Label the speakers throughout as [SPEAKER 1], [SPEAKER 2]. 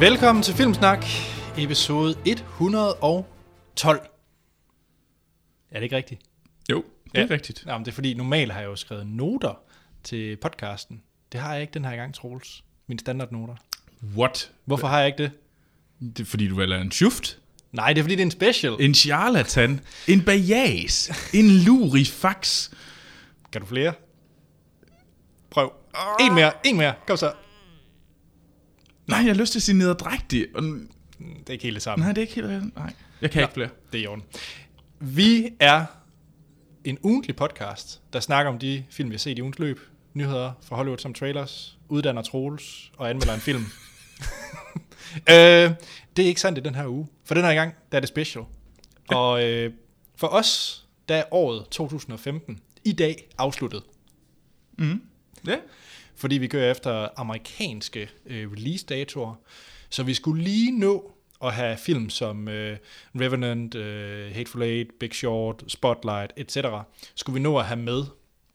[SPEAKER 1] Velkommen til Filmsnak, episode 112. Er det ikke rigtigt?
[SPEAKER 2] Jo, det
[SPEAKER 1] Ja.
[SPEAKER 2] er rigtigt.
[SPEAKER 1] Nå, men det er fordi, normalt har jeg jo skrevet noter til podcasten. Det har jeg ikke den her gang, Troels. Mine standardnoter.
[SPEAKER 2] What?
[SPEAKER 1] Hvorfor har jeg ikke det?
[SPEAKER 2] Det er fordi, du vel er en schuft,
[SPEAKER 1] Nej, det er fordi, det er en special.
[SPEAKER 2] en charlatan, en bajas, en lurifax.
[SPEAKER 1] Kan du flere? Prøv. En mere, en mere. Kom så.
[SPEAKER 2] Nej, jeg har lyst til at sige nederdrægtig. og-
[SPEAKER 1] Det er ikke helt det samme.
[SPEAKER 2] Nej, det er ikke helt... Nej, jeg kan ikke flere.
[SPEAKER 1] Det er i orden. Vi er en ugentlig podcast, der snakker om de film, vi har set i ugens løb. Nyheder fra Hollywood som trailers, uddanner Troels og anmelder en film. øh, det er ikke sandt i den her uge, for den her gang, der er det special. Og øh, for os, der er året 2015 i dag afsluttet.
[SPEAKER 2] Ja.
[SPEAKER 1] fordi vi kører efter amerikanske øh, release-datoer. Så vi skulle lige nå at have film som øh, Revenant, øh, Hateful Eight, Big Short, Spotlight, etc. Skulle vi nå at have med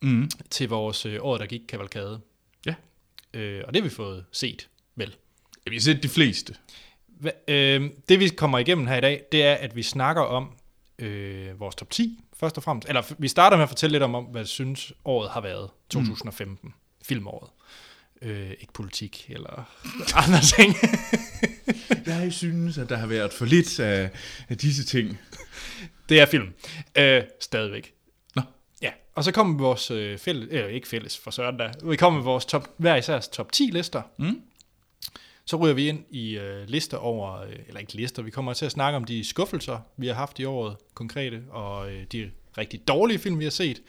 [SPEAKER 2] Mm.
[SPEAKER 1] til vores øh, år, der gik kavalkade.
[SPEAKER 2] Ja.
[SPEAKER 1] Øh, og det har vi fået set, vel.
[SPEAKER 2] Vi har set de fleste.
[SPEAKER 1] Hva, øh, det vi kommer igennem her i dag, det er, at vi snakker om øh, vores top 10, først og fremmest. Eller f- vi starter med at fortælle lidt om, om hvad jeg synes, året har været. 2015. Mm. Filmåret. Øh, ikke politik eller andre ting.
[SPEAKER 2] Jeg synes, at der har været for lidt af, af disse ting.
[SPEAKER 1] det er film. Øh, stadigvæk.
[SPEAKER 2] Nå.
[SPEAKER 1] Ja, og så kommer vores øh, fælles, eller ikke fælles for søren da, vi kommer med vores top, hver især top 10 lister.
[SPEAKER 2] Mm.
[SPEAKER 1] Så ryger vi ind i øh, lister over, øh, eller ikke lister, vi kommer til at snakke om de skuffelser, vi har haft i året konkrete, og øh, de rigtig dårlige film, vi har set.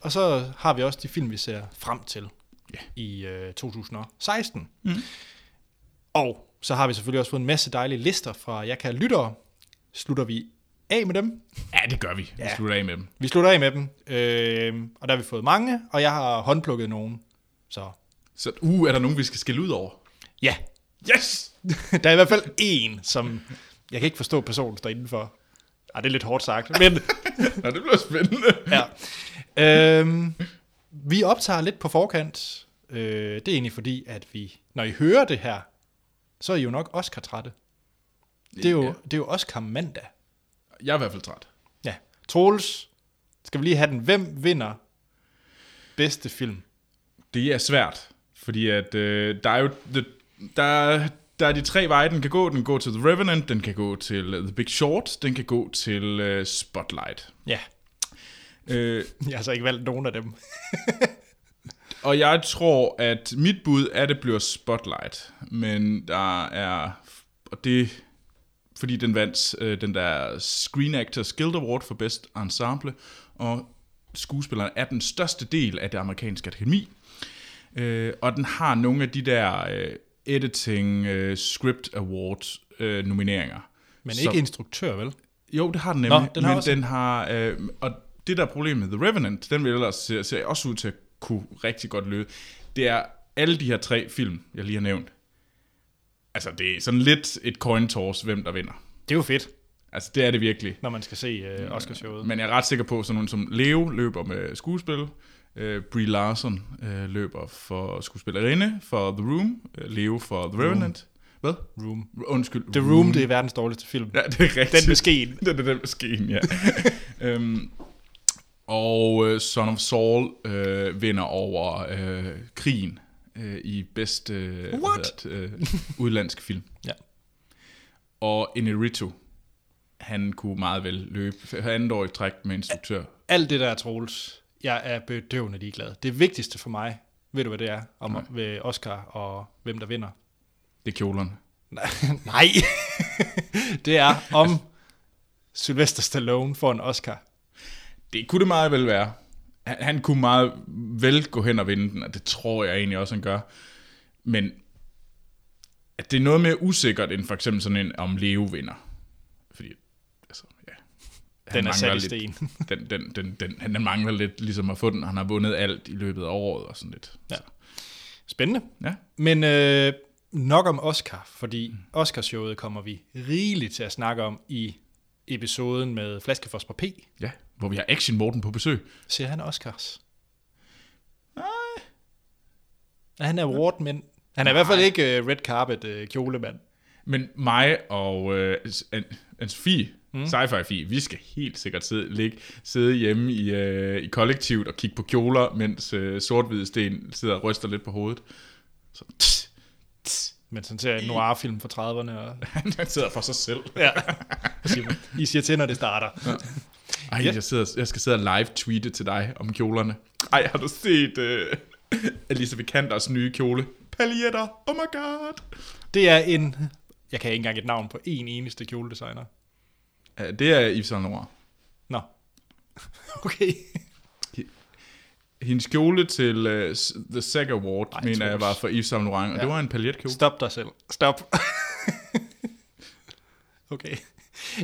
[SPEAKER 1] Og så har vi også de film, vi ser frem til
[SPEAKER 2] Ja.
[SPEAKER 1] i øh, 2016.
[SPEAKER 2] Mm.
[SPEAKER 1] Og så har vi selvfølgelig også fået en masse dejlige lister fra jeg kan lyttere. Slutter vi af med dem?
[SPEAKER 2] Ja, det gør vi. Vi
[SPEAKER 1] Ja.
[SPEAKER 2] slutter af med dem.
[SPEAKER 1] Vi slutter af med dem, øh, og der har vi fået mange, og jeg har håndplukket nogen. Så
[SPEAKER 2] Så uh, er der nogen, vi skal skille ud over?
[SPEAKER 1] ja,
[SPEAKER 2] Yes!
[SPEAKER 1] der er i hvert fald en, som jeg kan ikke forstå personen står indenfor. Ej, det er lidt hårdt sagt, men
[SPEAKER 2] Nå, det bliver spændende.
[SPEAKER 1] ja. Øhm, vi optager lidt på forkant. Øh, det er egentlig fordi, at vi, når I hører det her, så er I jo nok Oscar-trætte. Det er jo,
[SPEAKER 2] Ja.
[SPEAKER 1] det er jo Oscar-mandag.
[SPEAKER 2] Jeg er i hvert fald træt.
[SPEAKER 1] Ja. Troels, skal vi lige have den. Hvem vinder bedste film?
[SPEAKER 2] Det er svært, fordi at øh, der er jo the, der, der er de tre veje, den kan gå. Den kan gå til The Revenant, den kan gå til øh, The Big Short, den kan gå til øh, Spotlight.
[SPEAKER 1] Ja,
[SPEAKER 2] Øh,
[SPEAKER 1] jeg har så ikke valgt nogen af dem.
[SPEAKER 2] og jeg tror, at mit bud er, at det bliver Spotlight, men der er og det fordi den vandt øh, den der Screen Actors Guild Award for Best Ensemble, og skuespilleren er den største del af det amerikanske akademi. Øh, og den har nogle af de der øh, Editing øh, Script Award øh, nomineringer.
[SPEAKER 1] Men
[SPEAKER 2] Så-
[SPEAKER 1] ikke instruktør, vel?
[SPEAKER 2] Jo, det har den nemlig.
[SPEAKER 1] Nå,
[SPEAKER 2] Nå,
[SPEAKER 1] den
[SPEAKER 2] den
[SPEAKER 1] har
[SPEAKER 2] men
[SPEAKER 1] også-
[SPEAKER 2] den har... Øh, og det der er problemet med The Revenant, den vil ellers ser, ser også ud til at kunne rigtig godt løse. Det er alle de her tre film, jeg lige har nævnt. Altså, det er sådan lidt et coin toss, hvem der vinder.
[SPEAKER 1] Det er jo fedt,
[SPEAKER 2] Altså, det er det virkelig.
[SPEAKER 1] når man skal se øh, Oscarshowet.
[SPEAKER 2] Men jeg er ret sikker på, at sådan nogen som Leo løber med skuespil. Øh, Brie Larson øh, løber for skuespillerinde for The Room. Øh, Leo for The Revenant. Hvad?
[SPEAKER 1] Room.
[SPEAKER 2] Undskyld.
[SPEAKER 1] The Room, det er verdens dårligste film.
[SPEAKER 2] Ja, det er rigtigt.
[SPEAKER 1] Den med skeen.
[SPEAKER 2] Det er den med skeen, ja. øhm, og øh, Son of Saul øh, vinder over øh, krigen øh, i bedste øh, hvad
[SPEAKER 1] What?
[SPEAKER 2] hedder det, øh, udenlandske film.
[SPEAKER 1] Ja.
[SPEAKER 2] Og Inarritu, han kunne meget vel løbe andet år i træk med instruktør.
[SPEAKER 1] Alt det der, Troels, jeg er bedøvende ligeglad. Det vigtigste for mig, ved du hvad det er, om
[SPEAKER 2] Nej.
[SPEAKER 1] ved Oscar og hvem der vinder?
[SPEAKER 2] Det er kjolerne.
[SPEAKER 1] Nej, det er om Sylvester Stallone får en Oscar.
[SPEAKER 2] Det kunne det meget vel være. Han, han kunne meget vel gå hen og vinde den, og det tror jeg egentlig også, han gør. Men at det er noget mere usikkert end for eksempel sådan en om Leo vinder. Fordi, altså, ja. Han
[SPEAKER 1] Den er sat i
[SPEAKER 2] mangler
[SPEAKER 1] sten.
[SPEAKER 2] Lidt, den, den, den, den, han den mangler lidt ligesom at få den. Han har vundet alt i løbet af året og sådan lidt.
[SPEAKER 1] Ja.
[SPEAKER 2] Så,
[SPEAKER 1] Spændende.
[SPEAKER 2] ja.
[SPEAKER 1] Men øh, nok om Oscar, fordi Oscarshowet kommer vi rigeligt til at snakke om i episoden med Flaskeforsper P.
[SPEAKER 2] ja. Hvor vi har Action Morten på besøg.
[SPEAKER 1] Ser han Oscars? øh, Nej. Han er awardmand. Han er i hvert fald ikke uh, red carpet uh, kjolemand.
[SPEAKER 2] Men mig og øh, Anne-Sophie, mm. sci-fi vi skal helt sikkert sidde, ligge, sidde hjemme i, øh, i kollektivet og kigge på kjoler, mens øh, sort sten sidder og ryster lidt på hovedet. Så, tss, tss.
[SPEAKER 1] Men sådan ser jeg en noir-film fra 30'erne. Og,
[SPEAKER 2] Han sidder for sig selv.
[SPEAKER 1] ja. Og siger, I siger til, når det starter.
[SPEAKER 2] Ej,
[SPEAKER 1] Ja.
[SPEAKER 2] jeg, sidder, jeg skal sidde og live-tweete til dig om kjolerne. Ej, har du set øh, Elisabeth Kanders nye kjole? Paljetter, oh my god.
[SPEAKER 1] Det er en... Jeg kan ikke engang et navn på en eneste kjoledesigner.
[SPEAKER 2] Ja, det er Yves Saint Laurent.
[SPEAKER 1] Nå. Okay.
[SPEAKER 2] Hendes kjole til uh, The SAG Award, Ej,
[SPEAKER 1] Ej,
[SPEAKER 2] mener jeg,
[SPEAKER 1] Troels.
[SPEAKER 2] var for Yves Saint Laurent, og
[SPEAKER 1] Ja.
[SPEAKER 2] det var en paljetkjole.
[SPEAKER 1] Stop dig selv. Stop. okay.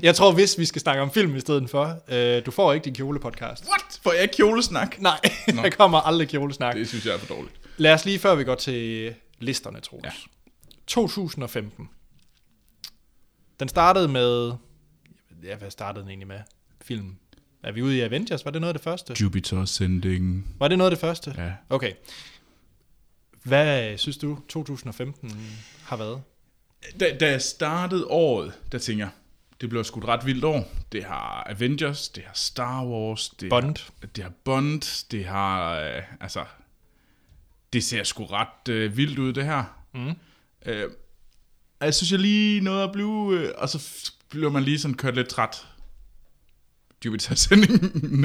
[SPEAKER 1] Jeg tror, hvis vi skal snakke om film i stedet for, øh, du får ikke din kjolepodcast.
[SPEAKER 2] What? Får jeg kjolesnak?
[SPEAKER 1] Nej,
[SPEAKER 2] Nå.
[SPEAKER 1] der kommer aldrig kjolesnak.
[SPEAKER 2] Det synes jeg er for dårligt.
[SPEAKER 1] Lad os lige, før vi går til listerne, Troels.
[SPEAKER 2] Ja.
[SPEAKER 1] Ja. 2015. Den startede med... Ja, hvad startede den egentlig med? Film. Er vi ude i Avengers? Var det noget af det første?
[SPEAKER 2] Jupiter sending.
[SPEAKER 1] Var det noget af det første?
[SPEAKER 2] Ja.
[SPEAKER 1] Okay. Hvad øh, synes du, 2015 har været?
[SPEAKER 2] Da, da jeg startede året, der tænker jeg, det blev sgu et ret vildt år. Det har Avengers, det har Star Wars, det,
[SPEAKER 1] Bond.
[SPEAKER 2] Har, det har Bond, det har, øh, altså, det ser sgu ret øh, vildt ud, det her.
[SPEAKER 1] Mm.
[SPEAKER 2] Øh, jeg synes, jeg lige nåede at blive, øh, og så f- blev man lige sådan kørt lidt træt. Jupiter sendingen.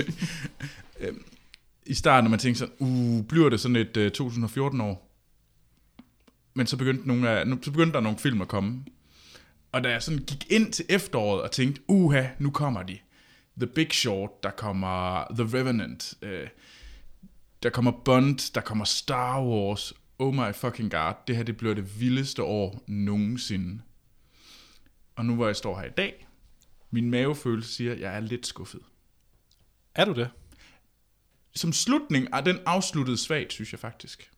[SPEAKER 2] øh, I starten, når man tænkte sådan, uh, bliver det sådan et øh, 2014-år? Men så begyndte, nogle af, nu- så begyndte der nogle film at komme. Og da jeg sådan gik ind til efteråret og tænkte, uha, nu kommer de. The Big Short, der kommer The Revenant, øh, der kommer Bond, der kommer Star Wars. Oh my fucking god, det her det bliver det vildeste år nogensinde. Og nu hvor jeg står her i dag, min mavefølelse siger, at jeg er lidt skuffet.
[SPEAKER 1] Er du det?
[SPEAKER 2] Som slutning er den afsluttet svagt, synes jeg faktisk.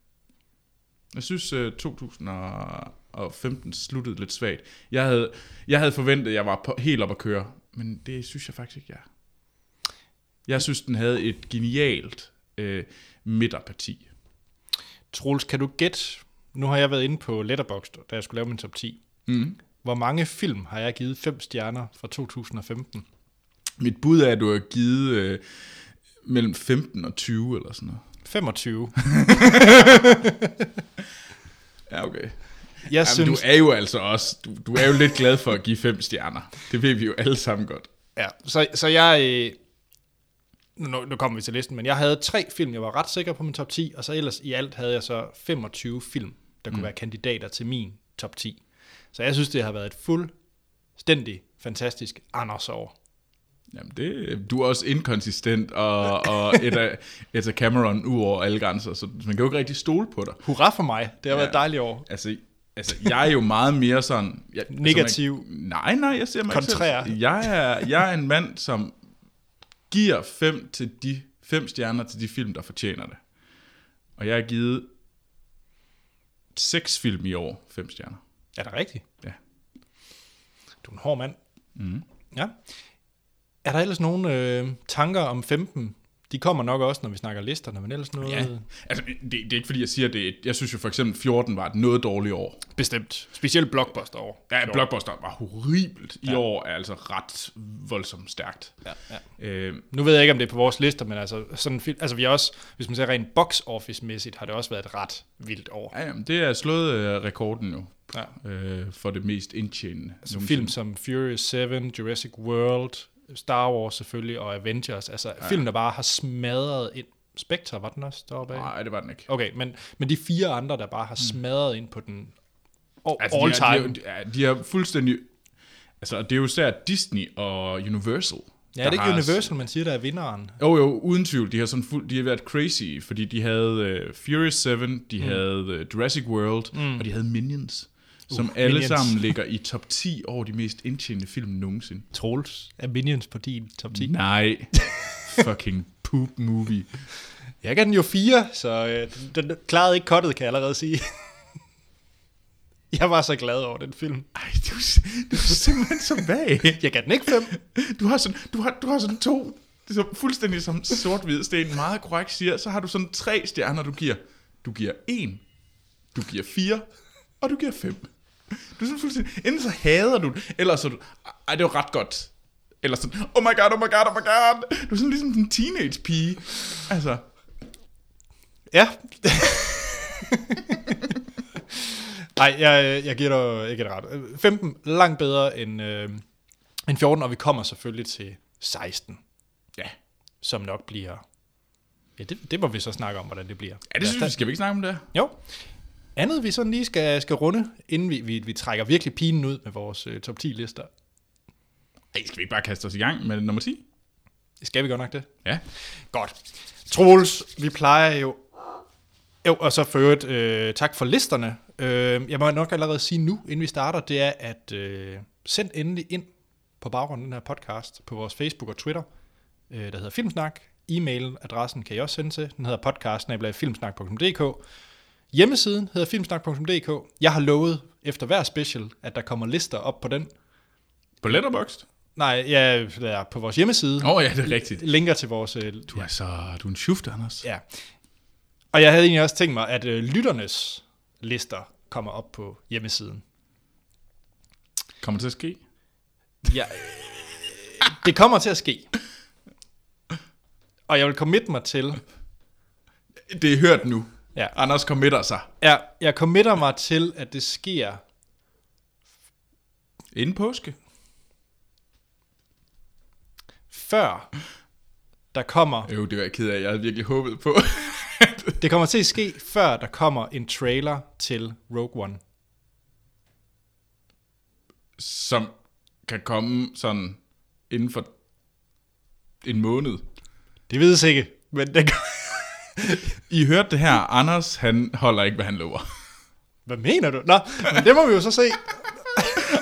[SPEAKER 2] Jeg synes, øh, 2015 sluttede lidt svagt. Jeg havde, jeg havde forventet, at jeg var på, helt op at køre, men det synes jeg faktisk ikke, jeg er. Jeg synes, den havde et genialt øh, midterparti.
[SPEAKER 1] Troels, kan du gætte? Nu har jeg været inde på Letterboxd, da jeg skulle lave min top 10.
[SPEAKER 2] Mm.
[SPEAKER 1] Hvor mange film har jeg givet 5 stjerner fra 2015?
[SPEAKER 2] Mit bud er, at du har givet øh, mellem 15 og 20 eller sådan noget.
[SPEAKER 1] 25.
[SPEAKER 2] Ja, okay.
[SPEAKER 1] Jeg
[SPEAKER 2] Jamen,
[SPEAKER 1] synes,
[SPEAKER 2] du er jo altså også, du, du er jo lidt glad for at give fem stjerner. Det ved vi jo alle sammen godt.
[SPEAKER 1] Ja, så, så jeg... øh, Nu, nu, nu kommer vi til listen, men jeg havde tre film, jeg var ret sikker på min top 10, og så ellers i alt havde jeg så 25 film, der kunne mm. være kandidater til min top 10. Så jeg synes, det har været et fuldstændig fantastisk Anders-år.
[SPEAKER 2] Jamen, det, du er også inkonsistent og, og et af, et af Cameron ud over alle grænser, så man kan jo ikke rigtig stole på dig.
[SPEAKER 1] Hurra for mig, det har ja. været
[SPEAKER 2] Ja.
[SPEAKER 1] et dejligt år.
[SPEAKER 2] Altså, altså, jeg er jo meget mere sådan... Jeg,
[SPEAKER 1] Negativ.
[SPEAKER 2] Altså, man, nej, nej, jeg ser mig
[SPEAKER 1] Kontrær.
[SPEAKER 2] ikke selv- jeg er, jeg er en mand, som giver fem, til de, fem stjerner til de film, der fortjener det. Og jeg har givet seks film i år fem stjerner.
[SPEAKER 1] Er det rigtigt?
[SPEAKER 2] Ja.
[SPEAKER 1] Du er en hård mand.
[SPEAKER 2] Mm.
[SPEAKER 1] Ja. Er der ellers nogen øh, tanker om 15? De kommer nok også, når vi snakker listerne, men ellers noget...
[SPEAKER 2] Ja. Altså, det, det er ikke fordi, jeg siger det. er et- Jeg synes jo for eksempel, 14 var et noget dårligt år.
[SPEAKER 1] Bestemt. Specielt Blockbuster-år.
[SPEAKER 2] Ja, Blockbuster var horribelt. I
[SPEAKER 1] Ja.
[SPEAKER 2] år er altså ret voldsomt stærkt.
[SPEAKER 1] Ja, ja.
[SPEAKER 2] Øh,
[SPEAKER 1] Nu ved jeg ikke, om det er på vores lister, men altså, sådan, en fil- altså vi har også, hvis man ser rent box office-mæssigt, har det også været et ret vildt år.
[SPEAKER 2] ja, jamen, det er slået øh, rekorden jo.
[SPEAKER 1] Ja.
[SPEAKER 2] øh, for det mest indtjenende.
[SPEAKER 1] Altså
[SPEAKER 2] nogensinde.
[SPEAKER 1] film som Furious 7, Jurassic World, Star Wars selvfølgelig, og Avengers. Altså ja. film, der bare har smadret ind. Spectre var den også deroppe af?
[SPEAKER 2] Nej, det var den ikke.
[SPEAKER 1] Okay, men, men de fire andre, der bare har smadret ind på den all,
[SPEAKER 2] Altså,
[SPEAKER 1] all
[SPEAKER 2] de har-
[SPEAKER 1] time.
[SPEAKER 2] De har, de, har, de har fuldstændig... Altså, og det er jo især Disney og Universal.
[SPEAKER 1] ja,
[SPEAKER 2] der
[SPEAKER 1] er det ikke
[SPEAKER 2] har-
[SPEAKER 1] Universal, man siger, der er vinderen?
[SPEAKER 2] Jo, jo, uden tvivl. De har, sådan fuld, de har været crazy, fordi de havde uh, Furious 7, de mm. havde uh, Jurassic World, mm. og de havde Minions, som uh, alle
[SPEAKER 1] Minions.
[SPEAKER 2] sammen ligger i top 10 over de mest indtjenende film nogensinde.
[SPEAKER 1] Trolls er Minions på din top 10.
[SPEAKER 2] Nej. Fucking poop movie.
[SPEAKER 1] Jeg gav den jo fire, så øh, den, den klarede ikke kottet, kan jeg allerede sige. jeg var så glad over den film.
[SPEAKER 2] Ej, du, du er simpelthen så vag.
[SPEAKER 1] Jeg gav den ikke fem.
[SPEAKER 2] Du har sådan, du har, du har sådan to, så fuldstændig som sort-hvid sten, meget korrekt siger, så har du sådan tre stjerner, du giver. Du giver en, du giver fire, og du giver fem. Du er sådan fuldstændig, enten så hader du det, eller så er du, ej, det var ret godt. Eller sådan, oh my god, oh my god, oh my god. Du er sådan ligesom en teenage-pige. Altså,
[SPEAKER 1] Ja. Nej, jeg, jeg giver dig ikke ret. 15 langt bedre end, øh, end 14, og vi kommer selvfølgelig til 16,
[SPEAKER 2] ja.
[SPEAKER 1] som nok bliver... Ja, det, det må vi så snakke om, hvordan det bliver.
[SPEAKER 2] Ja, det synes vi, skal vi ikke snakke om det her?
[SPEAKER 1] Jo. Andet vi sådan lige skal, skal runde, inden vi, vi, vi trækker virkelig pinen ud med vores øh, top 10-lister.
[SPEAKER 2] Ej, skal vi ikke bare kaste os i gang med nummer 10?
[SPEAKER 1] Skal vi godt nok det?
[SPEAKER 2] Ja.
[SPEAKER 1] Godt. Troels, vi plejer jo... Jo, og så for øvrigt, øh, tak for listerne. Øh, jeg må nok allerede sige nu, inden vi starter, det er, at øh, send endelig ind på baggrunden af den her podcast på vores Facebook og Twitter, øh, der hedder Filmsnak. E-mailen, adressen kan I også sende til. Den hedder podcast-filmsnak.dk. Hjemmesiden hedder filmsnak.dk. Jeg har lovet efter hver special, at der kommer lister op på den.
[SPEAKER 2] På Letterboxd?
[SPEAKER 1] Nej, ja, ja, på vores hjemmeside.
[SPEAKER 2] Åh oh, ja, det er rigtigt.
[SPEAKER 1] Linker til vores øh,
[SPEAKER 2] Du er så, du er en schuft, Anders.
[SPEAKER 1] Ja. Og jeg havde egentlig også tænkt mig, at øh, lytternes lister kommer op på hjemmesiden.
[SPEAKER 2] Kommer til at ske?
[SPEAKER 1] Ja, øh, det kommer til at ske. Og jeg vil committe mig til,
[SPEAKER 2] Det er hørt nu.
[SPEAKER 1] Ja.
[SPEAKER 2] Anders committer sig.
[SPEAKER 1] ja, jeg committer mig til, at det sker
[SPEAKER 2] Inden påske?
[SPEAKER 1] før der kommer,
[SPEAKER 2] Jo, det var jeg ked af. Jeg havde virkelig håbet på.
[SPEAKER 1] det kommer til at ske før der kommer en trailer til Rogue One.
[SPEAKER 2] Som kan komme sådan inden for en måned.
[SPEAKER 1] Det vides ikke, men det
[SPEAKER 2] I hørte det her. Anders, han holder ikke, hvad han lover.
[SPEAKER 1] Hvad mener du? Nå, men det må vi jo så se.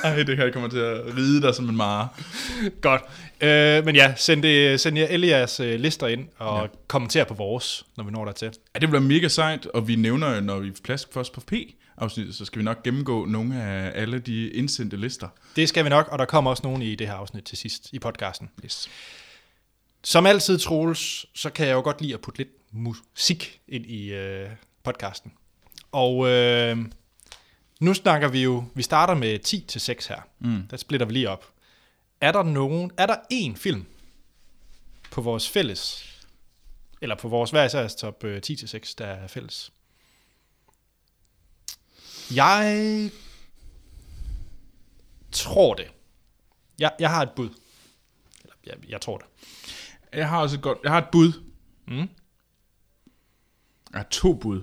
[SPEAKER 2] Ej, det her kommer til at ride dig som en mare.
[SPEAKER 1] Godt. Øh, men ja, send, det, send jer alle jeres øh, lister ind, og ja. kommenter på vores, når vi når dertil.
[SPEAKER 2] Ja, det bliver mega sejt, og vi nævner jo, når vi plask først på P, afsnittet, så skal vi nok gennemgå nogle af alle de indsendte lister.
[SPEAKER 1] Det skal vi nok, og der kommer også nogen i det her afsnit til sidst i podcasten.
[SPEAKER 2] Yes.
[SPEAKER 1] Som altid, Troels, så kan jeg jo godt lide at putte lidt musik ind i øh, podcasten. Og øh, nu snakker vi jo, vi starter med 10 til 6 her. Mm. Der splitter vi lige op. Er der nogen, er der én film på vores fælles, eller på vores hver især top øh, 10 til 6, der er fælles? Jeg tror det. Jeg, jeg har et bud. Eller, jeg, jeg tror det.
[SPEAKER 2] Jeg har også et godt, jeg har et bud.
[SPEAKER 1] Mm.
[SPEAKER 2] Jeg har to bud.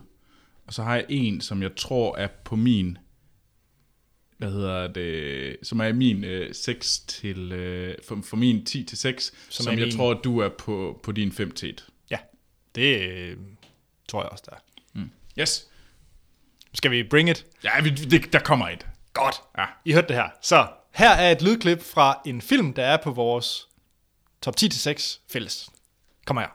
[SPEAKER 2] Og så har jeg en, som jeg tror er på min, hvad hedder det, som er min øh, 6 til, øh, for, for min 10 til 6, som, som
[SPEAKER 1] er
[SPEAKER 2] jeg
[SPEAKER 1] min-
[SPEAKER 2] tror, du er på, på din 5 til 1.
[SPEAKER 1] Ja, det øh, tror jeg også, der er.
[SPEAKER 2] Yes.
[SPEAKER 1] Skal vi bring it?
[SPEAKER 2] Ja, vi, det, der kommer et.
[SPEAKER 1] Godt.
[SPEAKER 2] Ja.
[SPEAKER 1] I hørte det her. Så her er et lydklip fra en film, der er på vores top 10-6 fælles. Kom her.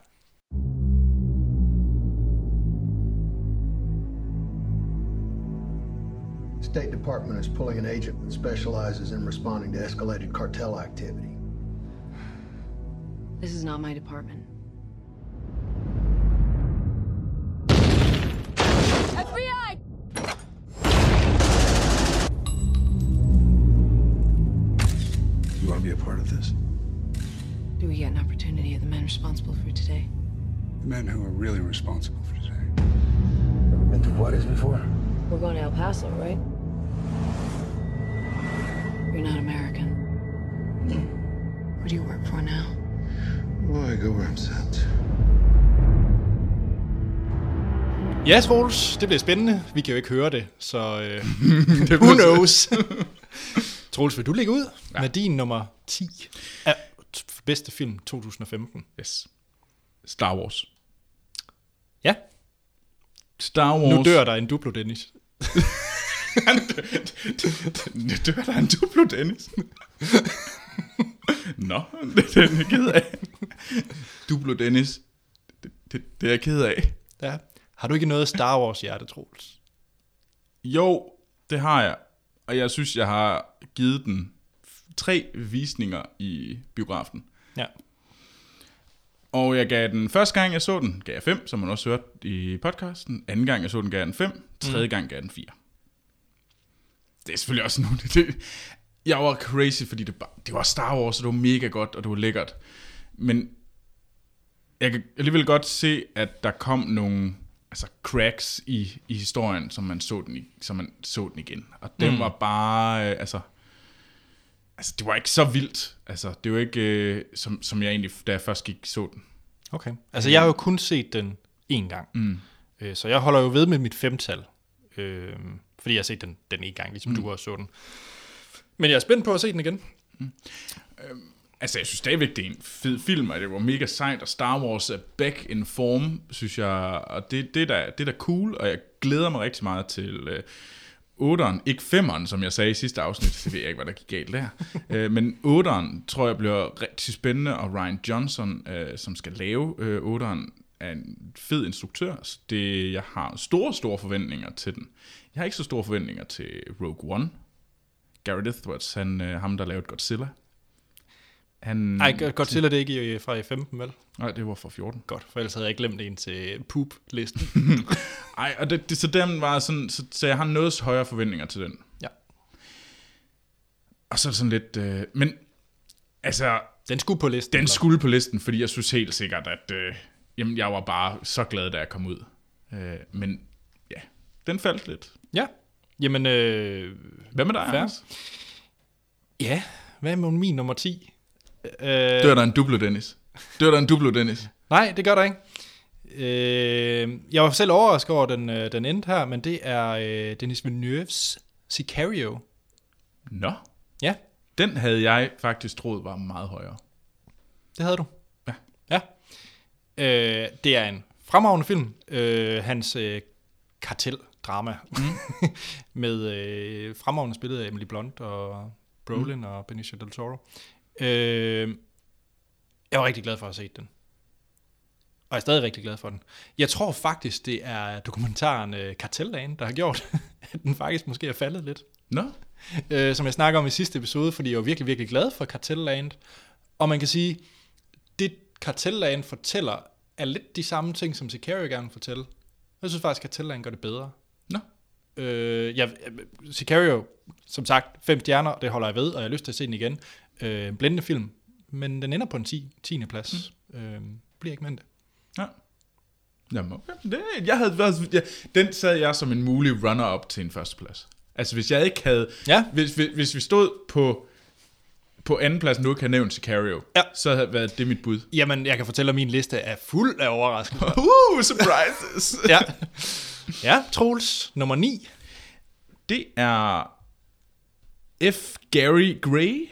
[SPEAKER 3] State Department is pulling an agent that specializes in responding to escalated cartel activity.
[SPEAKER 4] This is not my department.
[SPEAKER 5] FBI!
[SPEAKER 3] You want to be a part of this?
[SPEAKER 4] Do we get an opportunity at the men responsible for today?
[SPEAKER 6] The men who are really responsible for today.
[SPEAKER 3] Ever been to Juarez before?
[SPEAKER 4] We're going to El Paso, right? You're not American. What do you work for now?
[SPEAKER 3] Well, I go where I'm sent.
[SPEAKER 1] Ja, Troels, det bliver spændende. Vi kan jo ikke høre det, så øh, who knows? Troels, vil du lægge ud ja. med din nummer 10 af t- bedste film 2015?
[SPEAKER 2] Yes. Star Wars.
[SPEAKER 1] Ja,
[SPEAKER 2] Star Wars.
[SPEAKER 1] nu dør der en duplo, Dennis.
[SPEAKER 2] Nu dør der en duplo, Dennis. Nå, det er den, jeg er ked af. Duplo, Dennis. Det, det, det er jeg ked af.
[SPEAKER 1] Ja. Har du ikke noget Star Wars-hjerte, Troels?
[SPEAKER 2] Jo, det har jeg. Og jeg synes, jeg har givet den tre visninger i biografen.
[SPEAKER 1] Ja.
[SPEAKER 2] Og jeg gav den første gang, jeg så den, gav jeg 5, som man også hørte i podcasten. Anden gang, jeg så den, gav jeg den 5. Tredje gang gav jeg den 4. Det er selvfølgelig også nogle... Det, jeg var crazy, fordi det, bare- det var Star Wars, og det var mega godt, og det var lækkert. Men jeg kan alligevel godt se, at der kom nogle altså cracks i, i historien, som man så den, i, som man så den igen. Og den mm. var bare, øh, altså, altså, det var ikke så vildt. Altså, det var ikke, øh, som, som jeg egentlig, da jeg først gik, så den.
[SPEAKER 1] Okay. Altså, jeg har jo kun set den én gang. Mm. Øh, så jeg holder jo ved med mit femtal. Øh, fordi jeg har set den, den én gang, ligesom mm. du også så den. Men jeg er spændt på at se den igen.
[SPEAKER 2] Altså, jeg synes stadigvæk, det er en fed film, og det var mega sejt, og Star Wars er back in form, synes jeg, og det, det, er da, det er da cool, og jeg glæder mig rigtig meget til øh, 8'eren, ikke 5'eren, som jeg sagde i sidste afsnit, det ved jeg ikke, hvad der gik galt der, øh, men 8'eren tror jeg bliver rigtig spændende, og Ryan Johnson, øh, som skal lave øh, 8'eren, er en fed instruktør, så det, jeg har store, store forventninger til den. Jeg har ikke så store forventninger til Rogue One, Gareth Edwards, han, øh, ham der lavede Godzilla, han,
[SPEAKER 1] Nej, mm. Godzilla det er ikke i- fra i 15, vel?
[SPEAKER 2] Nej, det var fra 14.
[SPEAKER 1] Godt, for ellers havde jeg ikke glemt en til poop-listen.
[SPEAKER 2] Ej, og det, det, så den var sådan, så, så jeg har noget højere forventninger til den.
[SPEAKER 1] ja.
[SPEAKER 2] Og så er det sådan lidt, øh, men altså,
[SPEAKER 1] Den skulle på listen.
[SPEAKER 2] den
[SPEAKER 1] eller?
[SPEAKER 2] skulle på listen, fordi jeg synes helt sikkert, at øh, jamen, jeg var bare så glad, da jeg kom ud. Øh, men ja, den faldt lidt.
[SPEAKER 1] Ja. Jamen, øh,
[SPEAKER 2] Hvad med dig,
[SPEAKER 1] Fair.
[SPEAKER 2] Anders?
[SPEAKER 1] ja. Hvad med min nummer 10? Øh,
[SPEAKER 2] Dør der en dublo, Dennis? Dør der en dublo, Dennis?
[SPEAKER 1] Nej, det gør der ikke. Øh, jeg var selv overrasket over, at den, øh, den endte her, men det er øh, Dennis Villeneuve's Sicario.
[SPEAKER 2] Nå,
[SPEAKER 1] Ja,
[SPEAKER 2] den havde jeg faktisk troet var meget højere.
[SPEAKER 1] det havde du.
[SPEAKER 2] Ja.
[SPEAKER 1] Ja. Øh, det er en fremragende film. Øh, hans øh, karteldrama mm. med øh, fremragende spillet af Emily Blunt og Brolin mm. og Benicio Del Toro. Øh, jeg var rigtig glad for at have set den. Og jeg er stadig rigtig glad for den. Jeg tror faktisk, det er dokumentaren øh, Kartellagen, der har gjort, at den faktisk måske er faldet lidt.
[SPEAKER 2] Nå,
[SPEAKER 1] øh, som jeg snakker om i sidste episode, fordi jeg var virkelig, virkelig glad for Kartelland. Og man kan sige, det Kartelland fortæller, er lidt de samme ting, som Sicario gerne vil fortælle. Jeg synes faktisk, at Kartelland gør det bedre.
[SPEAKER 2] nå.
[SPEAKER 1] Øh, jeg, Sicario, som sagt, fem stjerner, det holder jeg ved, og jeg har lyst til at se den igen. Øh, en blændende film, men den ender på en 10, 10. plads. Mm. Øh, bliver ikke mandag.
[SPEAKER 2] Ja. Jamen, okay. det, jeg havde, været- ja, den sad jeg som en mulig runner-up til en førsteplads. Altså, hvis jeg ikke havde...
[SPEAKER 1] Ja.
[SPEAKER 2] Hvis, hvis, hvis vi stod på, på andenpladsen, nu ikke havde nævnt Sicario,
[SPEAKER 1] Ja.
[SPEAKER 2] så havde været det mit bud.
[SPEAKER 1] Jamen, jeg kan fortælle, at min liste er fuld af overraskelser.
[SPEAKER 2] Uh, surprises!
[SPEAKER 1] ja. ja, Troels, nummer 9.
[SPEAKER 2] Det er F. Gary Gray,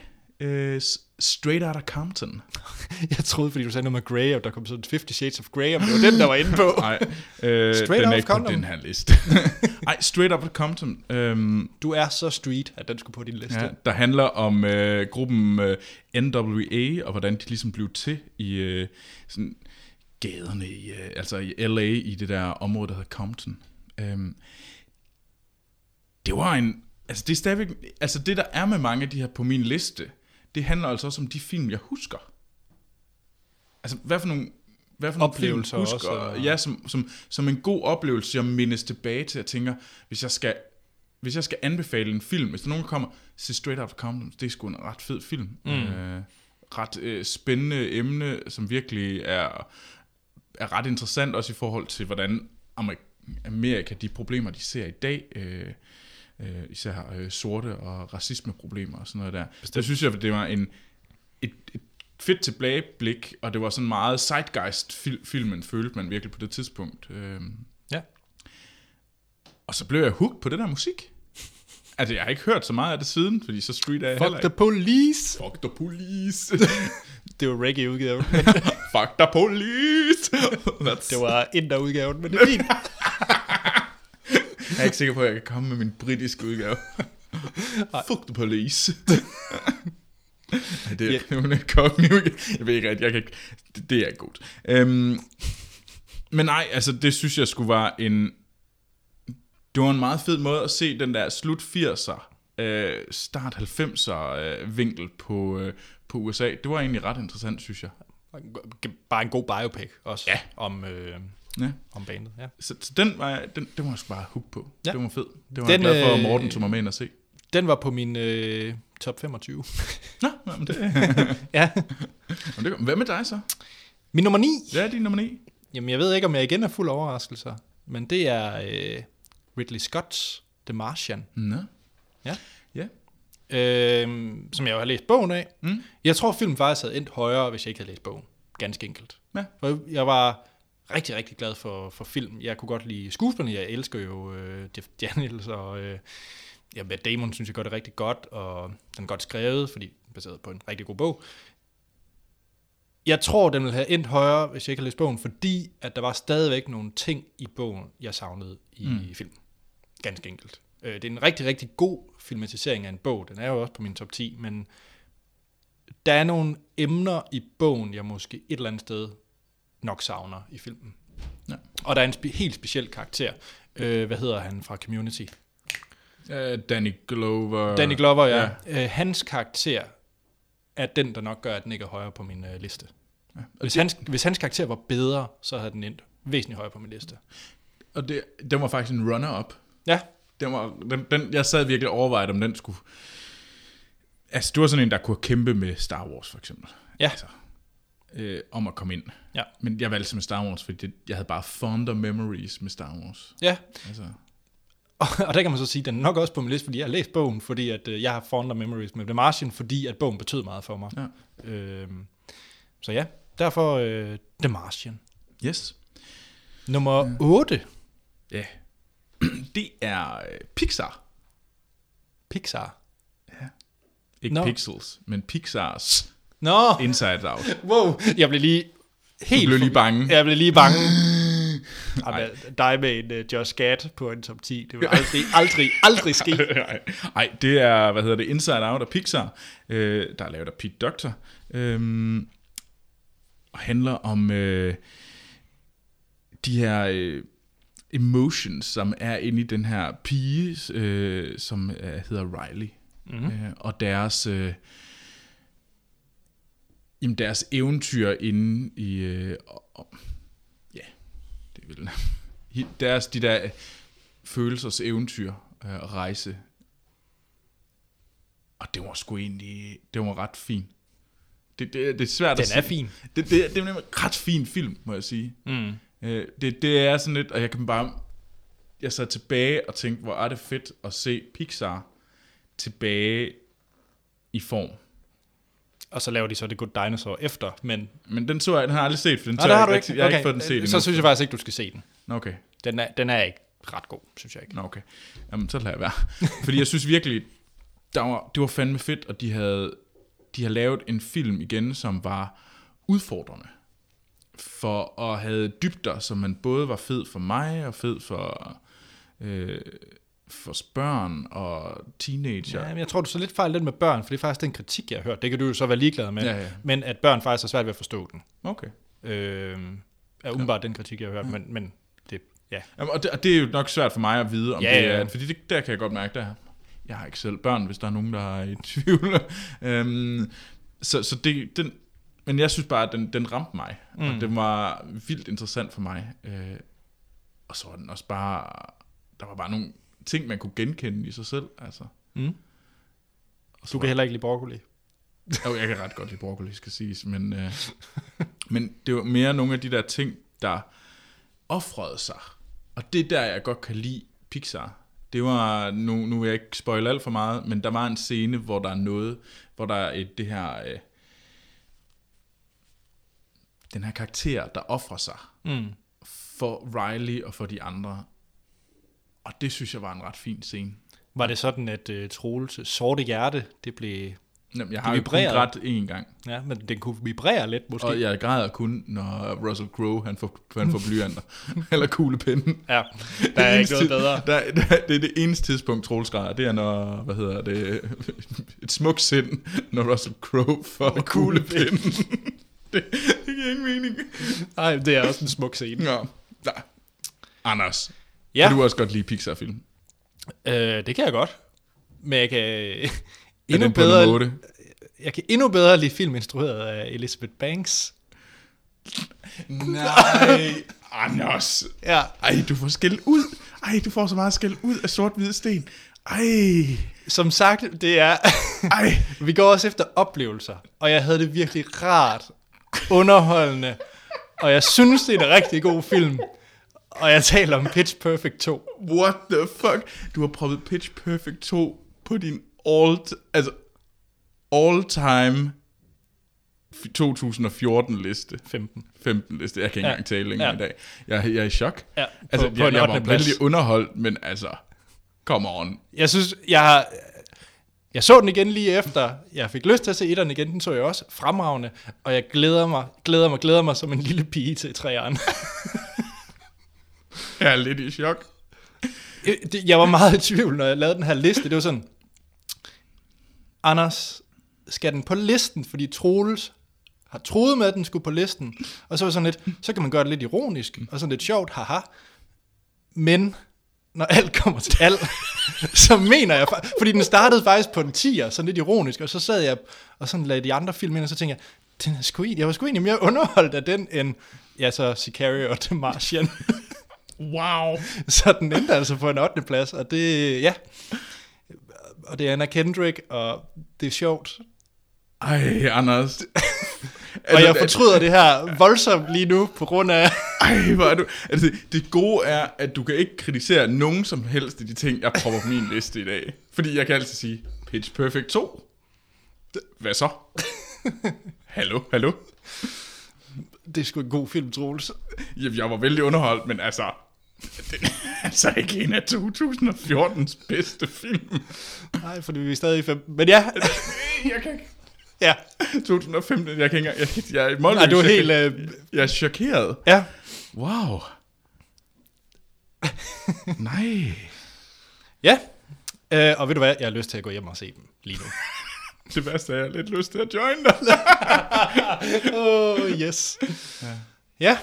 [SPEAKER 2] uh, Straight Outta Compton.
[SPEAKER 1] Jeg troede, fordi du sagde noget med Grey, og der kom sådan 50 Shades of Grey, og det var den, der var inde på.
[SPEAKER 2] Nej, øh, den er
[SPEAKER 1] Outta
[SPEAKER 2] ikke på
[SPEAKER 1] Compton.
[SPEAKER 2] den her liste. Nej, Straight Outta Compton. Øhm,
[SPEAKER 1] Du er så street, at den skulle på din liste.
[SPEAKER 2] Ja,
[SPEAKER 1] Ja.
[SPEAKER 2] der handler om øh, gruppen øh, NWA, og hvordan de ligesom blev til i øh, sådan gaderne i, øh, altså i LA, i det der område, der hedder Compton. Øhm, det var en, altså det er stadigvæk, altså det der er med mange af de her på min liste, det handler altså også om de film, jeg husker. Altså hvad for nogle, hvad for nogle
[SPEAKER 1] Oplevelser
[SPEAKER 2] film, jeg husker,
[SPEAKER 1] også, eller-
[SPEAKER 2] ja, som, som, som en god oplevelse, jeg mindes tilbage til, jeg tænker, hvis jeg skal hvis jeg skal anbefale en film, hvis der er nogen der kommer, se Straight Outta Compton, det er sgu en ret fed film. Mm. Øh, ret øh, spændende emne, som virkelig er, er ret interessant, også i forhold til, hvordan Amer- Amerika, de problemer, de ser i dag, øh, øh, især øh, sorte og racismeproblemer og sådan noget der. Bestemt. Der synes jeg, det var en, et, et fedt tilbageblik, og det var sådan meget zeitgeist-filmen, følte man virkelig på det tidspunkt. Øh,
[SPEAKER 1] ja.
[SPEAKER 2] og så blev jeg hooked på det der musik. Altså, jeg har ikke hørt så meget af det siden, fordi så street er jeg heller
[SPEAKER 1] Fuck
[SPEAKER 2] ikke.
[SPEAKER 1] the police!
[SPEAKER 2] Fuck the police.
[SPEAKER 1] Det var reggae-udgaven.
[SPEAKER 2] Fuck the police. That's...
[SPEAKER 1] det var inder-udgaven, men det er fint.
[SPEAKER 2] Jeg er ikke sikker på, at jeg kan komme med min britiske udgave. Fuck the police. Ej, det er yeah. hun er kongen. Jeg ved ikke rigtigt, jeg kan ikke. Det, det er godt. Øhm, men nej, altså det synes jeg skulle være en... Det var en meget fed måde at se den der slut 80'er, øh, start 90'er øh, vinkel på, øh, på USA. Det var egentlig ret interessant, synes jeg.
[SPEAKER 1] Bare en god biopic også.
[SPEAKER 2] Ja.
[SPEAKER 1] Om, øh,
[SPEAKER 2] Ja.
[SPEAKER 1] om bandet, ja.
[SPEAKER 2] Så, så den, var jeg, den, den var jeg sgu bare hooked på.
[SPEAKER 1] Ja.
[SPEAKER 2] Den var fed. Det var
[SPEAKER 1] Den,
[SPEAKER 2] den, jeg glad for, at
[SPEAKER 1] øh,
[SPEAKER 2] Morten tog mig med ind og se.
[SPEAKER 1] Den var på min øh, top 25.
[SPEAKER 2] Nå, nå, men det,
[SPEAKER 1] ja.
[SPEAKER 2] men det, hvad med dig så?
[SPEAKER 1] Min nummer 9.
[SPEAKER 2] Hvad er din nummer 9?
[SPEAKER 1] Jamen, jeg ved ikke, om jeg igen er fuld af overraskelser, men det er øh, Ridley Scott's The Martian,
[SPEAKER 2] Nå.
[SPEAKER 1] Ja.
[SPEAKER 2] Ja.
[SPEAKER 1] øh, som jeg jo har læst bogen af.
[SPEAKER 2] Mm.
[SPEAKER 1] Jeg tror, filmen faktisk havde endt højere, hvis jeg ikke havde læst bogen. Ganske enkelt.
[SPEAKER 2] Ja.
[SPEAKER 1] For jeg var rigtig, rigtig glad for, for film. Jeg kunne godt lide skuespillerne. Jeg elsker jo øh, Jeff Daniels, og øh, ja, Matt Damon synes jeg godt er rigtig godt, og den er godt skrevet, fordi den er baseret på en rigtig god bog. Jeg tror, den ville have endt højere, hvis jeg ikke havde læst bogen, fordi at der var stadigvæk nogle ting i bogen, jeg savnede i mm. filmen. Ganske enkelt. Øh, det er en rigtig, rigtig god filmatisering af en bog. Den er jo også på min top 10, men der er nogle emner i bogen, jeg måske et eller andet sted nok savner i filmen.
[SPEAKER 2] Ja.
[SPEAKER 1] Og der er en spe- helt speciel karakter. Øh, hvad hedder han fra Community?
[SPEAKER 2] Øh, Danny Glover.
[SPEAKER 1] Danny Glover, ja. ja. Øh, hans karakter er den, der nok gør, at den ikke er højere på min øh, liste. Ja. Hvis, hans, hvis hans karakter var bedre, så havde den endt væsentligt højere på min liste.
[SPEAKER 2] Og det, den var faktisk en runner-up.
[SPEAKER 1] Ja,
[SPEAKER 2] Den var, den, den, jeg sad virkelig og overvejede, om den skulle... Altså, det var sådan en, der kunne kæmpe med Star Wars, for eksempel.
[SPEAKER 1] Ja.
[SPEAKER 2] Altså, øh, om at komme ind.
[SPEAKER 1] Ja.
[SPEAKER 2] Men jeg valgte simpelthen Star Wars, fordi det, jeg havde bare fonder memories med Star Wars.
[SPEAKER 1] ja.
[SPEAKER 2] Altså,
[SPEAKER 1] Og, og der kan man så sige, at den er nok også på min liste, fordi jeg har læst bogen, fordi at, øh, jeg har fonder memories med The Martian, fordi at bogen betød meget for mig.
[SPEAKER 2] ja.
[SPEAKER 1] Øhm, så ja, derfor øh, The Martian.
[SPEAKER 2] Yes.
[SPEAKER 1] Nummer ja. 8,
[SPEAKER 2] Ja. Det er øh, Pixar.
[SPEAKER 1] Pixar.
[SPEAKER 2] Ikke
[SPEAKER 1] Nå.
[SPEAKER 2] no. Pixels, men Pixars
[SPEAKER 1] Nå,
[SPEAKER 2] Inside Out. Du
[SPEAKER 1] wow, jeg blev lige helt...
[SPEAKER 2] blev lige
[SPEAKER 1] forbi-
[SPEAKER 2] bange.
[SPEAKER 1] Jeg blev lige bange. Ej, men dig med en uh, Josh Gad på en top 10, det vil aldrig, aldrig, aldrig ske.
[SPEAKER 2] Nej, Ej, det er, hvad hedder det, Inside Out og Pixar, øh, der er lavet af Pete Doctor, øh, og handler om øh, de her øh, emotions, som er inde i den her pige, øh, som øh, hedder Riley,
[SPEAKER 1] Mhm.
[SPEAKER 2] mm-hmm. øh, og deres... Øh, Jamen deres eventyr inde i... Øh, og, og, ja, det vil Deres, de der øh, følelsers eventyr øh, og rejse. Og det var sgu egentlig... Det var ret fin. Det, det, det er svært at
[SPEAKER 1] Den er
[SPEAKER 2] sige.
[SPEAKER 1] fin.
[SPEAKER 2] Det, det, det er nemlig en ret fin film, må jeg sige. Mm. Øh, det, det er sådan lidt... Og jeg kan bare... Jeg sad tilbage og tænkte, hvor er det fedt at se Pixar tilbage i form.
[SPEAKER 1] Og så laver de så det Good Dinosaur efter, men...
[SPEAKER 2] Men den så jeg, den har jeg aldrig set, for den
[SPEAKER 1] Nå,
[SPEAKER 2] tør
[SPEAKER 1] det har
[SPEAKER 2] jeg
[SPEAKER 1] du
[SPEAKER 2] ikke.
[SPEAKER 1] ikke.
[SPEAKER 2] rigtig- Jeg har ikke fået den set
[SPEAKER 1] Så
[SPEAKER 2] endnu.
[SPEAKER 1] synes jeg faktisk ikke, du skal se den.
[SPEAKER 2] Nå, okay.
[SPEAKER 1] Den er, den er ikke ret god, synes jeg ikke.
[SPEAKER 2] Nå, okay. Jamen, så lader jeg være. Fordi jeg synes virkelig, der var, det var fandme fedt, og de havde, de har lavet en film igen, som var udfordrende. For og havde dybder, som man både var fed for mig, og fed for, øh, for børn og teenager.
[SPEAKER 1] Ja, men jeg tror, du så lidt fejl lidt med børn, for det er faktisk den kritik, jeg har hørt. Det kan du jo så være ligeglad med.
[SPEAKER 2] Ja, ja.
[SPEAKER 1] Men at børn faktisk har svært ved at forstå den.
[SPEAKER 2] Okay.
[SPEAKER 1] Øh, er umiddelbart den kritik, jeg har hørt,
[SPEAKER 2] Mm.
[SPEAKER 1] men, men det, ja.
[SPEAKER 2] Jamen, og, det, og det er jo nok svært for mig at vide, om
[SPEAKER 1] Ja,
[SPEAKER 2] ja, det er,
[SPEAKER 1] ja.
[SPEAKER 2] ja. fordi det, der kan jeg godt mærke, der jeg har ikke selv børn, hvis der er nogen, der er i tvivl. øhm, så, så det, den, men jeg synes bare, at den, den ramte mig, mm. og den var vildt interessant for mig. Øh, og så var den også bare, der var bare nogle ting, man kunne genkende i sig selv, altså.
[SPEAKER 1] Mm. Du kan heller ikke lide broccoli.
[SPEAKER 2] Jo, jeg kan ret godt lide broccoli, skal siges, men, øh, men det var mere nogle af de der ting, der offrede sig. Og det er der, jeg godt kan lide Pixar. Det var, nu, nu vil jeg ikke spoil alt for meget, men der var en scene, hvor der er noget, hvor der er et, det her, øh, den her karakter, der offrer sig mm. for Riley og for de andre. Og det synes jeg var en ret fin scene.
[SPEAKER 1] Var det sådan, at uh, Troels sorte hjerte, det blev...
[SPEAKER 2] Jamen, jeg har jo kun
[SPEAKER 1] vibrerede.
[SPEAKER 2] ret én gang.
[SPEAKER 1] Ja, men den kunne vibrere lidt måske.
[SPEAKER 2] Og jeg græder kun, når Russell Crowe han får, han får blyanter. Eller kuglepinden.
[SPEAKER 1] Ja, der er ikke
[SPEAKER 2] eneste-
[SPEAKER 1] noget bedre.
[SPEAKER 2] Der, der, det er det eneste tidspunkt, Troels græder. Det er, når, hvad hedder det, et smukt sind, når Russell Crowe får kuglepinden. det, det giver ingen mening.
[SPEAKER 1] Nej, det er også en smuk scene.
[SPEAKER 2] Nå, nej. Anders,
[SPEAKER 1] Ja.
[SPEAKER 2] ja. kan du også godt lide Pixar-film?
[SPEAKER 1] Øh, det kan jeg godt. Men jeg kan...
[SPEAKER 2] Er
[SPEAKER 1] endnu
[SPEAKER 2] den på nummer
[SPEAKER 1] bedre,
[SPEAKER 2] 8?
[SPEAKER 1] jeg kan endnu bedre lide film instrueret af Elizabeth Banks.
[SPEAKER 2] Nej, Anders.
[SPEAKER 1] Ja.
[SPEAKER 2] Ej, du får skæld ud. Ej, du får så meget skæld ud af sort-hvide sten. Ej,
[SPEAKER 1] Som sagt, det er...
[SPEAKER 2] ej.
[SPEAKER 1] vi går også efter oplevelser, og jeg havde det virkelig rart, underholdende, og jeg synes, det er en rigtig god film. Og jeg taler om Pitch Perfect 2.
[SPEAKER 2] What the fuck? Du har proppet Pitch Perfect 2 på din all, altså all time 2014 liste.
[SPEAKER 1] 15.
[SPEAKER 2] 15 liste. Jeg kan ikke
[SPEAKER 1] Ja.
[SPEAKER 2] engang tale længere
[SPEAKER 1] Ja.
[SPEAKER 2] i dag. Jeg, jeg er i chok.
[SPEAKER 1] Ja,
[SPEAKER 2] altså,
[SPEAKER 1] på-
[SPEAKER 2] på,
[SPEAKER 1] på
[SPEAKER 2] jeg,
[SPEAKER 1] en
[SPEAKER 2] jeg var
[SPEAKER 1] ottende plads.
[SPEAKER 2] oprindeligt underholdt, men altså, come on.
[SPEAKER 1] Jeg synes, jeg har... Jeg så den igen lige efter. Jeg fik lyst til at se etteren igen. Den så jeg også. Fremragende. Og jeg glæder mig, glæder mig, glæder mig som en lille pige til træeren.
[SPEAKER 2] Jeg er lidt i chok.
[SPEAKER 1] Øh, det- jeg var meget i tvivl, når jeg lavede den her liste. Det var sådan, Anders, skal den på listen? Fordi Troels har troet med, at den skulle på listen. Og så var jeg sådan lidt, så kan man gøre det lidt ironisk, og sådan lidt sjovt, haha. Men når alt kommer til alt, så mener jeg, fa- fordi den startede faktisk på en 10'er, sådan lidt ironisk, og så sad jeg og sådan lagde de andre film ind, og så tænkte jeg, den er sgu, egentlig- jeg var sgu egentlig mere underholdt af den, end ja, så Sicario og The Martian.
[SPEAKER 2] Wow.
[SPEAKER 1] Så den endte altså på en 8. plads, og det, ja. Og det er Anna Kendrick, og det er sjovt.
[SPEAKER 2] Ej, Anders. Altså,
[SPEAKER 1] Og jeg fortryder det her voldsomt lige nu, på grund af...
[SPEAKER 2] Ej, hvor er du... Altså, det gode er, at du kan ikke kritisere nogen som helst af de ting, jeg propper på min liste i dag. Fordi jeg kan altid sige, Pitch Perfect 2. D- Hvad så? hallo, hallo?
[SPEAKER 1] Det er sgu en god film, Troels.
[SPEAKER 2] Jamen, jeg var vældig underholdt, men altså... Det er altså ikke en af 2014's bedste film.
[SPEAKER 1] Nej, fordi vi er stadig i fem... Men ja,
[SPEAKER 2] jeg kan ikke...
[SPEAKER 1] ja.
[SPEAKER 2] 2015, jeg kan ikke engang... Jeg, kan- jeg er målløs.
[SPEAKER 1] Nej, du er
[SPEAKER 2] Jeg
[SPEAKER 1] helt...
[SPEAKER 2] kan-
[SPEAKER 1] Øh,
[SPEAKER 2] Jeg er chokeret.
[SPEAKER 1] ja.
[SPEAKER 2] Wow. Nej.
[SPEAKER 1] Ja. Øh, og ved du hvad, jeg har lyst til at gå hjem og se dem lige nu.
[SPEAKER 2] Det værste er, jeg har lidt lyst til at join dig.
[SPEAKER 1] Åh, oh, yes. Ja.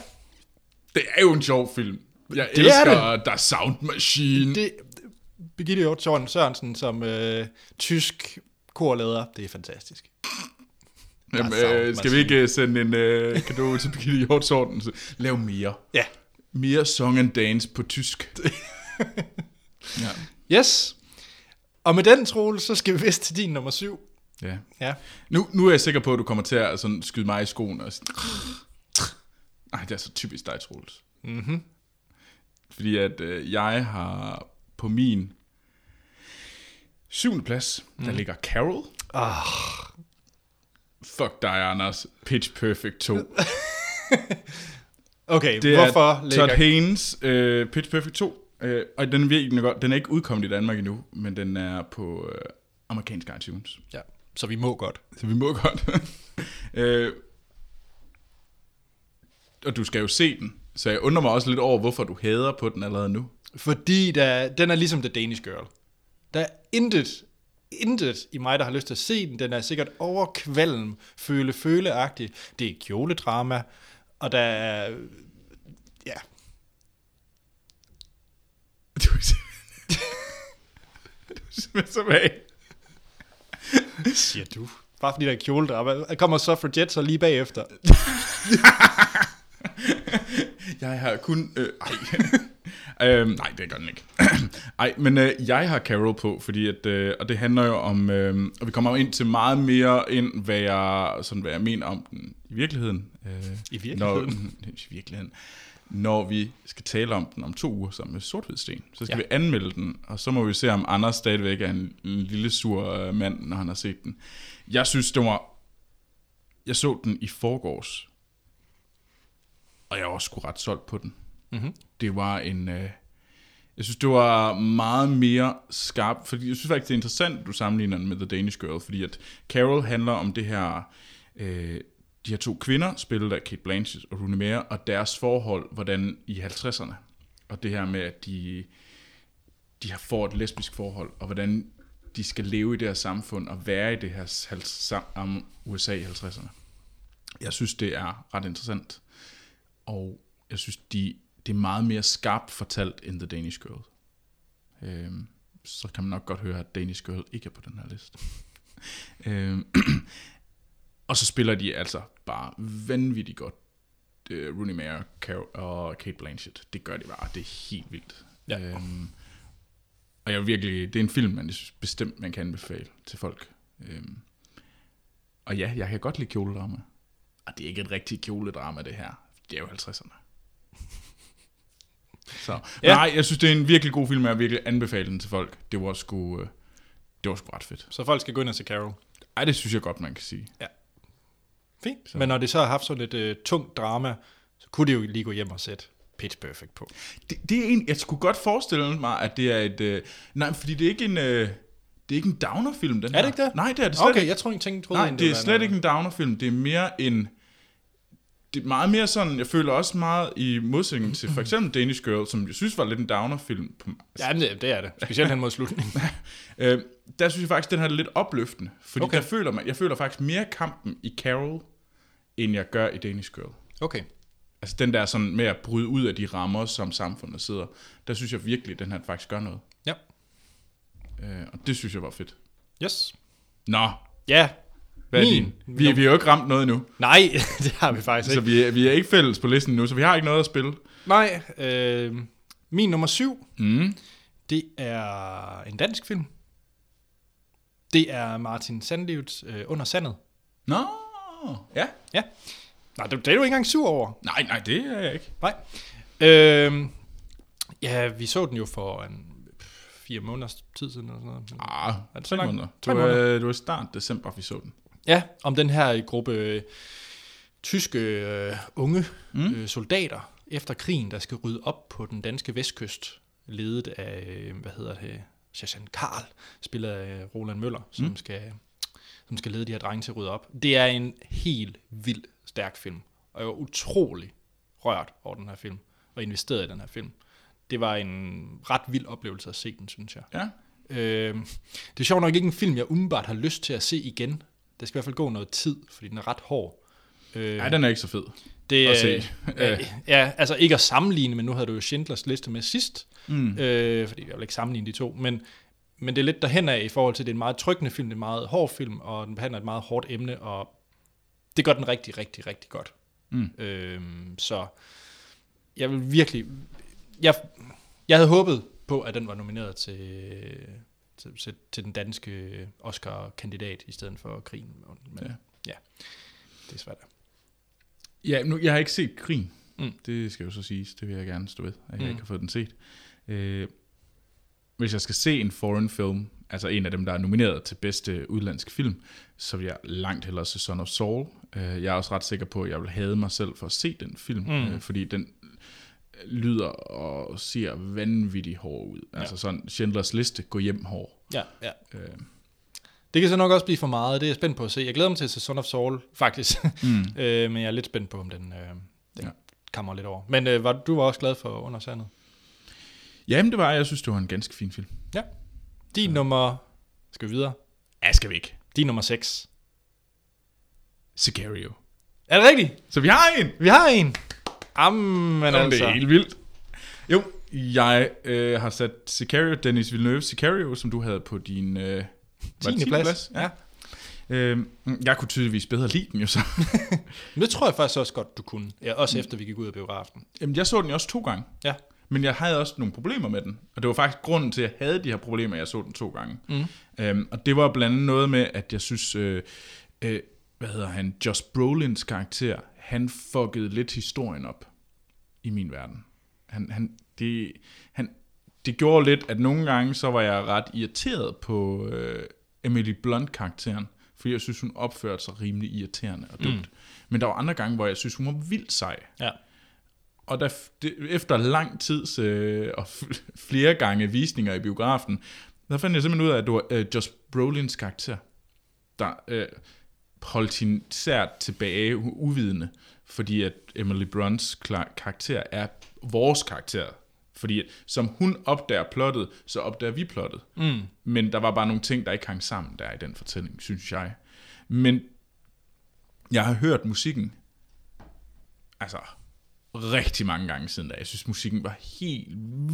[SPEAKER 2] Det er jo en sjov film. Jeg
[SPEAKER 1] Det er
[SPEAKER 2] elsker Der Sound Machine. Det...
[SPEAKER 1] Det, Birgitte Hjortshorn Sørensen som øh, tysk korleder, det er fantastisk.
[SPEAKER 2] Jamen,
[SPEAKER 1] Der er
[SPEAKER 2] øh,
[SPEAKER 1] Sound
[SPEAKER 2] skal vi ikke øh, sende en øh, gave til Birgitte Hjortsorten? Lav mere.
[SPEAKER 1] Ja.
[SPEAKER 2] Mere song and dance på tysk. ja.
[SPEAKER 1] Yes. Og med den, Troel, så skal vi vist til din nummer syv.
[SPEAKER 2] ja.
[SPEAKER 1] Ja.
[SPEAKER 2] Nu, nu er jeg sikker på, at du kommer til at sådan, skyde mig i skoen. Og sådan, Ej, det er så typisk dig, Troels. Mm-hmm. Fordi at øh, jeg har på min syvende plads, mm. der ligger Carol. Ah. Fuck dig, Anders. Pitch Perfect 2.
[SPEAKER 1] Okay,
[SPEAKER 2] Det
[SPEAKER 1] hvorfor
[SPEAKER 2] er Todd Haynes øh, Pitch Perfect 2. Øh, og den er virkelig godt. Den er ikke udkommet i Danmark endnu, men den er på øh, amerikansk iTunes.
[SPEAKER 1] Ja, så vi må godt.
[SPEAKER 2] Så vi må godt. øh, og du skal jo se den. Så jeg undrer mig også lidt over, hvorfor du hader på den allerede nu.
[SPEAKER 1] Fordi der, den er ligesom The Danish Girl. Der er intet, intet i mig, der har lyst til at se den. Den er sikkert overkvalm, føle føle -agtig. Det er kjoledrama, og der er... Ja,
[SPEAKER 2] Du er simpelthen, du er simpelthen så vag.
[SPEAKER 1] siger du. Bare fordi der er kjoledrama. Der kommer Suffragette så lige bagefter.
[SPEAKER 2] Jeg har kun... Øh, ej. øhm, nej, det gør den ikke. ej, men øh, jeg har Carol på, fordi at, øh, og det handler jo om... Øh, og vi kommer jo ind til meget mere end, hvad jeg, sådan, hvad jeg mener om den i virkeligheden. Øh,
[SPEAKER 1] I virkeligheden?
[SPEAKER 2] Når, I virkeligheden. Når vi skal tale om den om to uger sammen med sort Sten, så skal
[SPEAKER 1] Ja.
[SPEAKER 2] ja. vi anmelde den, og så må vi se, om Anders stadigvæk er en, en lille sur øh, mand, når han har set den. Jeg synes, det var... Jeg så den i forgårs, og jeg var også sgu ret solgt på den. Mm-hmm. Det var en... Øh, jeg synes, det var meget mere skarp, fordi jeg synes faktisk, det er interessant, at du sammenligner den med The Danish Girl, fordi at Carol handler om det her... Øh, de her to kvinder, spillet af Kate Blanchett og Rooney Mara, og deres forhold, hvordan i 50'erne. Og det her med, at de, de har får et lesbisk forhold, og hvordan de skal leve i det her samfund, og være i det her hal- sam- am- USA i 50'erne. Jeg synes, det er ret interessant. Og jeg synes, de, det er meget mere skarpt fortalt end The Danish Girl. Øhm, så kan man nok godt høre, at Danish Girl ikke er på den her liste. øhm, og så spiller de altså bare vanvittigt godt. Øh, Rooney Mara Car- og Kate Blanchett. Det gør de bare. Det er helt vildt.
[SPEAKER 1] Ja.
[SPEAKER 2] Øhm, og Og jeg vil virkelig, det er en film, man jeg synes bestemt, man kan anbefale til folk. Øhm. Og ja, jeg kan godt lide kjoledrama. Og det er ikke et rigtigt kjoledrama, det her. Det er jo 50'erne. Så. Ja.
[SPEAKER 1] Ja.
[SPEAKER 2] Nej, jeg synes, det er en virkelig god film, og jeg vil virkelig anbefale den til folk. Det var sgu, øh, det var sgu ret fedt.
[SPEAKER 1] Så folk skal gå ind og se Carol.
[SPEAKER 2] Ej, det synes jeg godt, man kan sige.
[SPEAKER 1] Fint. Men når det så har haft så lidt øh, tungt drama, så kunne det jo lige gå hjem og sætte Pitch Perfect på.
[SPEAKER 2] Det, det er en, jeg skulle godt forestille mig, at det er et... Øh, nej, fordi det er ikke en... Øh, det er ikke en downerfilm, den
[SPEAKER 1] Er det ikke det?
[SPEAKER 2] Nej, det er det slet
[SPEAKER 1] Okay,
[SPEAKER 2] ikke.
[SPEAKER 1] jeg tror ikke, tænkte, troede
[SPEAKER 2] Nej,
[SPEAKER 1] egentlig,
[SPEAKER 2] det er
[SPEAKER 1] var
[SPEAKER 2] slet
[SPEAKER 1] noget-
[SPEAKER 2] ikke en downerfilm. Det er mere en... Det er meget mere sådan, jeg føler også meget i modsætning til for eksempel Danish Girl, som jeg synes var lidt en downerfilm. På,
[SPEAKER 1] Ja, men øh, det, det er det. Specielt hen mod slutningen.
[SPEAKER 2] øh, der synes jeg faktisk, den her er lidt opløftende. Fordi okay.
[SPEAKER 1] Okay.
[SPEAKER 2] der føler man, jeg føler faktisk mere kampen i Carol, end jeg gør i Danish Girl.
[SPEAKER 1] Okay.
[SPEAKER 2] Altså den der sådan med at bryde ud af de rammer, som samfundet sidder. Der synes jeg virkelig, at den her faktisk gør noget.
[SPEAKER 1] Ja.
[SPEAKER 2] Øh, og det synes jeg var fedt.
[SPEAKER 1] Yes.
[SPEAKER 2] Nå,
[SPEAKER 1] Ja.
[SPEAKER 2] hvad er
[SPEAKER 1] Min.
[SPEAKER 2] din? Vi, vi har jo ikke ramt noget endnu,
[SPEAKER 1] Nej, det har vi faktisk
[SPEAKER 2] så
[SPEAKER 1] ikke.
[SPEAKER 2] vi er, vi er ikke fælles på listen nu, så vi har ikke noget at spille.
[SPEAKER 1] Nej, øh, min nummer syv,
[SPEAKER 2] Mm.
[SPEAKER 1] det er en dansk film. Det er Martin Sandlivs øh, Under Sandet.
[SPEAKER 2] Nå, ja.
[SPEAKER 1] Ja. Nej, det, det er du ikke engang sur over.
[SPEAKER 2] Nej, nej, det er jeg ikke.
[SPEAKER 1] Nej. Øhm, ja, vi så den jo for en, pff, fire måneders tid siden. Eller sådan noget. Men-
[SPEAKER 2] Ah,
[SPEAKER 1] Er det så
[SPEAKER 2] tre
[SPEAKER 1] langt?
[SPEAKER 2] måneder. Du
[SPEAKER 1] Tre måneder.
[SPEAKER 2] er, du er i start december, vi så den.
[SPEAKER 1] Ja, om den her gruppe øh, tyske øh, unge mm. øh, soldater efter krigen, der skal rydde op på den danske vestkyst, ledet af, øh, hvad hedder det, Shashan Karl, spiller af Roland Møller, som, mm. skal, som skal lede de her drenge til at rydde op. Det er en helt vild stærk film, og jeg var utrolig rørt over den her film, og investeret i den her film. Det var en ret vild oplevelse at se den, synes jeg.
[SPEAKER 2] Ja.
[SPEAKER 1] Øh, det er sjovt nok ikke en film, jeg umiddelbart har lyst til at se igen. Der skal i hvert fald gå noget tid, fordi den er ret hård. Øh,
[SPEAKER 2] Ja, den er ikke så fed.
[SPEAKER 1] det,
[SPEAKER 2] at se.
[SPEAKER 1] øh, øh, ja, altså ikke at sammenligne, men nu havde du jo Schindlers liste med sidst. Mm. Øh, fordi jeg vil ikke sammenligne de to, men, men det er lidt derhen af i forhold til, at det er en meget trykkende film, det er en meget hård film, og den behandler et meget hårdt emne, og det gør den rigtig, rigtig, rigtig godt.
[SPEAKER 2] Mm.
[SPEAKER 1] Øh, så jeg vil virkelig... Jeg, jeg havde håbet på, at den var nomineret til, til, til, til den danske Oscar-kandidat i stedet for krigen. Men
[SPEAKER 2] Ja.
[SPEAKER 1] ja, ja det er svært.
[SPEAKER 2] Ja, nu, jeg har ikke set Krigen. Mm.
[SPEAKER 1] Mm.
[SPEAKER 2] Det skal jo så siges, det vil jeg gerne stå ved, at jeg mm.
[SPEAKER 1] Mm.
[SPEAKER 2] ikke har fået den set. Øh, hvis jeg skal se en foreign film, altså en af dem, der er nomineret til bedste udenlandsk film, så vil jeg langt hellere se Son of Saul. Øh, jeg er også ret sikker på, at jeg vil have mig selv for at se den film, mm. øh, fordi den lyder og ser vanvittigt hård ud. Altså sådan Schindlers Liste, gå hjem hård.
[SPEAKER 1] Ja, ja.
[SPEAKER 2] Øh,
[SPEAKER 1] Det kan så nok også blive for meget, det er jeg spændt på at se. Jeg glæder mig til Son of Saul, faktisk. Mm. øh, men jeg er lidt spændt på, om den, øh, den
[SPEAKER 2] Ja.
[SPEAKER 1] ja. kammer lidt over. Men øh, var, du var også glad for Under Sandet.
[SPEAKER 2] jamen det var, jeg synes, det var en ganske fin film.
[SPEAKER 1] Ja. Din nummer... Skal vi videre?
[SPEAKER 2] Ja, skal vi ikke.
[SPEAKER 1] Din nummer 6.
[SPEAKER 2] Sicario.
[SPEAKER 1] Er det rigtigt?
[SPEAKER 2] Så vi har en!
[SPEAKER 1] Vi har en! Jamen
[SPEAKER 2] Jamen,
[SPEAKER 1] altså.
[SPEAKER 2] altså. det er helt vildt. Jo, jeg øh, har sat Sicario, Dennis Villeneuve Sicario, som du havde på din... Øh, var det
[SPEAKER 1] 10.
[SPEAKER 2] tiende
[SPEAKER 1] plads. Ja.
[SPEAKER 2] Ja. Øh, jeg kunne tydeligvis bedre lide den jo så.
[SPEAKER 1] Men det tror jeg faktisk også godt, du kunne. Ja, også efter vi gik ud af biografen.
[SPEAKER 2] Jamen, jeg så den jo også to gange.
[SPEAKER 1] Ja.
[SPEAKER 2] Men jeg havde også nogle problemer med den. Og det var faktisk grunden til, at jeg havde de her problemer, at jeg så den to gange. Mm. Øhm, og det var blandt andet noget med, at jeg synes, øh, øh, hvad hedder han, Josh Brolins karakter, han fuckede lidt historien op i min verden. Han, han, det, han, det gjorde lidt, at nogle gange, så var jeg ret irriteret på øh, Emily Blunt-karakteren, fordi jeg synes, hun opførte sig rimelig irriterende og dumt. Mm. Men der var andre gange, hvor jeg synes, hun var vildt sej.
[SPEAKER 1] Ja.
[SPEAKER 2] Og der, det, efter lang tids øh, og f- flere gange visninger i biografen, der fandt jeg simpelthen ud af, at det var øh, Josh Brolins karakter, der øh, holdt sin sært tilbage u- uvidende, fordi at Emily Brunts kla- karakter er vores karakter. Fordi at, som hun opdager plottet, så opdager vi plottet. Mm. Men der var bare nogle ting, der ikke hang sammen der i den fortælling, synes jeg. Men jeg har hørt musikken, altså rigtig mange gange siden da. Jeg synes, musikken var helt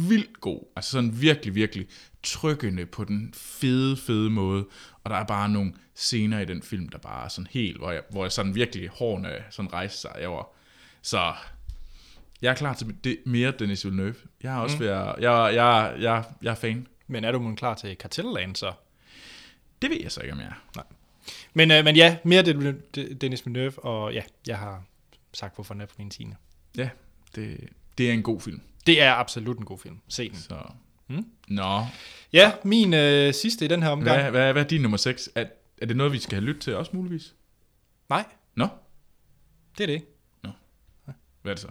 [SPEAKER 2] vildt god. Altså sådan virkelig, virkelig trykkende på den fede, fede måde. Og der er bare nogle scener i den film, der bare er sådan helt, hvor jeg, hvor jeg sådan virkelig hårene sådan rejste sig. Jeg var, så jeg er klar til det mere Dennis Villeneuve. Jeg er også mm. ved at, jeg, jeg, jeg, jeg er fan.
[SPEAKER 1] Men er du måske klar til Cartelland så?
[SPEAKER 2] Det ved jeg så ikke, om jeg er.
[SPEAKER 1] Nej. Men, øh, men ja, mere Den- Den- Dennis Villeneuve, og ja, jeg har sagt, hvorfor den er på min 10.
[SPEAKER 2] Ja, det, det er en god film.
[SPEAKER 1] Det er absolut en god film. Se den.
[SPEAKER 2] Så. Hmm? Nå,
[SPEAKER 1] Ja, min øh, sidste i den her omgang.
[SPEAKER 2] hvad, hvad, hvad er din nummer 6? Er, er det noget, vi skal have lyttet til også muligvis?
[SPEAKER 1] Nej,
[SPEAKER 2] Nå,
[SPEAKER 1] det er det ikke.
[SPEAKER 2] hvad er det så?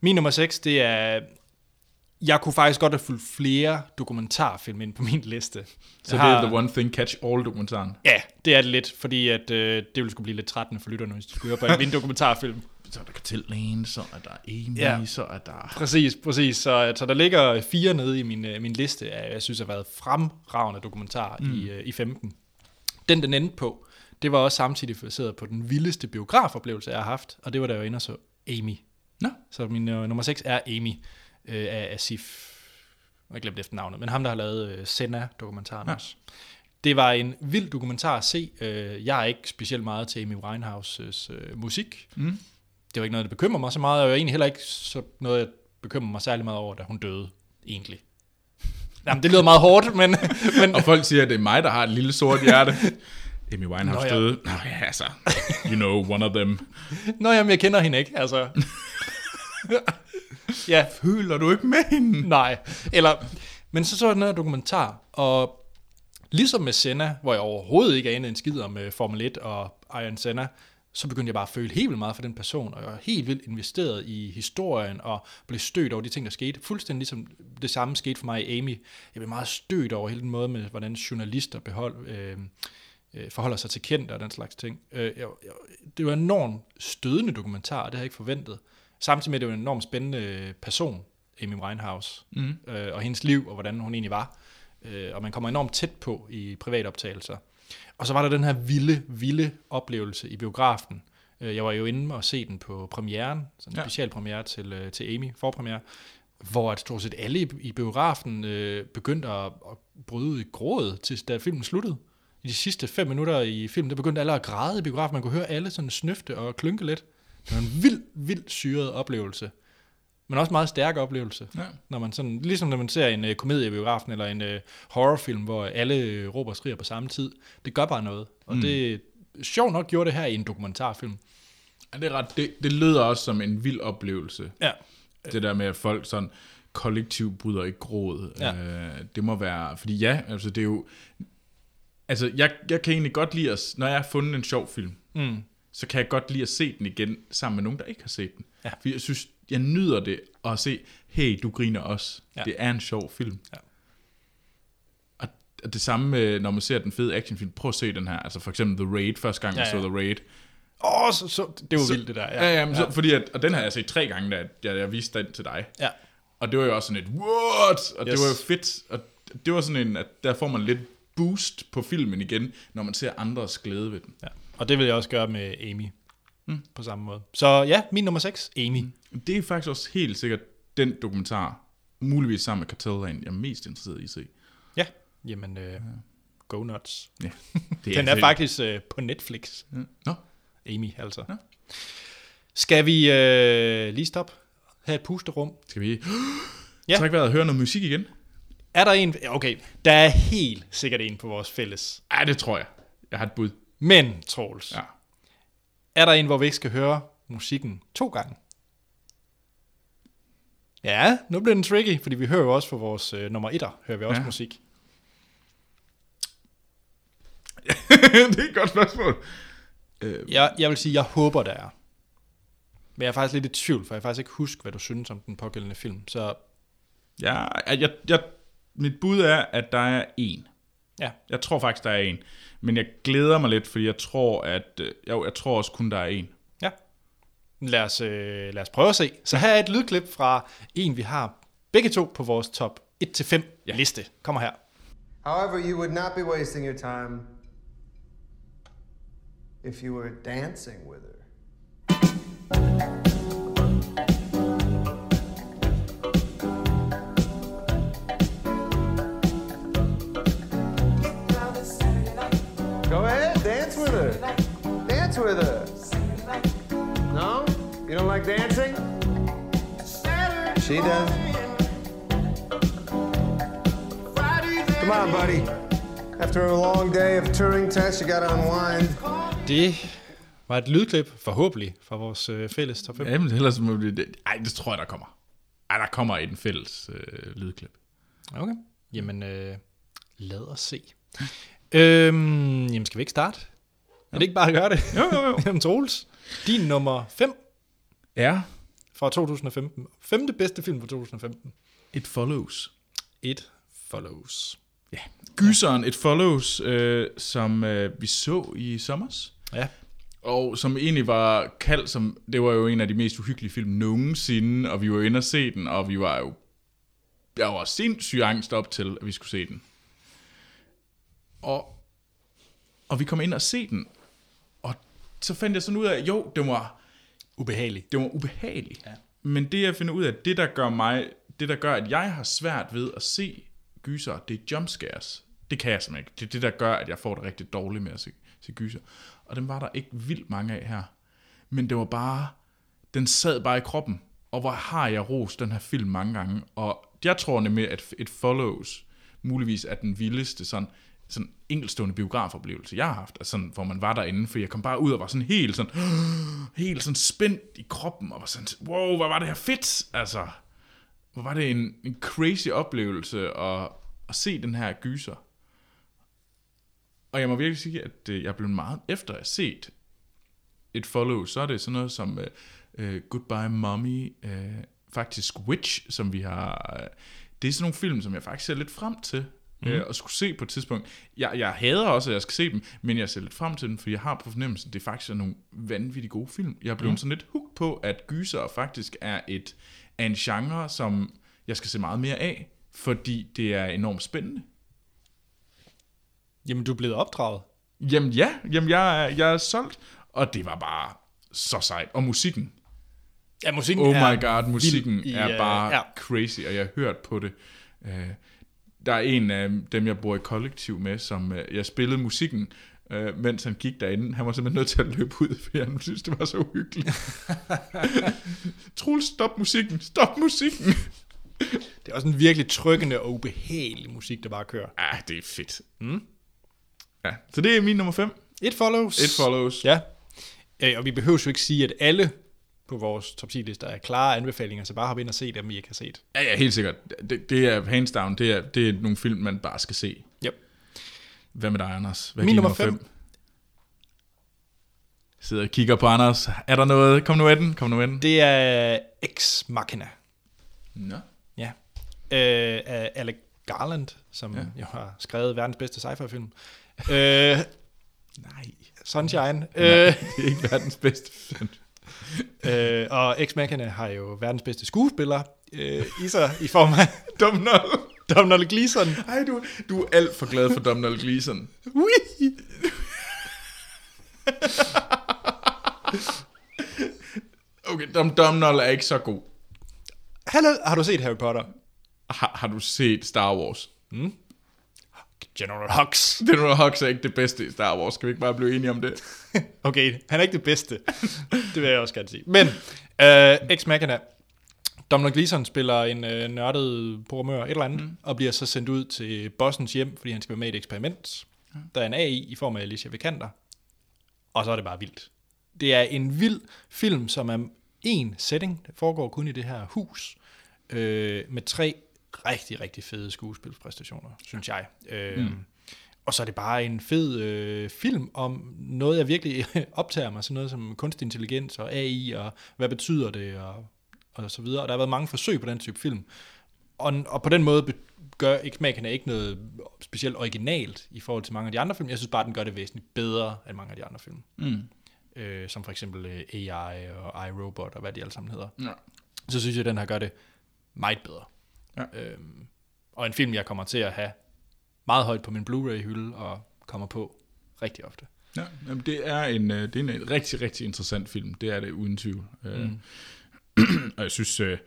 [SPEAKER 1] Min nummer 6, det er... Jeg kunne faktisk godt have fulgt flere dokumentarfilm ind på min liste.
[SPEAKER 2] Så
[SPEAKER 1] Jeg
[SPEAKER 2] det er The One Thing Catch All dokumentaren.
[SPEAKER 1] Ja, det er det lidt, fordi at, øh, det ville skulle blive lidt trættende for lytterne, hvis de skulle høre på en dokumentarfilm.
[SPEAKER 2] Så er der Cartel Lane, så er der Amy,
[SPEAKER 1] Ja.
[SPEAKER 2] så er der...
[SPEAKER 1] Præcis, præcis. Så, øh, så der ligger fire nede i min, øh, min liste, af, jeg synes har været fremragende dokumentar mm. i, øh, i 15. Den, den endte på, det var også samtidig baseret på den vildeste biografoplevelse, jeg har haft, og det var da jeg var inde og så Amy.
[SPEAKER 2] Nå,
[SPEAKER 1] Så min øh, nummer 6 er Amy øh, af Asif. Jeg glemte efternavnet, men ham, der har lavet øh, Senna-dokumentaren
[SPEAKER 2] Ja.
[SPEAKER 1] ja. også. Det var en vild dokumentar at se. Øh, jeg er ikke specielt meget til Amy Winehouses øh, musik.
[SPEAKER 2] Mm.
[SPEAKER 1] Det var ikke noget, der bekymrer mig så meget, og jeg er egentlig heller ikke så noget, jeg bekymrer mig særlig meget over, da hun døde, egentlig. Jamen, det lyder meget hårdt, men, men
[SPEAKER 2] og folk siger, at det er mig, der har et lille sort hjerte. Amy Winehouse
[SPEAKER 1] Nå,
[SPEAKER 2] Nå,
[SPEAKER 1] ja.
[SPEAKER 2] døde. Nå ja, altså, you know, one of them.
[SPEAKER 1] Nå, jamen, jeg kender hende ikke, altså. ja,
[SPEAKER 2] Føler du ikke med hende?
[SPEAKER 1] Nej. Eller, men så så jeg den her dokumentar, og ligesom med Senna, hvor jeg overhovedet ikke anede en skid om øh, Formel 1 og Iron Senna, så begyndte jeg bare at føle helt vildt meget for den person, og jeg var helt vildt investeret i historien, og blev stødt over de ting, der skete. Fuldstændig ligesom det samme skete for mig i Amy. Jeg blev meget stødt over hele den måde med, hvordan journalister behold, øh, øh, forholder sig til kendte og den slags ting. Øh, jeg, jeg, det var en enormt stødende dokumentar, og det havde jeg ikke forventet. Samtidig med, at det var en enormt spændende øh, person, Amy Winehouse, mm. øh, og hendes liv, og hvordan hun egentlig var. Øh, og man kommer enormt tæt på i privatoptagelser. Og så var der den her vilde, vilde oplevelse i biografen. Øh, jeg var jo inde og se den på premieren, sådan en
[SPEAKER 2] Ja.
[SPEAKER 1] ja. specialpremiere til, øh, til Amy, forpremiere, hvor at stort set alle i, i biografen øh, begyndte at, at bryde ud i gråd, til, da filmen sluttede. I de sidste fem minutter i filmen, der begyndte alle at græde i biografen. Man kunne høre alle sådan snøfte og klynke lidt. Det var en vild, vild syret oplevelse. Men også en meget stærk oplevelse.
[SPEAKER 2] Ja.
[SPEAKER 1] Når man sådan, ligesom når man ser en øh, komedie i biografen, eller en øh, horrorfilm, hvor alle øh, råber og skriger på samme tid. Det gør bare noget. Og mm. det sjovt nok gjorde det her i en dokumentarfilm.
[SPEAKER 2] Ja, det, er ret, det, det lyder også som en vild oplevelse.
[SPEAKER 1] Ja.
[SPEAKER 2] Det der med, at folk sådan kollektiv bryder i gråd.
[SPEAKER 1] Ja.
[SPEAKER 2] Øh, det må være... Fordi ja, altså det er jo... Altså, jeg, jeg kan egentlig godt lide at... s- Når jeg har fundet en sjov film, mm. så kan jeg godt lide at se den igen, sammen med nogen, der ikke har set den.
[SPEAKER 1] Ja.
[SPEAKER 2] Fordi jeg synes, jeg nyder det at se, hey, du griner også. Ja.
[SPEAKER 1] Ja.
[SPEAKER 2] Det er en sjov film.
[SPEAKER 1] Ja.
[SPEAKER 2] Og og det samme med, når man ser den fede actionfilm, prøv at se den her. Altså for eksempel The Raid, første gang jeg
[SPEAKER 1] Ja,
[SPEAKER 2] så
[SPEAKER 1] ja.
[SPEAKER 2] The Raid.
[SPEAKER 1] Åh, så, så, det var så, vildt det der.
[SPEAKER 2] Ja, ja, men Så, fordi at, og den har jeg set tre gange, da jeg, jeg, jeg viste den til dig.
[SPEAKER 1] ja.
[SPEAKER 2] Og det var jo også sådan et, what? Og yes. det
[SPEAKER 1] Yes.
[SPEAKER 2] var jo fedt. Og det var sådan en, at der får man lidt boost på filmen igen, når man ser andres glæde ved den.
[SPEAKER 1] Ja. Og det vil jeg også gøre med Amy. Mm. På samme måde. Så ja, min nummer 6, Amy. Mm.
[SPEAKER 2] Det er faktisk også helt sikkert den dokumentar, muligvis sammen med Cartel Lane, jeg er mest interesseret i at se.
[SPEAKER 1] Ja. Jamen, øh, go nuts.
[SPEAKER 2] Ja,
[SPEAKER 1] Det er Den er faktisk øh, på Netflix.
[SPEAKER 2] Ja. Nå,
[SPEAKER 1] Amy, altså.
[SPEAKER 2] Ja.
[SPEAKER 1] Ja. Skal vi øh, lige stoppe? Have et pusterum?
[SPEAKER 2] skal vi ja.
[SPEAKER 1] Ja.
[SPEAKER 2] trække vejret og høre noget musik igen?
[SPEAKER 1] Er der en? Okay, der er helt sikkert en på vores fælles.
[SPEAKER 2] Ej, det tror jeg. Jeg har et bud.
[SPEAKER 1] Men, Troels,
[SPEAKER 2] Ja.
[SPEAKER 1] ja. er der en, hvor vi ikke skal høre musikken to gange? Ja, nu bliver den tricky, fordi vi hører jo også for vores øh, nummer etter, hører vi også
[SPEAKER 2] Ja.
[SPEAKER 1] ja. musik.
[SPEAKER 2] det er et godt spørgsmål. Øh.
[SPEAKER 1] Jeg, jeg vil sige, jeg håber, der er. Men jeg er faktisk lidt i tvivl, for jeg kan faktisk ikke huske, hvad du synes om den pågældende film. Så
[SPEAKER 2] Ja, jeg, jeg, jeg, mit bud er, at der er en.
[SPEAKER 1] ja,
[SPEAKER 2] Jeg tror faktisk, der er en. Men jeg glæder mig lidt, fordi jeg tror, at... øh, Jo, jeg tror også kun, der er en.
[SPEAKER 1] ja. Lad os, øh, lad os prøve at se. Så her er et lydklip fra en, vi har begge to på vores top 1-5 ja. liste. Kommer her.
[SPEAKER 5] However, you would not be wasting your time if you were dancing with her. Go ahead, dance with her. Dance with her. No? You don't like dancing? She does. Come on, buddy. After a long day of Turing tests, you gotta unwind.
[SPEAKER 1] Det var et lydklip, forhåbentlig, fra vores øh, fælles top 5.
[SPEAKER 2] Jamen, ellers må vi... det- Ej, det tror jeg, der kommer. Ej, der kommer en fælles øh, lydklip.
[SPEAKER 1] Okay. Jamen, øh, lad os se. øhm, jamen, skal vi ikke starte? Er det ikke bare at gøre det? Jo, jo, jo. jamen, Troels, din nummer 5
[SPEAKER 2] Er
[SPEAKER 1] fra 2015. Femte bedste film fra 2015.
[SPEAKER 2] It Follows.
[SPEAKER 1] It Follows.
[SPEAKER 2] Ja. Gyseren It Follows, øh, som øh, vi så i sommers.
[SPEAKER 1] Ja.
[SPEAKER 2] Og som egentlig var kaldt som... Det var jo en af de mest uhyggelige film nogensinde, og vi var inde og se den, og vi var jo... Jeg var sindssyg angst op til, at vi skulle se den. Og, og vi kom ind og se den, og så fandt jeg sådan ud af, jo, den var...
[SPEAKER 1] Ubehagelig.
[SPEAKER 2] det var ubehageligt. Ja. Men det jeg finder ud af, det der gør mig, det der gør, at jeg har svært ved at se gyser, det er jumpscares. Det kan jeg simpelthen ikke. Det er det, der gør, at jeg får det rigtig dårligt med at se, se gyser. Og den var der ikke vildt mange af her. Men det var bare, den sad bare i kroppen. Og hvor har jeg rost den her film mange gange. Og jeg tror nemlig, at et follows muligvis er den vildeste sådan, sådan enkeltstående biografoplevelse, jeg har haft, altså sådan, hvor man var derinde, for jeg kom bare ud og var sådan helt sådan, helt sådan spændt i kroppen, og var sådan, wow, hvor var det her fedt, altså, hvor var det en, en crazy oplevelse at, at se den her gyser. Og jeg må virkelig sige, at øh, jeg blev meget efter at have set et follow, så er det sådan noget som øh, øh, Goodbye Mommy, øh, faktisk Witch, som vi har... Øh, det er sådan nogle film, som jeg faktisk ser lidt frem til mm. øh, at skulle se på et tidspunkt. Jeg, jeg hader også, at jeg skal se dem, men jeg ser lidt frem til dem, fordi jeg har på fornemmelsen, det faktisk er nogle vanvittigt gode film. Jeg er blevet mm. sådan lidt hooked på, at gyser faktisk er et er en genre, som jeg skal se meget mere af, fordi det er enormt spændende.
[SPEAKER 1] Jamen, du er blevet opdraget.
[SPEAKER 2] Jamen ja, jamen jeg, er- jeg er solgt, og det var bare så sejt. Og musikken,
[SPEAKER 1] Ja, musikken
[SPEAKER 2] Oh
[SPEAKER 1] er
[SPEAKER 2] my god, musikken
[SPEAKER 1] vild i,
[SPEAKER 2] er
[SPEAKER 1] øh,
[SPEAKER 2] bare
[SPEAKER 1] ja.
[SPEAKER 2] crazy, og jeg har hørt på det. Øh, Der er en af dem, jeg bor i kollektiv med, som øh, jeg spillede musikken, øh, mens han gik derinde. Han var simpelthen nødt til at løbe ud, fordi han synes det var så uhyggeligt. Troels, stop musikken, stop musikken.
[SPEAKER 1] Det er også en virkelig trykkende og ubehagelig musik, der bare kører.
[SPEAKER 2] Ah, det er fedt. Mm. Ja, så det er min nummer 5.
[SPEAKER 1] It Follows.
[SPEAKER 2] It follows.
[SPEAKER 1] Ja. Øh, og vi behøver jo ikke sige, at alle på vores top 10-lister er klare anbefalinger, så bare hop ind og se dem, I ikke har set.
[SPEAKER 2] Ja, ja, helt sikkert. Det, det er hands down, det er, det er nogle film, man bare skal se.
[SPEAKER 1] Yep.
[SPEAKER 2] Hvad med dig, Anders? Hvad er
[SPEAKER 1] Min
[SPEAKER 2] din
[SPEAKER 1] nummer
[SPEAKER 2] fem?
[SPEAKER 1] fem.
[SPEAKER 2] Sidder og kigger på Anders. Er der noget? Kom nu med den. Kom nu med den.
[SPEAKER 1] Det er Ex Machina.
[SPEAKER 2] Nå.
[SPEAKER 1] Ja. Øh, af Alec Garland, som
[SPEAKER 2] Ja.
[SPEAKER 1] ja. jo har skrevet verdens bedste sci-fi-film. øh,
[SPEAKER 2] Nej.
[SPEAKER 1] Sunshine.
[SPEAKER 2] Øh.
[SPEAKER 1] Øh,
[SPEAKER 2] Det er ikke verdens bedste film.
[SPEAKER 1] øh, og Ex Machina har jo verdens bedste skuespiller øh, i sig i form af
[SPEAKER 2] Domhnall.
[SPEAKER 1] Donald Gleeson.
[SPEAKER 2] Ej, du, du er alt for glad for Domhnall Gleeson.
[SPEAKER 1] Ui!
[SPEAKER 2] Okay, Dom, Domhnall er ikke så god.
[SPEAKER 1] Hallo, har du set Harry Potter?
[SPEAKER 2] Har, har du set Star Wars?
[SPEAKER 1] General Hux.
[SPEAKER 2] General Hux er ikke det bedste i Star Wars. Skal vi ikke bare blive enige om det?
[SPEAKER 1] Okay, han er ikke det bedste. det vil jeg også gerne sige. Men, øh, Ex Machina. Domhnall Gleeson spiller en øh, nørdet programmør, et eller andet, mm. og bliver så sendt ud til bossens hjem, fordi han skal være med i et eksperiment. Der er en AI i form af Alicia Vikander. Og så er det bare vildt. Det er en vild film, som er en setting, der foregår kun i det her hus, øh, med tre rigtig, rigtig fede skuespilspræstationer, synes jeg. Øh, mm. Og så er det bare en fed øh, film om noget, jeg virkelig optager mig, sådan noget som kunstig intelligens og AI, og hvad betyder det, og, og så videre. Og der har været mange forsøg på den type film. Og, og på den måde be- gør Ex Machina ikke noget specielt originalt i forhold til mange af de andre film. Jeg synes bare, den gør det væsentligt bedre end mange af de andre film. Mm. Øh, som for eksempel øh, AI og iRobot og hvad de alle sammen hedder.
[SPEAKER 2] Ja.
[SPEAKER 1] Så synes jeg, at den her gør det meget bedre.
[SPEAKER 2] Ja.
[SPEAKER 1] Øhm, og en film, jeg kommer til at have meget højt på min Blu-ray-hylde og kommer på rigtig ofte.
[SPEAKER 2] Ja, jamen det, er en, øh, det er en rigtig, rigtig interessant film. Det er det uden tvivl. Mm. og jeg synes, øh,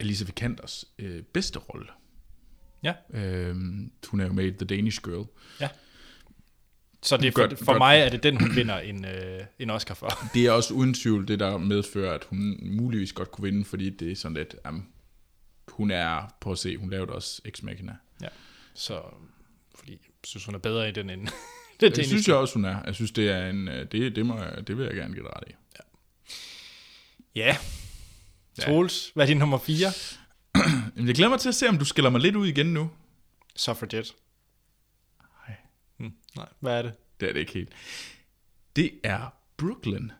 [SPEAKER 2] Alice Vikanders øh, bedste rolle,
[SPEAKER 1] Ja,
[SPEAKER 2] øh, hun er jo med i The Danish Girl.
[SPEAKER 1] ja. Så det er
[SPEAKER 2] Godt,
[SPEAKER 1] for, for
[SPEAKER 2] godt.
[SPEAKER 1] mig er det den, hun vinder en, øh, en Oscar for.
[SPEAKER 2] Det er også uden tvivl det, der medfører, at hun muligvis godt kunne vinde, fordi det er sådan lidt, um, hun er, på at se, hun lavede også Ex Machina.
[SPEAKER 1] Ja. Så Fordi jeg synes, hun er bedre i den end det
[SPEAKER 2] Det
[SPEAKER 1] daniske.
[SPEAKER 2] synes jeg også, hun er. Jeg synes, det er en... øh, Det, det, må, jeg- det vil jeg gerne give dig ret i.
[SPEAKER 1] Ja. Troels, hvad er din nummer 4?
[SPEAKER 2] Jamen, jeg glæder mig til at se, om du skiller mig lidt ud igen nu.
[SPEAKER 1] Suffragette. Nej. Hmm, nej, hvad er det?
[SPEAKER 2] Det er det ikke helt. Det er Brooklyn.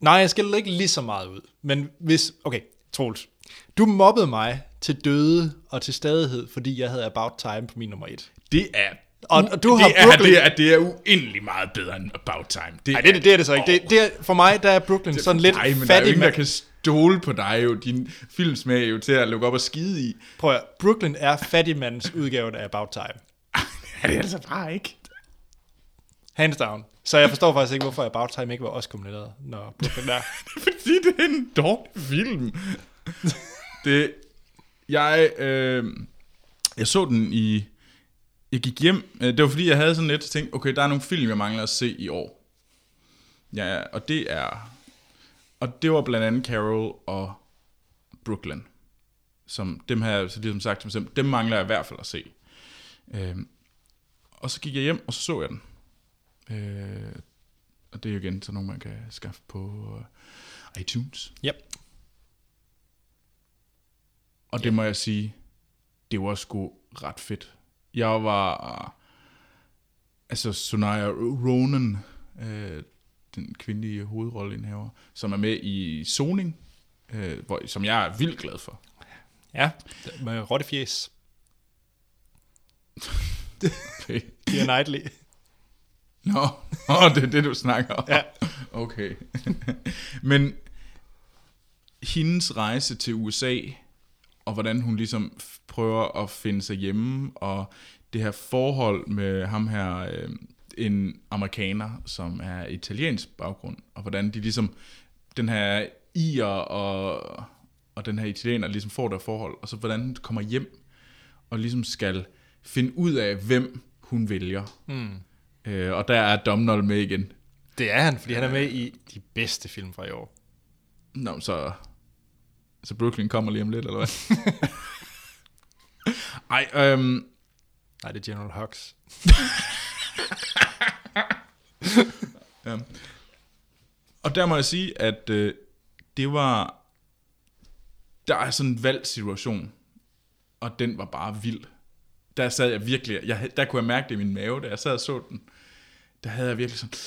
[SPEAKER 1] Nej, jeg skælder ikke lige så meget ud. Men hvis... Okay, Troels. Du mobbede mig til døde og til stadighed, fordi jeg havde About Time på min nummer 1.
[SPEAKER 2] Det er...
[SPEAKER 1] Og- og du
[SPEAKER 2] det
[SPEAKER 1] har
[SPEAKER 2] er,
[SPEAKER 1] Brooklyn-
[SPEAKER 2] Det er, det er uendelig meget bedre end About Time.
[SPEAKER 1] Nej, det, er det- det er det så ikke. Det, det er, for mig der er Brooklyn det, sådan lidt
[SPEAKER 2] Nej, men der er jo
[SPEAKER 1] fattig.
[SPEAKER 2] ingen, der
[SPEAKER 1] Man,
[SPEAKER 2] kan stole på dig jo. Din filmsmag er jo til at lukke op og skide i.
[SPEAKER 1] prøv at, høre, Brooklyn er fattigmandens udgave af About Time.
[SPEAKER 2] Er det altså bare ikke?
[SPEAKER 1] Hands down. Så jeg forstår faktisk ikke, hvorfor About Time ikke var også kombineret, når Brooklyn er.
[SPEAKER 2] Fordi det er en dårlig film. det, jeg, øh, jeg så den i... Jeg gik hjem. øh, Det var fordi, jeg havde sådan lidt tænkt, okay, der er nogle film, jeg mangler at se i år. Ja, og det er... Og det var blandt andet Carol og Brooklyn. Som dem har jeg så ligesom sagt til mig selv, dem mangler jeg i hvert fald at se. Øh, og så gik jeg hjem, og så så jeg den. Øh, og det er jo igen sådan nogle, man kan skaffe på øh, iTunes.
[SPEAKER 1] Yep.
[SPEAKER 2] Og det må jeg sige, det var sgu ret fedt. Jeg var, altså Sonaya Ronan, øh, den kvindelige hovedrolleindehaver, som er med i Zoning, øh, hvor, som jeg er vildt glad for.
[SPEAKER 1] Ja, med rottefjes.
[SPEAKER 2] Okay.
[SPEAKER 1] Keira Knightley.
[SPEAKER 2] Nå, oh, det er det, du snakker om.
[SPEAKER 1] Ja.
[SPEAKER 2] Okay. Men hendes rejse til USA, og hvordan hun ligesom f- prøver at finde sig hjemme, og det her forhold med ham her, øh, en amerikaner, som er italiensk baggrund, og hvordan de ligesom, den her ier og, og den her italiener ligesom får der forhold, og så hvordan hun kommer hjem, og ligesom skal finde ud af, hvem hun vælger. Mm. Øh, og der er Domnall med igen.
[SPEAKER 1] Det er han, fordi han er med i de bedste film fra i år.
[SPEAKER 2] Nå, men så... Så Brooklyn kommer lige om lidt, eller hvad? Ej, øhm,
[SPEAKER 1] Nej, det er General Hux.
[SPEAKER 2] og der må jeg sige, at øh, det var... Der er sådan en valgt situation, og den var bare vild. Der sad jeg virkelig... Jeg, der kunne jeg mærke det i min mave, da jeg sad og så den. Der havde jeg virkelig sådan...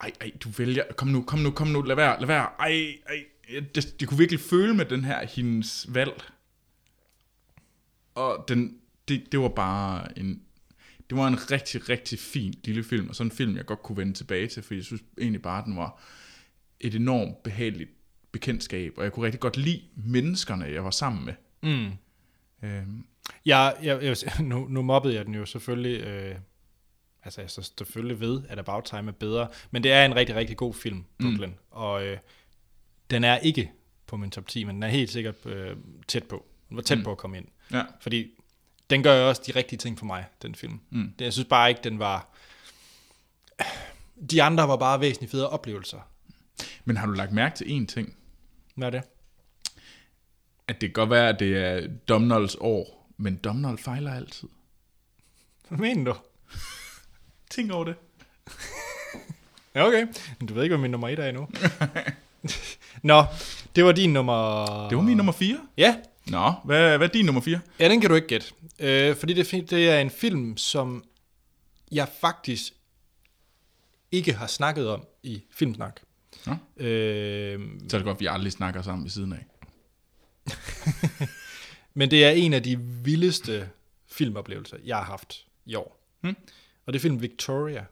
[SPEAKER 2] Ej, ej, du vælger... Kom nu, kom nu, kom nu, lad være, lad være. Ej, ej. Jeg, det, det kunne virkelig føle med den her, hendes valg. Og den, det, det var bare en... Det var en rigtig, rigtig fin lille film, og sådan en film, jeg godt kunne vende tilbage til, fordi jeg synes egentlig bare, den var et enormt behageligt bekendtskab, og jeg kunne rigtig godt lide menneskerne, jeg var sammen med. Mm. Øhm,
[SPEAKER 1] Jeg, jeg, jeg, nu, nu mobbede jeg den jo selvfølgelig. Øh, altså, jeg står selvfølgelig ved, at About Time er bedre. Men det er en rigtig, rigtig god film, Brooklyn. Mm. Og øh, den er ikke på min top 10, men den er helt sikkert øh, tæt på. Den var tæt mm. på at komme ind.
[SPEAKER 2] ja.
[SPEAKER 1] Fordi den gør jo også de rigtige ting for mig, den film. Mm. Det, jeg synes bare ikke, den var... De andre var bare væsentligt federe oplevelser.
[SPEAKER 2] Men har du lagt mærke til én ting?
[SPEAKER 1] Hvad er det?
[SPEAKER 2] At det kan godt være, at det er Domnolds år, men Domnold fejler altid.
[SPEAKER 1] Hvad mener du?
[SPEAKER 2] Tænk over det.
[SPEAKER 1] Ja, okay. Men du ved ikke, hvad min nummer 1 er endnu. Nå, det var din nummer...
[SPEAKER 2] Det var min nummer 4.
[SPEAKER 1] Ja,
[SPEAKER 2] Nå, hvad, hvad er din nummer 4?
[SPEAKER 1] ja den kan du ikke gætte. Øh, fordi det, fi- det er en film, som jeg faktisk ikke har snakket om i Filmsnak.
[SPEAKER 2] Nå.
[SPEAKER 1] Øh,
[SPEAKER 2] Så er det godt, at vi aldrig snakker sammen ved siden af.
[SPEAKER 1] men det er en af de vildeste filmoplevelser, jeg har haft i år.
[SPEAKER 2] Hmm.
[SPEAKER 1] Og det er filmen Victoria.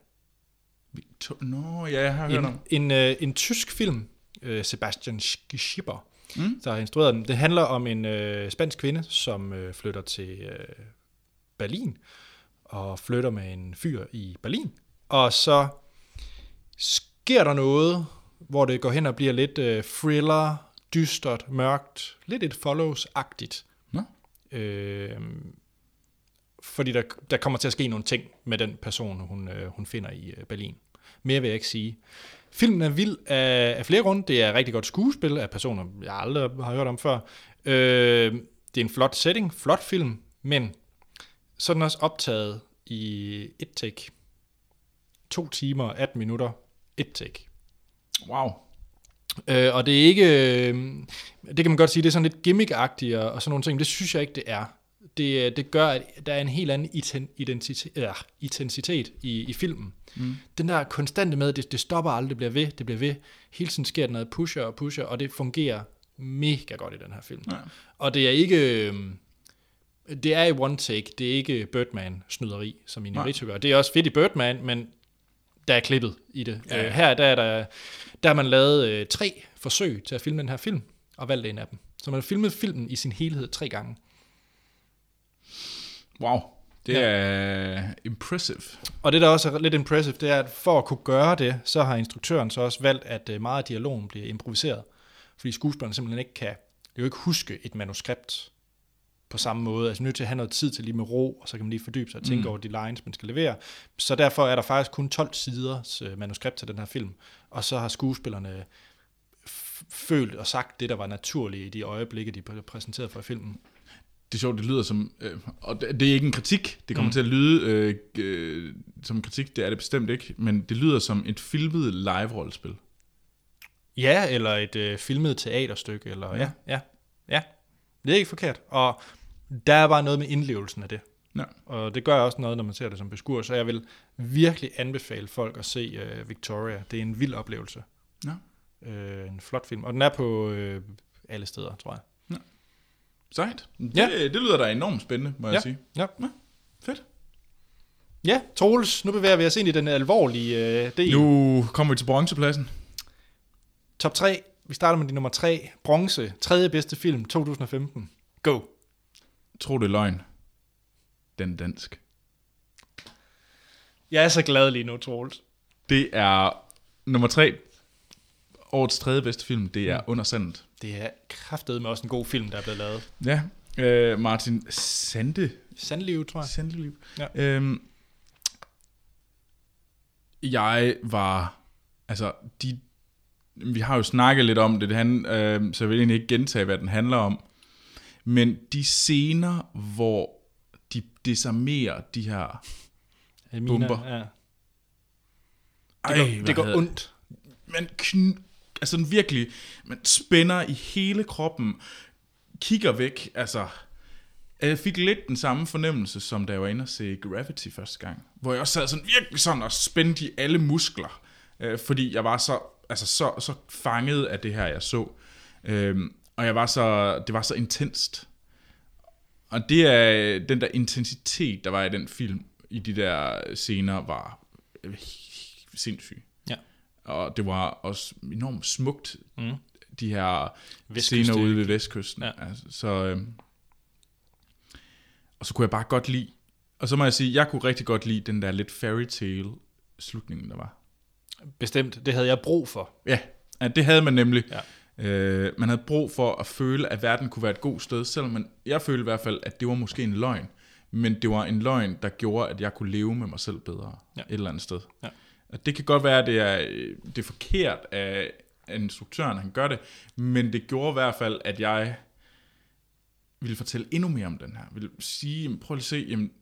[SPEAKER 2] Vi to- Nå, ja, jeg har hørt om.
[SPEAKER 1] en, en, øh, en tysk film, øh, Sebastian Sch- Schipper, mm. der har instrueret den. Det handler om en øh, spansk kvinde, som øh, flytter til øh, Berlin, og flytter med en fyr i Berlin. Og så sker der noget, hvor det går hen og bliver lidt øh, thriller, dystert, mørkt, lidt et follows-agtigt.
[SPEAKER 2] Nå.
[SPEAKER 1] Øh, fordi der, der kommer til at ske nogle ting med den person, hun, øh, hun finder i øh, Berlin. Mere vil jeg ikke sige. Filmen er vild af, af flere grunde. Det er rigtig godt skuespil af personer, jeg aldrig har hørt om før. Øh, det er en flot setting, flot film, men Så er den også optaget i et take. To timer og 18 minutter, et take.
[SPEAKER 2] Wow.
[SPEAKER 1] Øh, og det er ikke, øh, det kan man godt sige, det er sådan lidt gimmickagtigt og, og sådan nogle ting. Det synes jeg ikke, det er. Det, øh, det gør, at der er en helt anden iten, identitet, øh, intensitet i, i filmen. Mm. Den der konstante med, det, det stopper aldrig, det bliver ved, det bliver ved. Hele tiden sker der noget pusher og pusher, og det fungerer mega godt i den her film. Ja. Og det er ikke... Øh, det er i one take, det er ikke Birdman-snyderi, som Inarritu gør. Det er også fedt i Birdman, men der er klippet i det. Ja. Øh, her der er der, der har man lavet øh, tre forsøg til at filme den her film, og valgt en af dem. Så man har filmet filmen i sin helhed tre gange.
[SPEAKER 2] Wow. Det ja. er impressive.
[SPEAKER 1] Og det, der også er lidt impressive, det er, at for at kunne gøre det, så har instruktøren så også valgt, at øh, meget af dialogen bliver improviseret. Fordi skuespilleren simpelthen ikke kan, jo ikke huske et manuskript på samme måde. Altså nødt til at have noget tid til lige med ro, og så kan man lige fordybe sig og tænke mm. over de lines, man skal levere. Så derfor er der faktisk kun 12 siders øh, manuskript til den her film. Og så har skuespillerne f- følt og sagt det, der var naturligt i de øjeblikke, de blev præsenteret for i filmen.
[SPEAKER 2] Det er sjovt, det lyder som... Øh, og det det er ikke en kritik. Det kommer mm. til at lyde øh, øh, som en kritik. Det er det bestemt ikke. Men det lyder som et filmet live-rollespil.
[SPEAKER 1] Ja, eller et øh, filmet teaterstykke, eller ja, ja, ja. Det er ikke forkert. Og der er bare noget med indlevelsen af det.
[SPEAKER 2] Ja.
[SPEAKER 1] Og det gør også noget, når man ser det som beskuer, så jeg vil virkelig anbefale folk at se øh, Victoria. Det er en vild oplevelse.
[SPEAKER 2] Ja.
[SPEAKER 1] Øh, en flot film. Og den er på øh, alle steder, tror jeg.
[SPEAKER 2] Sejt. Det,
[SPEAKER 1] Ja.
[SPEAKER 2] det lyder da enormt spændende, må jeg sige.
[SPEAKER 1] ja.
[SPEAKER 2] Ja, fedt.
[SPEAKER 1] Ja, Troels, nu bevæger vi os ind i den alvorlige øh, del.
[SPEAKER 2] Nu kommer vi til bronzepladsen.
[SPEAKER 1] Top 3. Vi starter med de nummer 3. Bronze. Tredje bedste film 2015. Go.
[SPEAKER 2] Tro det er løgn. Den er dansk.
[SPEAKER 1] Jeg er så glad lige nu, Troels.
[SPEAKER 2] Det er nummer tre. Årets tredje bedste film, det
[SPEAKER 1] Mm.
[SPEAKER 2] er Under Sandet.
[SPEAKER 1] Det er kraftedeme også en god film, der er blevet lavet.
[SPEAKER 2] Ja, øh, Martin Sande.
[SPEAKER 1] Sandliv, tror jeg.
[SPEAKER 2] Sandeliv.
[SPEAKER 1] Ja.
[SPEAKER 2] Øhm, jeg var... Altså, de, vi har jo snakket lidt om det, han, øh, så jeg vil egentlig ikke gentage, hvad den handler om. Men de scener, hvor de desarmerer de her...
[SPEAKER 1] Amina,
[SPEAKER 2] Bomber.
[SPEAKER 1] Ja.
[SPEAKER 2] Ej,
[SPEAKER 1] Det går,
[SPEAKER 2] hvad
[SPEAKER 1] det går
[SPEAKER 2] hedder-
[SPEAKER 1] ondt.
[SPEAKER 2] man kn- altså den virkelig, man spænder i hele kroppen, kigger væk, altså, jeg fik lidt den samme fornemmelse, som da jeg var inde og se Gravity første gang, hvor jeg også sad sådan virkelig sådan og spændte i alle muskler, øh, fordi jeg var så, altså så, så fanget af det her, jeg så, øh, og jeg var så, det var så intenst, og det er øh, den der intensitet, der var i den film, i de der scener, var øh, sindssyg.
[SPEAKER 1] Ja.
[SPEAKER 2] Og det var også enormt smukt, mm. de her
[SPEAKER 1] Vestkyst,
[SPEAKER 2] scener ude
[SPEAKER 1] ikke?
[SPEAKER 2] ved vestkysten.
[SPEAKER 1] Ja.
[SPEAKER 2] Altså, så, øh, og så kunne jeg bare godt lide, og så må jeg sige, jeg kunne rigtig godt lide den der lidt fairy tale slutningen, der var.
[SPEAKER 1] Bestemt. Det havde jeg brug for.
[SPEAKER 2] Ja, ja det havde man nemlig. Ja. Øh, man havde brug for at føle, at verden kunne være et godt sted, selvom man, jeg følte i hvert fald, at det var måske en løgn, men det var en løgn, der gjorde, at jeg kunne leve med mig selv bedre
[SPEAKER 1] Ja.
[SPEAKER 2] ja. et eller andet sted.
[SPEAKER 1] Ja.
[SPEAKER 2] Og det kan godt være, at det er, øh, det er forkert af, af instruktøren, han gør det, men det gjorde i hvert fald, at jeg ville fortælle endnu mere om den her. Ville sige, jamen, prøv lige at se, jamen,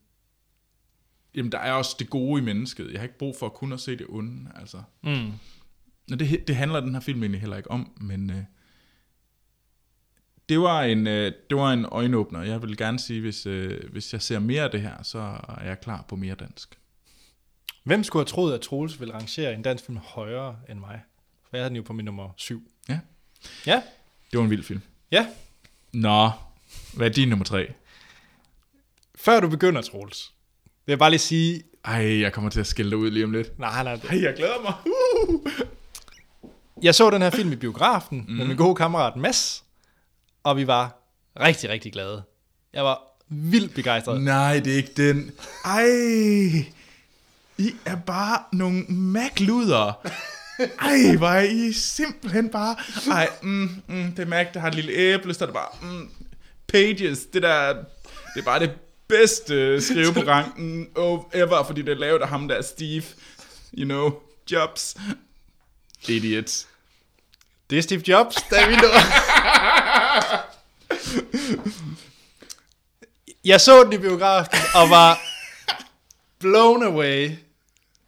[SPEAKER 2] jamen, der er også det gode i mennesket. Jeg har ikke brug for kun at se det onde. Altså.
[SPEAKER 1] Mm.
[SPEAKER 2] Nå, det, det handler den her film egentlig heller ikke om, men øh, det var en øh, det var en øjenåbner. Jeg vil gerne sige, hvis øh, hvis jeg ser mere af det her, så er jeg klar på mere dansk.
[SPEAKER 1] Hvem skulle have troet, at Troels ville rangere en dansk film højere end mig? For jeg havde den jo på min nummer 7.
[SPEAKER 2] Ja,
[SPEAKER 1] Ja,
[SPEAKER 2] det var en vild film.
[SPEAKER 1] ja.
[SPEAKER 2] Nå, hvad er din nummer tre?
[SPEAKER 1] Før du begynder, Troels, vil jeg bare lige sige...
[SPEAKER 2] Ej, jeg kommer til at skille dig ud lige om lidt.
[SPEAKER 1] Nej, nej, det-
[SPEAKER 2] Ej, jeg glæder mig. Uh!
[SPEAKER 1] Jeg så den her film i biografen mm. med min gode kammerat Mads, og vi var rigtig, rigtig glade. Jeg var vildt begejstret.
[SPEAKER 2] Nej, det er ikke den. Ej, I er bare nogle magluder. Ej, hvor er I simpelthen bare... Ej, mm, mm, det er Mac, der har et lille æble, så er det bare... Mm, pages, det der... Det er bare det bedste skriveprogram mm, ever, fordi det er lavet af ham der Steve. You know, Jobs. Idiot.
[SPEAKER 1] Det er Steve Jobs, der er vi nu. Jeg så den i biografen og var blown away.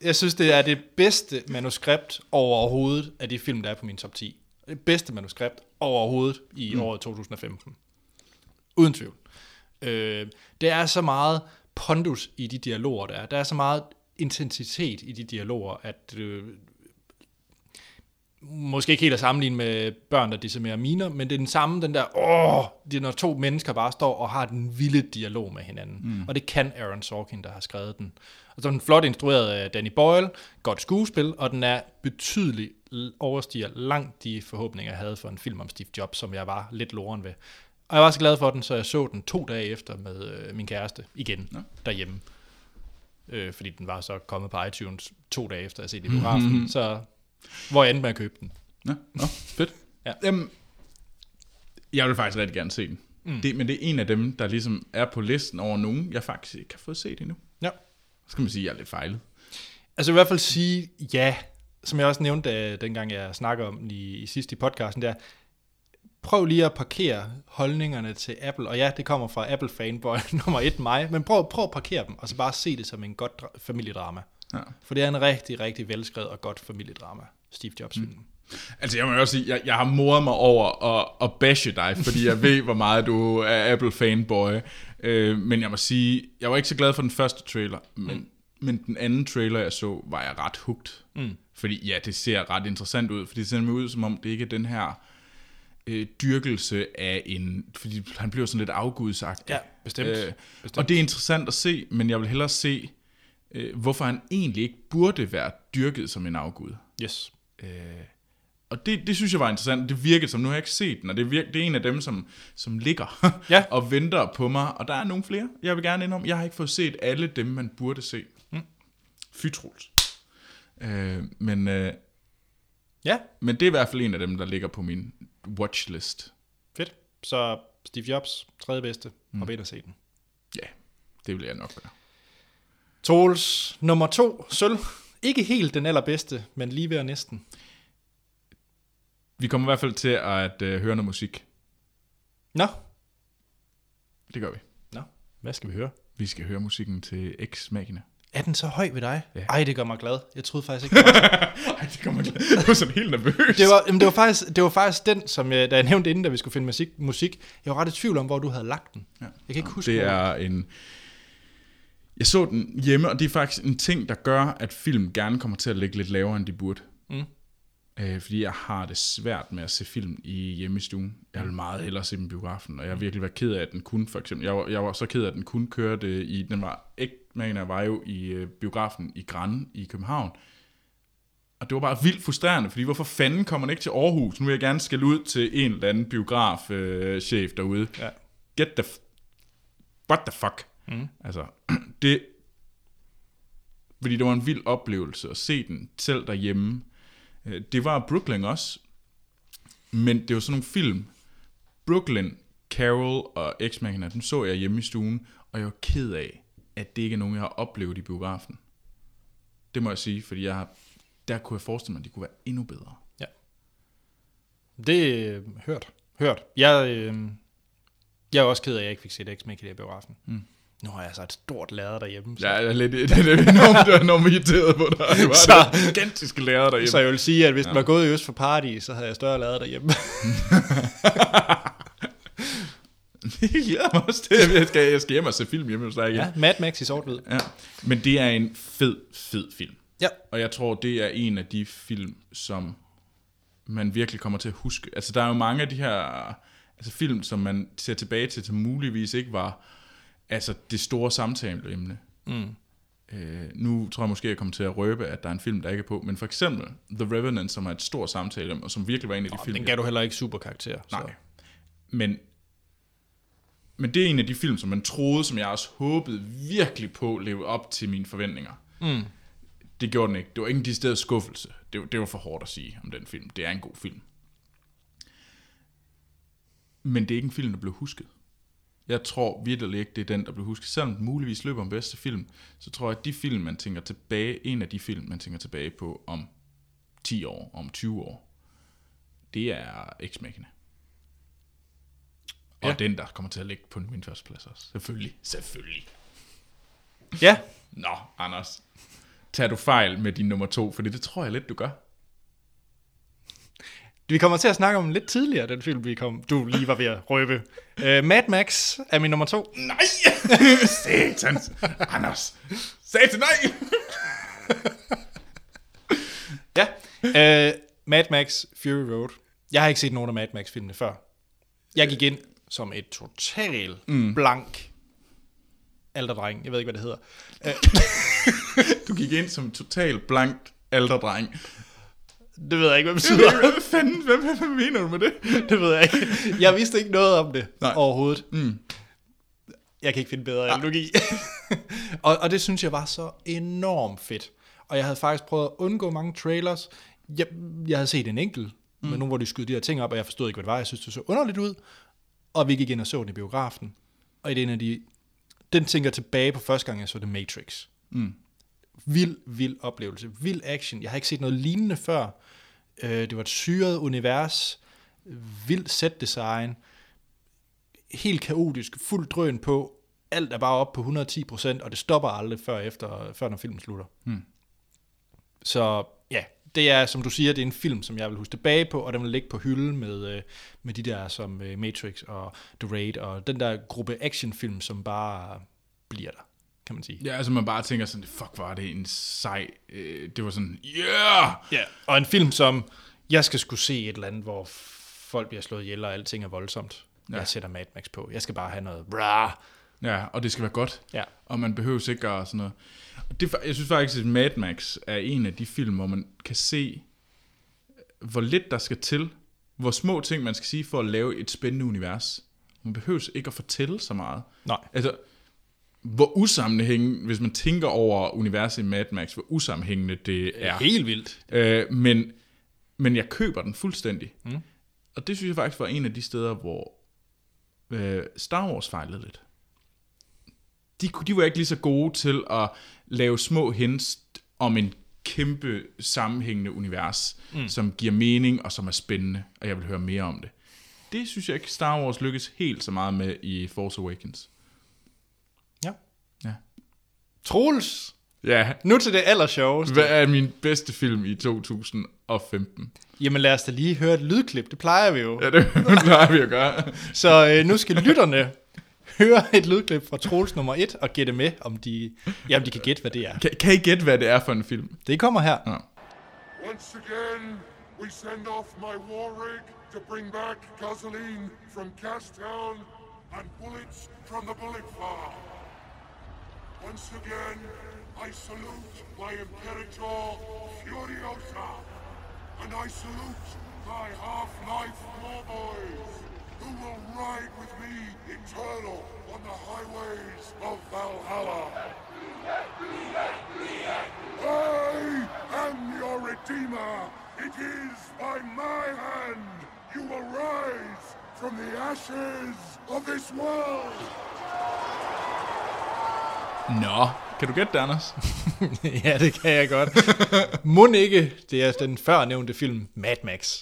[SPEAKER 1] Jeg synes, det er det bedste manuskript overhovedet af de film, der er på min top 10. Det bedste manuskript overhovedet i mm. året 2015. Uden tvivl. Øh, der er så meget pondus i de dialoger, der er. Der er så meget intensitet i de dialoger, at øh, måske ikke helt at sammenligne med børn, der decimerer miner, men det er den samme, den der, åh, det er når to mennesker bare står og har den vilde dialog med hinanden. Mm. Og det kan Aaron Sorkin, der har skrevet den. Og så er den flot instrueret af Danny Boyle, godt skuespil, og den er betydeligt overstiger langt de forhåbninger, jeg havde for en film om Steve Jobs, som jeg var lidt loren ved. Og jeg var så glad for den, så jeg så den to dage efter med øh, min kæreste igen ja. derhjemme. Øh, fordi den var så kommet på iTunes to dage efter at se det i biografen. Mm-hmm. Så hvor jeg endte med at købe den.
[SPEAKER 2] Nå, nå fedt.
[SPEAKER 1] Ja.
[SPEAKER 2] Øhm, jeg vil faktisk rigtig gerne se den. Mm. Det, men det er en af dem, der ligesom er på listen over nogen, jeg faktisk ikke har fået set endnu.
[SPEAKER 1] Ja.
[SPEAKER 2] Så kan man sige, at jeg er lidt fejlet.
[SPEAKER 1] Altså i hvert fald sige ja, som jeg også nævnte, da, dengang jeg snakkede om den i, i sidste i podcasten, der prøv lige at parkere holdningerne til Apple, og ja, det kommer fra Apple fanboy nummer et mig, men prøv, prøv at parkere dem, og så bare se det som en godt dra- familiedrama.
[SPEAKER 2] Ja.
[SPEAKER 1] For det er en rigtig, rigtig velskrevet og godt familiedrama, Steve Jobs-filmen. Mm.
[SPEAKER 2] Altså jeg må jo også sige, jeg, jeg har moret mig over at, at bashe dig, fordi jeg ved, hvor meget du er Apple-fanboy. Øh, men jeg må sige, jeg var ikke så glad for den første trailer, men, mm. men den anden trailer, jeg så, var jeg ret hugt. Mm. Fordi ja, det ser ret interessant ud, for det ser nemlig ud, som om det ikke er den her øh, dyrkelse af en... Fordi han bliver sådan lidt afgudsagtig.
[SPEAKER 1] Ja, bestemt.
[SPEAKER 2] Øh,
[SPEAKER 1] Bestemt.
[SPEAKER 2] Og det er interessant at se, men jeg vil hellere se, øh, hvorfor han egentlig ikke burde være dyrket som en afgud.
[SPEAKER 1] Yes.
[SPEAKER 2] Og det, det synes jeg var interessant. Det virkede som, nu har jeg ikke set den, og det, virker, det er en af dem, som, som ligger
[SPEAKER 1] Ja.
[SPEAKER 2] og venter på mig. Og der er nogle flere, jeg vil gerne indrømme. Jeg har ikke fået set alle dem, man burde se. Mm. Fy Troels. øh, men, øh,
[SPEAKER 1] Ja,
[SPEAKER 2] men det er i hvert fald en af dem, der ligger på min watchlist.
[SPEAKER 1] fedt. Så Steve Jobs, tredje bedste, mm. og ved at se den.
[SPEAKER 2] Ja, det vil jeg nok gøre.
[SPEAKER 1] Troels nummer to, sølv. Ikke helt den allerbedste, men lige ved og næsten.
[SPEAKER 2] Vi kommer i hvert fald til at øh, høre noget musik.
[SPEAKER 1] Nå,
[SPEAKER 2] Det gør vi.
[SPEAKER 1] Nå, hvad skal vi høre?
[SPEAKER 2] Vi skal høre musikken til X-Magina.
[SPEAKER 1] Er den så høj ved dig?
[SPEAKER 2] Ja.
[SPEAKER 1] Ej, det gør mig glad. Jeg troede faktisk ikke, det var,
[SPEAKER 2] Ej, det kommer jeg Jeg var sådan helt nervøs.
[SPEAKER 1] det var, jamen, det var, faktisk, det var faktisk den, som jeg, da jeg nævnte inden, da vi skulle finde musik, musik jeg var ret i tvivl om, hvor du havde lagt den. Ja. Jeg kan ikke huske,
[SPEAKER 2] Det
[SPEAKER 1] hvor-
[SPEAKER 2] er en... Jeg så den hjemme, og det er faktisk en ting, der gør, at film gerne kommer til at ligge lidt lavere, end de burde.
[SPEAKER 1] Mm.
[SPEAKER 2] Øh, fordi jeg har det svært med at se film i hjemme i stuen. Jeg vil meget hellere se dem i biografen, og
[SPEAKER 1] Mm.
[SPEAKER 2] jeg har virkelig været ked af, at den kunne, for eksempel. Jeg var, jeg var så ked af, at den kunne kørte i... Den var ikke, men jeg var jo i øh, biografen i Græn i København. Og det var bare vildt frustrerende, fordi hvorfor fanden kommer den ikke til Aarhus? Nu vil jeg gerne skælde ud til en eller anden biografchef øh, chef derude.
[SPEAKER 1] Ja.
[SPEAKER 2] Get the... F- What the fuck? Mm. Altså, det... Fordi det var en vild oplevelse at se den selv derhjemme. Øh, Det var Brooklyn også, men det var sådan nogle film. Brooklyn, Carol og x machina den så jeg hjemme i stuen, og jeg var ked af, at det ikke er nogen, jeg har oplevet i biografen. Det må jeg sige, fordi jeg har, der kunne jeg forestille mig, at de kunne være endnu bedre.
[SPEAKER 1] Ja. Det er øh, hørt. Hørt. Jeg, øh, jeg er også ked af, at jeg ikke fik set X-Men i biografen. Mm. Nu har jeg så et stort lader derhjemme. Så,
[SPEAKER 2] Jeg er lidt, det er lidt enormt, enormt irriteret på dig. Du
[SPEAKER 1] Så-
[SPEAKER 2] har så, gigantiske lærer derhjemme.
[SPEAKER 1] så jeg vil sige, at hvis ja. den var gået i Øst for Party, så havde jeg større lader derhjemme.
[SPEAKER 2] jeg glæder mig også til, at jeg skal, jeg skal hjem og se film hjemme hos dig igen.
[SPEAKER 1] ja, Mad Max i sort hvid.
[SPEAKER 2] Ja. Men det er en fed, fed film.
[SPEAKER 1] Ja.
[SPEAKER 2] Og jeg tror, det er en af de film, som man virkelig kommer til at huske. Altså, der er jo mange af de her altså, film, som man ser tilbage til, som muligvis ikke var altså, det store samtaleemne. Mm. Øh, nu tror jeg måske, jeg kommer til at røbe, at der er en film, der ikke er på. Men for eksempel The Revenant, som er et stort samtaleemne, og som virkelig var en af de film,
[SPEAKER 1] Den gav du heller ikke super karakter.
[SPEAKER 2] Nej. Men, men det er en af de film, som man troede, som jeg også håbede virkelig på, leve op til mine forventninger. Mm. Det gjorde den ikke. Det var ikke en decideret skuffelse. Det, var- det var for hårdt at sige om den film. Det er en god film. Men det er ikke en film, der blev husket. Jeg tror virkelig ikke, det er den, der blev husket. Selvom den muligvis løber om bedste film, så tror jeg, at de film, man tænker tilbage, en af de film, man tænker tilbage på om 10 år, om 20 år, det er X-Machina. Og
[SPEAKER 1] Ja.
[SPEAKER 2] ja. den, der kommer til at ligge på min første plads også. Selvfølgelig. Selvfølgelig.
[SPEAKER 1] Ja,
[SPEAKER 2] Nå, Anders. Tager du fejl med din nummer to? Fordi det tror jeg lidt, du gør.
[SPEAKER 1] vi kommer til at snakke om den lidt tidligere, den film, vi kom, du lige var ved at røbe. Øh, Mad Max er min nummer to.
[SPEAKER 2] Nej! Satans! Anders! Satan, nej!
[SPEAKER 1] Ja. Øh, Mad Max Fury Road. Jeg har ikke set nogen af Mad Max-filmene før. Jeg gik ind som et total mm. blank alderdreng. Jeg ved ikke, hvad det hedder. Øh,
[SPEAKER 2] Du gik ind som total blankt alderdreng.
[SPEAKER 1] Det ved jeg ikke, hvad det
[SPEAKER 2] Jeg
[SPEAKER 1] betyder.
[SPEAKER 2] ved ikke, Hvad fanden, hvad, hvad, hvad mener du med det?
[SPEAKER 1] Det ved jeg ikke. Jeg vidste ikke noget om det Nej.
[SPEAKER 2] Nej.
[SPEAKER 1] overhovedet. Mm. Jeg kan ikke finde bedre analogi. og, og det synes jeg var så enormt fedt. Og jeg havde faktisk prøvet at undgå mange trailers. Jeg, jeg havde set en enkelt, mm. men nu hvor de skød de her ting op, og jeg forstod ikke, hvad det var. Jeg synes, det så underligt ud. Og vi gik ind og så den i biografen. Og i den af de... Den tænker tilbage på første gang, jeg så The Matrix. Vild, vild oplevelse. Vild action. Jeg har ikke set noget lignende før. Øh, det var et syret univers. Vild set design. Helt kaotisk. Fuld drøn på. Alt er bare op på 110 procent, og det stopper aldrig før, efter, før når filmen slutter. Hmm. Så ja, det er, som du siger, det er en film, som jeg vil huske tilbage på, og den vil ligge på hylden med, øh, med de der som øh, Matrix og The Raid, og den der gruppe actionfilm, som bare bliver der, kan man sige.
[SPEAKER 2] Ja, altså man bare tænker sådan, fuck, var det en sej... Øh, det var sådan, yeah!
[SPEAKER 1] Ja, og en film som, jeg skal skulle se et eller andet, hvor folk bliver slået ihjel, og alting er voldsomt. Ja. Jeg sætter Mad Max på. Jeg skal bare have noget bra.
[SPEAKER 2] Ja, og det skal være godt.
[SPEAKER 1] Ja.
[SPEAKER 2] Og man behøver sikkert sådan noget. Og Det, er fa- jeg synes faktisk, at Mad Max er en af de film, hvor man kan se, hvor lidt der skal til, hvor små ting man skal sige for at lave et spændende univers. Man behøver ikke at fortælle så meget.
[SPEAKER 1] Nej.
[SPEAKER 2] Altså, hvor usammenhængende, hvis man tænker over universet i Mad Max, hvor usammenhængende det er.
[SPEAKER 1] Helt vildt.
[SPEAKER 2] Øh, men, men jeg køber den fuldstændig. Mm. Og det synes jeg faktisk var en af de steder, hvor øh, Star Wars fejlede lidt. De, kunne- de var ikke lige så gode til at lave små hints om en kæmpe sammenhængende univers, mm. som giver mening og som er spændende, og jeg vil høre mere om det. Det synes jeg ikke Star Wars lykkedes helt så meget med i Force Awakens.
[SPEAKER 1] Ja.
[SPEAKER 2] Ja.
[SPEAKER 1] Troels,
[SPEAKER 2] Ja,
[SPEAKER 1] nu til det allersjoveste.
[SPEAKER 2] hvad er min bedste film i 2015?
[SPEAKER 1] Jamen lad os da lige høre et lydklip, det plejer vi jo.
[SPEAKER 2] Ja, det plejer vi at gøre.
[SPEAKER 1] Så øh, nu skal lytterne høre et lydklip fra Troels nummer 1 og gætte med, om de, ja, om de kan gætte, hvad det er.
[SPEAKER 2] Kan, kan I gætte, hvad det er for en film?
[SPEAKER 1] Det kommer her.
[SPEAKER 2] Nå.
[SPEAKER 7] Once again, we send off my war rig to bring back gasoline from Castown and bullets from the bullet farm. Once again, I salute my Imperator Furiosa, and I salute my half-life war boys, who will ride with me eternal on the highways of Valhalla. I am your Redeemer. It is by my hand you will rise from the ashes of this world.
[SPEAKER 2] Nå, kan du gætte det, Anders?
[SPEAKER 1] ja, det kan jeg godt. Mund ikke, det er den førnævnte film Mad Max.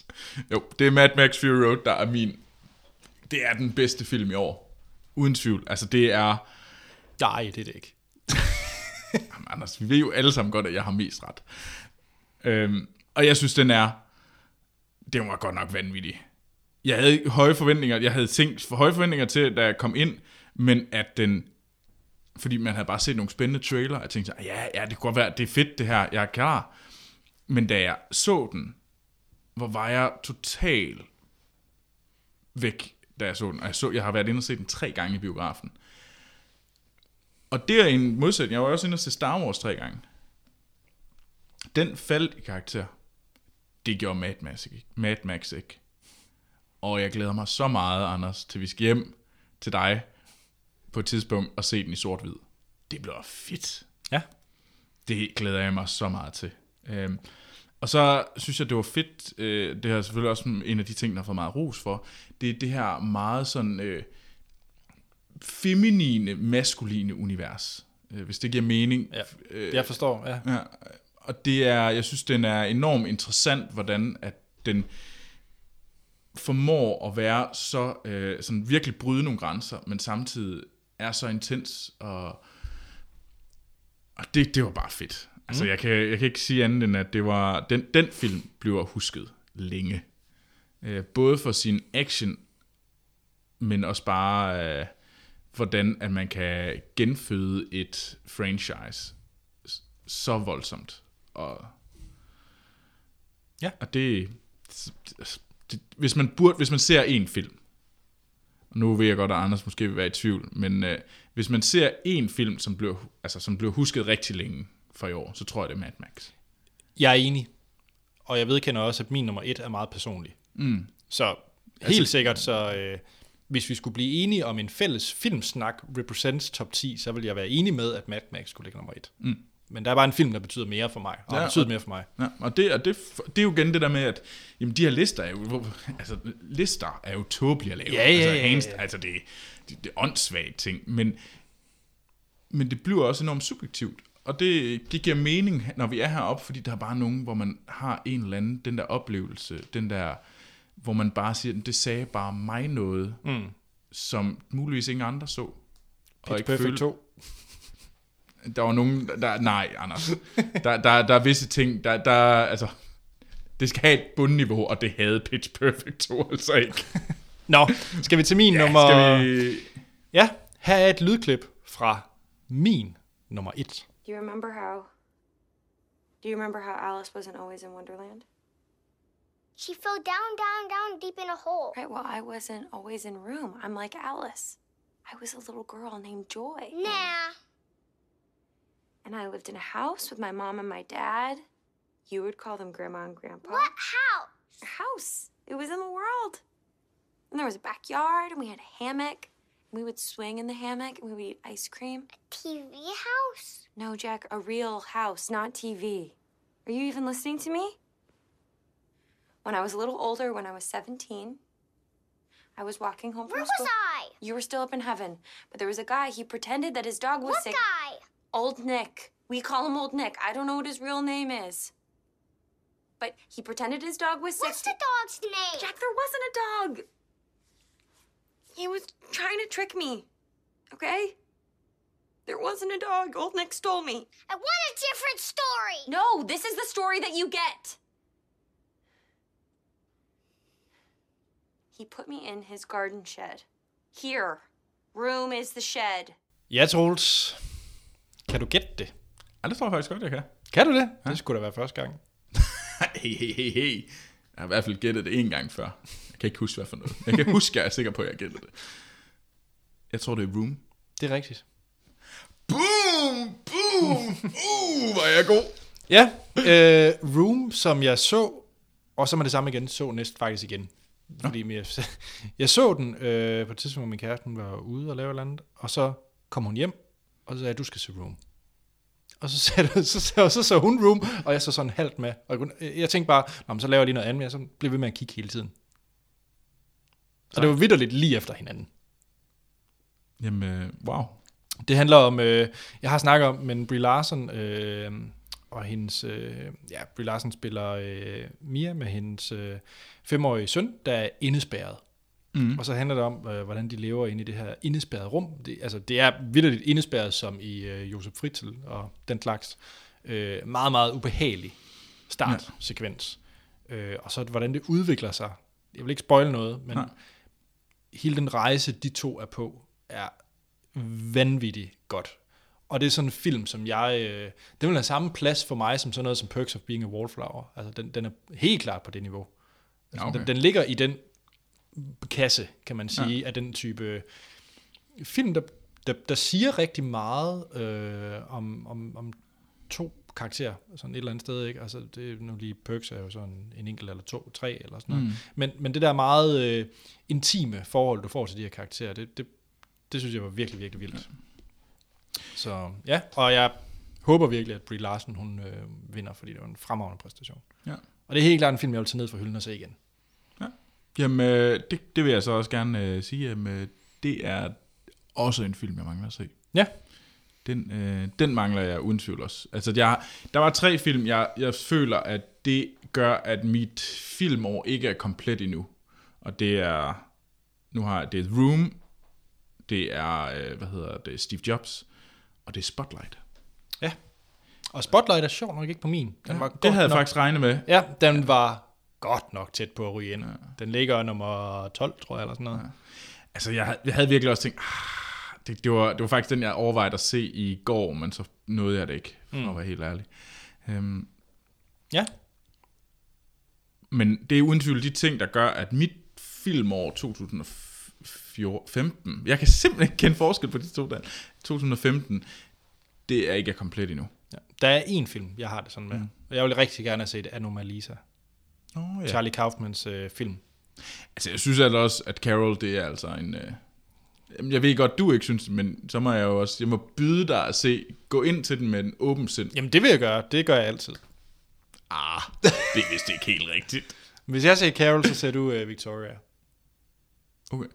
[SPEAKER 2] jo, det er Mad Max Fury Road, der er min... Det er den bedste film i år. Uden tvivl. Altså, det er...
[SPEAKER 1] Nej, det er det ikke.
[SPEAKER 2] Jamen, Anders, vi ved jo alle sammen godt, at jeg har mest ret. Øhm, og jeg synes, den er... Den var godt nok vanvittig. Jeg havde ikke høje forventninger. Jeg havde tænkt for høje forventninger til, da jeg kom ind, men at den... Fordi man havde bare set nogle spændende trailer, og jeg tænkte, ja, ja, det kunne godt være, det er fedt det her, jeg er klar. Men da jeg så den, hvor var jeg totalt væk, da jeg så den. Og jeg, så, jeg har været inde og set den tre gange i biografen. Og det er en modsætning. Jeg var også inde og se Star Wars tre gange. Den faldt i karakter. Det gjorde Mad Max ikke. Mad Max ikke. Og jeg glæder mig så meget, Anders, til vi skal hjem til dig på et tidspunkt og se den i sort-hvid. Det bliver fedt.
[SPEAKER 1] Ja.
[SPEAKER 2] Det glæder jeg mig så meget til. Øhm, og så synes jeg, det var fedt, øh, det her er selvfølgelig også en af de ting, der har fået meget ros for, det er det her meget sådan øh, feminine, maskuline univers, øh, hvis det giver mening.
[SPEAKER 1] Ja.
[SPEAKER 2] Øh,
[SPEAKER 1] Jeg forstår, ja.
[SPEAKER 2] Ja, og det er, jeg synes, den er enormt interessant, hvordan at den formår at være så øh, sådan virkelig bryde nogle grænser, men samtidig er så intens, og, og det, det var bare fedt. Altså, jeg kan, jeg kan ikke sige andet end, at det var, den, den film bliver husket længe. Øh, både for sin action, men også bare, øh, hvordan at man kan genføde et franchise s- så voldsomt. Og,
[SPEAKER 1] Ja.
[SPEAKER 2] og det, det, hvis, man burde, hvis man ser en film, og nu ved jeg godt, at Anders måske vil være i tvivl, men øh, hvis man ser en film, som blev, altså, som blev husket rigtig længe for i år, så tror jeg, det er Mad Max.
[SPEAKER 1] Jeg er enig. Og jeg vedkender også, at min nummer et er meget personlig. Mm. Så helt altså, sikkert, så øh, hvis vi skulle blive enige om en fælles filmsnak represents top 10, så vil jeg være enig med, at Mad Max skulle ligge nummer et. Mm. Men der er bare en film, der betyder mere for mig. Og
[SPEAKER 2] Ja,
[SPEAKER 1] ja, betyder
[SPEAKER 2] og-
[SPEAKER 1] mere for mig.
[SPEAKER 2] Ja, og det, og det, det er jo igen det der med, at jamen, de her lister er jo, hvor- altså, lister er jo tåbelige at lave.
[SPEAKER 1] Ja, ja,
[SPEAKER 2] altså,
[SPEAKER 1] ja, ja,
[SPEAKER 2] hands-
[SPEAKER 1] ja.
[SPEAKER 2] altså det, det, det er åndssvage ting, men, men det bliver også enormt subjektivt. Og det, det giver mening, når vi er heroppe, fordi der er bare nogen, hvor man har en eller anden, den der oplevelse, den der, hvor man bare siger, det sagde bare mig noget, mm. som muligvis ingen andre så.
[SPEAKER 1] Pitch Perfect 2.
[SPEAKER 2] Der var nogen, der... Nej, Anders. Der, der, der er visse ting, der, der... Altså, det skal have et bundniveau, og det havde Pitch Perfect 2 altså ikke.
[SPEAKER 1] Nå, skal vi til min ja, nummer...
[SPEAKER 2] Skal vi...
[SPEAKER 1] Ja, her er et lydklip fra min nummer et.
[SPEAKER 8] Do you remember how? Do you remember how Alice wasn't always in Wonderland?
[SPEAKER 9] She fell down, down, down deep in a hole.
[SPEAKER 8] Right, well, I wasn't always in room. I'm like Alice. I was a little girl named Joy.
[SPEAKER 9] Nah.
[SPEAKER 8] And I lived in a house with my mom and my dad. You would call them grandma and grandpa.
[SPEAKER 9] What? How?
[SPEAKER 8] A house. It was in the world. And there was a backyard, and we had a hammock. And we would swing in the hammock, and we would eat ice cream.
[SPEAKER 9] TV house?
[SPEAKER 8] No, Jack, a real house, not TV. Are you even listening to me? When I was a little older, when I was 17, I was walking home from
[SPEAKER 9] Where
[SPEAKER 8] school.
[SPEAKER 9] was I?
[SPEAKER 8] You were still up in heaven, but there was a guy, he pretended that his dog was
[SPEAKER 9] What
[SPEAKER 8] sick.
[SPEAKER 9] guy?
[SPEAKER 8] Old Nick. We call him Old Nick. I don't know what his real name is. But he pretended his dog was sick.
[SPEAKER 9] What's the dog's name?
[SPEAKER 8] Jack, there wasn't a dog. He was trying to trick me. Okay? There wasn't a dog. Old Nick stole me.
[SPEAKER 9] I want a different story.
[SPEAKER 8] No, this is the story that you get. He put me in his garden shed. Here. Room is the shed.
[SPEAKER 1] Ja, Troels. Kan du gætte det?
[SPEAKER 2] Ja, det tror jeg faktisk godt, jeg kan.
[SPEAKER 1] Kan du det? Ja. Det skulle da være første gang.
[SPEAKER 2] hey, hey, hey, hey. Jeg har i hvert fald gættet det en gang før. Jeg kan ikke huske, hvad for noget. Jeg kan huske, at jeg er sikker på, at jeg gættede det. Jeg tror, det er Room.
[SPEAKER 1] Det er rigtigt.
[SPEAKER 2] Boom! Boom! Uh, hvor er jeg god.
[SPEAKER 1] Ja, øh, Room, som jeg så, og som er det samme igen, så næst faktisk igen. Fordi jeg, jeg så den øh, på et tidspunkt, hvor min kæreste hun var ude og lave et eller andet, og så kom hun hjem, og så sagde jeg, du skal se Room. Og så sagde, du, så, så, så, så hun Room, og jeg så sådan halvt med. Og jeg, kunne- jeg tænkte bare, Nå, men så laver jeg lige noget andet, men jeg så blev ved med at kigge hele tiden. Og det var vidderligt lige efter hinanden.
[SPEAKER 2] Jamen, øh, wow.
[SPEAKER 1] Det handler om, øh, jeg har snakket om, men Brie Larson øh, og hendes, øh, ja, Brie Larson spiller øh, Mia med hendes øh, femårige søn, der er indespærret. Mm. Og så handler det om, øh, hvordan de lever inde i det her indespærrede rum. Det, altså, det er vildt indespærret, som i øh, Josef Fritzl og den slags. Øh, meget, meget ubehagelig startsekvens. Øh, og så hvordan det udvikler sig. Jeg vil ikke spoil noget, men
[SPEAKER 2] Nej.
[SPEAKER 1] hele den rejse, de to er på, er vanvittigt godt. Og det er sådan en film, som jeg... Øh, den vil have samme plads for mig som sådan noget som Perks of Being a Wallflower. Altså, den, den er helt klart på det niveau. Altså,
[SPEAKER 2] okay.
[SPEAKER 1] okay. den, den ligger i den kasse, kan man sige, ja. af den type film, der, der, der siger rigtig meget øh, om, om, om to karakterer, sådan et eller andet sted, ikke? Altså, det, er nu lige Perks er jo sådan en enkelt eller to, tre eller sådan noget. Mm. Men, men det der meget øh, intime forhold, du får til de her karakterer, det, det, det synes jeg var virkelig, virkelig vildt. Ja. Så ja, og jeg håber virkelig, at Brie Larson, hun øh, vinder, fordi det var en fremragende præstation.
[SPEAKER 2] Ja.
[SPEAKER 1] Og det er helt klart en film, jeg vil tage ned fra hylden og se igen.
[SPEAKER 2] Jamen, øh, det, det vil jeg så også gerne øh, sige, at øh, det er også en film, jeg mangler at se.
[SPEAKER 1] Ja,
[SPEAKER 2] Den, øh, den mangler jeg uden tvivl også. Altså, jeg, der var tre film, jeg, jeg føler, at det gør, at mit filmår ikke er komplet endnu. Og Og det er, nu har jeg- det er Room, det er, øh, hvad hedder det, Steve Jobs, og det er Spotlight.
[SPEAKER 1] Ja. Og Spotlight er sjov nok ikke på min. Den var
[SPEAKER 2] Det
[SPEAKER 1] godt
[SPEAKER 2] havde jeg
[SPEAKER 1] nok-
[SPEAKER 2] faktisk regnet med.
[SPEAKER 1] Ja, den ja. var godt nok tæt på at ryge ind. Ja. Den ligger nummer 12, tror jeg, eller sådan noget. Ja.
[SPEAKER 2] Altså, jeg, havde- jeg havde virkelig også tænkt, ah, det, det, var, det var faktisk den, jeg overvejede at se i går, men så nåede jeg det ikke, for at være helt ærlig. Øhm,
[SPEAKER 1] ja.
[SPEAKER 2] Men det er uden tvivl de ting, der gør, at mit filmår 2015, jeg kan simpelthen ikke kende forskel på de to der, 2015, det er ikke er komplet endnu.
[SPEAKER 1] Ja. Der er en film, jeg har det sådan med. Mm. Jeg vil rigtig gerne have set Anomalisa.
[SPEAKER 2] Oh,
[SPEAKER 1] Ja. Charlie Kaufmans øh, film.
[SPEAKER 2] Altså, jeg synes altså også, at Carol, det er altså en... Øh, jamen, jeg ved godt, du ikke synes det, men så må jeg jo også... Jeg må byde dig at se, gå ind til den med en åben sind.
[SPEAKER 1] Jamen, det vil jeg gøre. Det gør jeg altid.
[SPEAKER 2] Ah, det er vist ikke helt rigtigt.
[SPEAKER 1] Hvis jeg ser Carol, så ser du øh, Victoria.
[SPEAKER 2] Okay.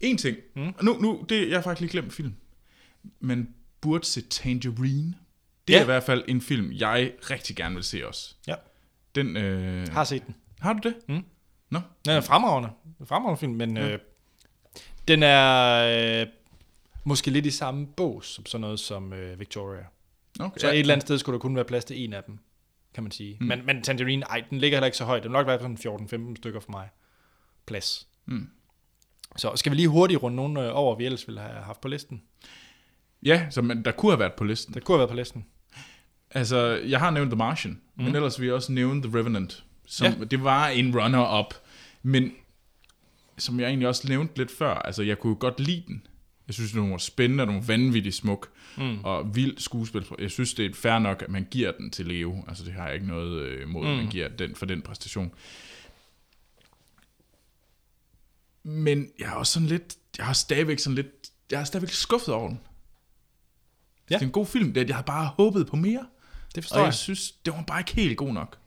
[SPEAKER 2] En ting. Mm. Nu, nu, det, jeg har faktisk lige glemt film. Men burde se Tangerine. Det
[SPEAKER 1] Ja.
[SPEAKER 2] er i hvert fald en film, jeg rigtig gerne vil se også.
[SPEAKER 1] Ja,
[SPEAKER 2] Den, øh,
[SPEAKER 1] har
[SPEAKER 2] har,
[SPEAKER 1] set den.
[SPEAKER 2] har du det? Mm. Nå,
[SPEAKER 1] Den er fremragende. En fremragende film, men ja. øh, den er øh, måske lidt i samme bås som sådan noget som øh, Victoria.
[SPEAKER 2] okay.
[SPEAKER 1] Så ja. et eller andet sted skulle der kun være plads til en af dem, kan man sige. Mm. Men, men Tangerine, ej, den ligger heller ikke så højt. Den vil nok være på sådan 14-15 stykker for mig. Plads. Mm. Så skal vi lige hurtigt runde nogen øh, over, vi ellers ville have haft på listen.
[SPEAKER 2] Ja, så man, der kunne have været på listen.
[SPEAKER 1] Der kunne have været på listen.
[SPEAKER 2] Altså, jeg har nævnt The Martian, mm. men ellers vil jeg også nævne The Revenant. Som,
[SPEAKER 1] Ja.
[SPEAKER 2] ja. Det var en runner-up, men som jeg egentlig også nævnte lidt før, altså jeg kunne godt lide den. Jeg synes, den var spændende, og den var vanvittigt smuk, mm. og vild skuespil. Jeg synes, det er fair nok, at man giver den til Leo. Altså, det har jeg ikke noget øh, imod, mm. man giver den for den præstation. Men jeg er også sådan lidt, jeg er stadigvæk sådan lidt, jeg er stadigvæk skuffet over den.
[SPEAKER 1] Ja.
[SPEAKER 2] Ja. Det er en god film, det er, at jeg har bare håbet på mere.
[SPEAKER 1] Det forstår
[SPEAKER 2] Og
[SPEAKER 1] jeg.
[SPEAKER 2] jeg synes, det var bare ikke helt god nok.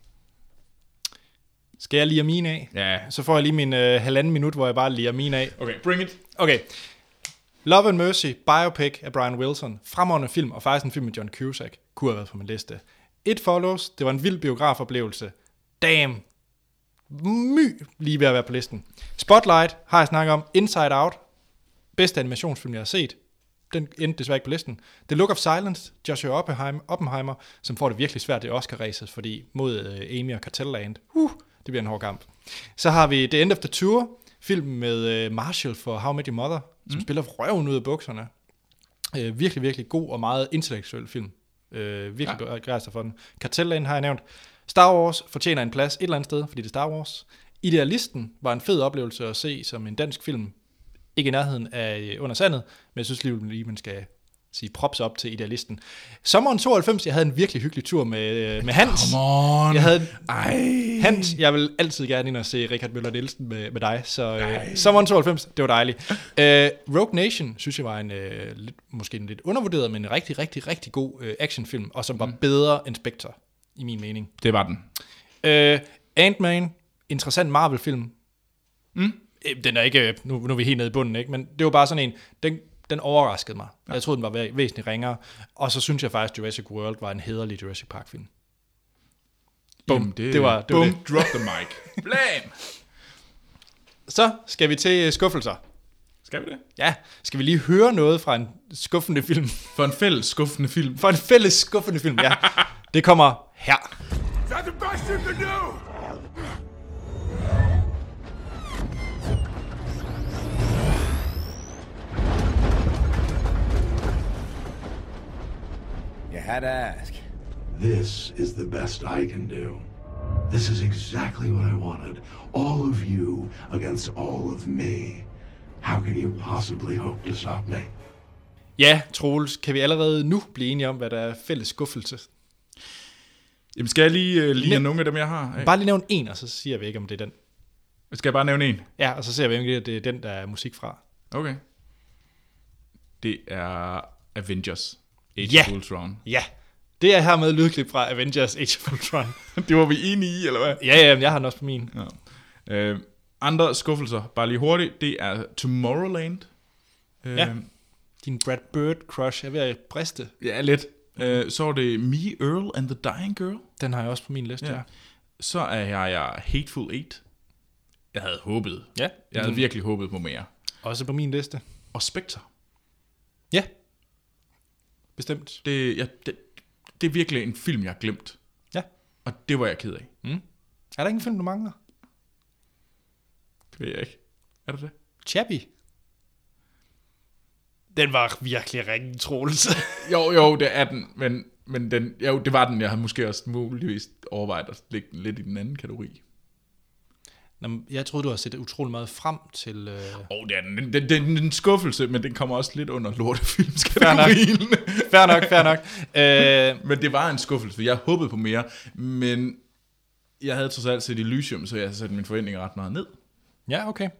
[SPEAKER 1] Skal jeg lige min af?
[SPEAKER 2] Ja.
[SPEAKER 1] Så får jeg lige min øh, halvanden minut, hvor jeg bare lige min af.
[SPEAKER 2] Okay, bring it.
[SPEAKER 1] Okay. Love and Mercy, biopic af Brian Wilson. Fremragende film, og faktisk en film med John Cusack. Kunne have været på min liste. It Follows, det var en vild biografoplevelse. Damn. My lige ved at være på listen. Spotlight har jeg snakket om. Inside Out, bedste animationsfilm, jeg har set. Den endte desværre ikke på listen. The Look of Silence, Joshua Oppenheim, Oppenheimer, som får det virkelig svært i Oscar-ræset, fordi mod øh, Amy og Cartelland, uh, det bliver en hård kamp. Så har vi The End of the Tour, film med øh, Marshall for How I Met Your Mother, som mm. spiller røven ud af bukserne. Øh, virkelig, virkelig god og meget intellektuel film. Øh, virkelig ja. begejstret for den. Kartelland har jeg nævnt. Star Wars fortjener en plads et eller andet sted, fordi det er Star Wars. Idealisten var en fed oplevelse at se som en dansk film. Ikke i nærheden af øh, Under Sandet, men jeg synes lige, man skal sige props op til Idealisten. Sommeren 92, jeg havde en virkelig hyggelig tur med, øh, med Hans.
[SPEAKER 2] Morgen.
[SPEAKER 1] Jeg havde en
[SPEAKER 2] Ej.
[SPEAKER 1] Hans, jeg vil altid gerne ind og se Richard Møller Nielsen med, med dig, så øh, sommeren 92, det var dejligt. Øh, Rogue Nation, synes jeg var en, øh, lidt, måske en lidt undervurderet, men en rigtig, rigtig, rigtig god øh, actionfilm, og som var mm. bedre end Spectre, i min mening.
[SPEAKER 2] Det var den.
[SPEAKER 1] Øh, Ant-Man, interessant Marvel-film. Mm. Øh, Den er ikke, øh, nu, nu er vi helt nede i bunden, ikke? men det var bare sådan en, den, den overraskede mig. Ja. Jeg troede, den var væ- væsentligt ringere. Og så synes jeg faktisk, Jurassic World var en hederlig Jurassic Park-film. Bum.
[SPEAKER 2] Jamen,
[SPEAKER 1] Det var- det var
[SPEAKER 2] bum,
[SPEAKER 1] det.
[SPEAKER 2] drop the mic. Blam.
[SPEAKER 1] Så skal vi til øh, skuffelser.
[SPEAKER 2] Skal vi det?
[SPEAKER 1] Ja, skal vi lige høre noget fra en skuffende film?
[SPEAKER 2] For en fælles skuffende film.
[SPEAKER 1] Fra en fælles skuffende film, ja. Det kommer her.
[SPEAKER 7] Is that the best you can do?
[SPEAKER 10] You had to ask.
[SPEAKER 7] This is the best I can do. This is exactly what I wanted. All of you against all of me. How can you possibly hope to stop me?
[SPEAKER 1] Ja, Troels, kan vi allerede nu blive enige om, hvad der er fælles skuffelse?
[SPEAKER 2] Jamen, skal jeg lige uh, ligne
[SPEAKER 1] Nem.
[SPEAKER 2] nogle af dem, jeg har? Hey.
[SPEAKER 1] Bare lige nævn en, og så siger vi ikke, om det er den.
[SPEAKER 2] Skal jeg bare nævne en?
[SPEAKER 1] Ja, og så ser vi, om det er den, der er musik fra.
[SPEAKER 2] Okay. Det er Avengers. Age
[SPEAKER 1] Ja.
[SPEAKER 2] of Ultron.
[SPEAKER 1] Ja, det er hermed lydklip fra Avengers Age of Ultron.
[SPEAKER 2] det var vi enige i, eller hvad?
[SPEAKER 1] ja, ja, men jeg har den også på min.
[SPEAKER 2] Ja. Øh, andre skuffelser, bare lige hurtigt, det er Tomorrowland. Øh,
[SPEAKER 1] Ja. Din Brad Bird crush er ved at briste.
[SPEAKER 2] Ja, lidt. Øh, så er det Me, Earl and the Dying Girl.
[SPEAKER 1] Den har jeg også på min liste.
[SPEAKER 2] Ja. Så er jeg, jeg Hateful Eight. jeg havde håbet.
[SPEAKER 1] Ja.
[SPEAKER 2] Jeg havde virkelig håbet på mere.
[SPEAKER 1] Også på min liste.
[SPEAKER 2] Og Spectre.
[SPEAKER 1] Ja. Bestemt.
[SPEAKER 2] Det, jeg, det, det er virkelig en film, jeg har glemt.
[SPEAKER 1] Ja.
[SPEAKER 2] Og det var jeg ked af.
[SPEAKER 1] Er der ingen film, du mangler?
[SPEAKER 2] Det ved jeg ikke. Er det det?
[SPEAKER 1] Chappie. Den var virkelig ringen, Troels.
[SPEAKER 2] Jo, jo, det er den, men, men den, jo, det var den, jeg havde måske også muligvis overvejet at lægge den lidt i den anden kategori.
[SPEAKER 1] Nå, men jeg troede, du havde set utrolig meget frem til... Øh...
[SPEAKER 2] Åh, oh, det er den, den, den, den, den skuffelse, men den kommer også lidt under lortefilmskategorien.
[SPEAKER 1] Fair nok, fair nok. Øh,
[SPEAKER 2] men det var en skuffelse, for jeg håbede på mere, men jeg havde trods alt set Elysium, så jeg havde sat mine forventninger ret meget ned.
[SPEAKER 1] ja, okay.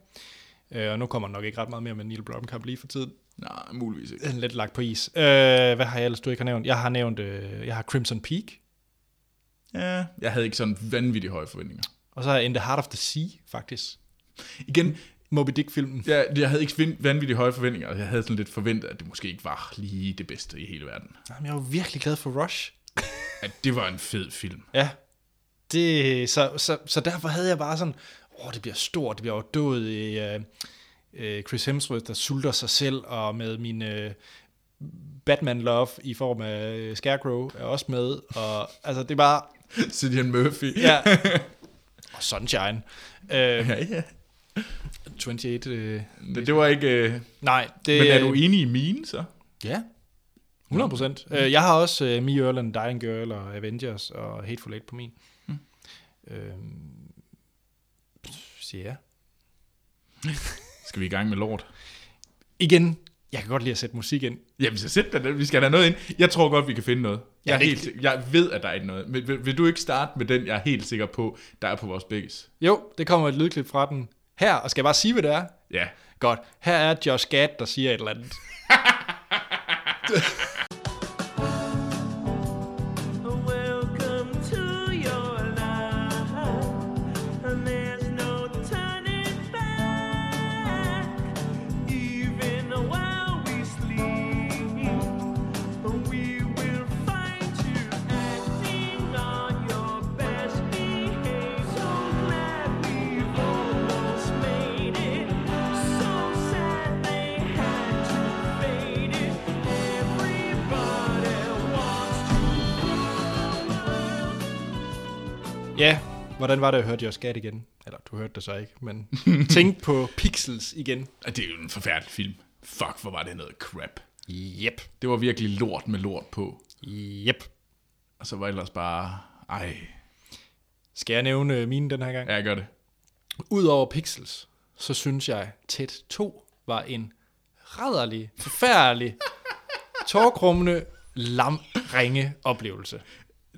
[SPEAKER 1] Øh, og nu kommer der nok ikke ret meget mere med Neil Blomkamp lige for tiden.
[SPEAKER 2] Nej, muligvis ikke.
[SPEAKER 1] Den er lidt lagt på is. Øh, hvad har jeg ellers, du ikke har nævnt? Jeg har nævnt, øh, jeg har Crimson Peak,
[SPEAKER 2] Ja, jeg havde ikke sådan vanvittigt høje forventninger.
[SPEAKER 1] og så har jeg In the Heart of the Sea, faktisk.
[SPEAKER 2] Igen,
[SPEAKER 1] Moby Dick-filmen.
[SPEAKER 2] jeg, jeg havde ikke vin- vanvittigt høje forventninger, og jeg havde sådan lidt forventet, at det måske ikke var lige det bedste i hele verden.
[SPEAKER 1] Jamen, jeg var virkelig glad for Rush.
[SPEAKER 2] At det var en fed film.
[SPEAKER 1] Ja. Det, så, så, så derfor havde jeg bare sådan, åh, det bliver stort, det bliver overdået i øh, øh, Chris Hemsworth, der sulter sig selv, og med min øh, Batman-love i form af øh, Scarecrow er også med, og altså, det er bare,
[SPEAKER 2] Cillian Murphy.
[SPEAKER 1] ja, og Sunshine. Øh,
[SPEAKER 2] ja. ja.
[SPEAKER 1] 28, øh,
[SPEAKER 2] Det, det var ikke... Øh...
[SPEAKER 1] nej, det...
[SPEAKER 2] Men er du enig i Mm. mine, så?
[SPEAKER 1] Ja, 100 procent. Uh, jeg har også uh, Me, Earl and Dying Girl og Avengers og Hateful Eight på min. Mm. Uh, så ja.
[SPEAKER 2] Skal vi i gang med lort?
[SPEAKER 1] Igen, jeg kan godt lide at sætte musik ind.
[SPEAKER 2] Jamen, så sæt dig Vi skal have noget ind. Jeg tror godt, vi kan finde noget. Jeg, er
[SPEAKER 1] det-
[SPEAKER 2] helt, si- jeg ved, at der er ikke noget. Men vil, vil du ikke starte med den, jeg er helt sikker på, der er på vores begges?
[SPEAKER 1] Jo, det kommer et lydklip fra den her, og skal jeg bare sige, hvad det er?
[SPEAKER 2] Ja.
[SPEAKER 1] Godt. Her er Josh Gad, der siger et eller andet.
[SPEAKER 5] Welcome to your life, and there's no turning back. Even while we sleep, we will find you acting on your best behavior. So glad we've almost made it. So sad they had to fade it. Everybody wants to.
[SPEAKER 1] Ja, hvordan var det at høre Josh Gad igen? Eller, du hørte det så ikke, men tænk på Pixels igen.
[SPEAKER 2] Og det er jo en forfærdelig film. Fuck, hvor var det noget crap.
[SPEAKER 1] Jep,
[SPEAKER 2] Det var virkelig lort med lort på.
[SPEAKER 1] jep.
[SPEAKER 2] Og så var ellers bare... Ej.
[SPEAKER 1] Skal jeg nævne øh, mine den her gang?
[SPEAKER 2] Ja, jeg gør det.
[SPEAKER 1] Udover Pixels, så synes jeg, Tæt 2 var en rædderlig, forfærdelig, tårkrummende, lam, ringe oplevelse.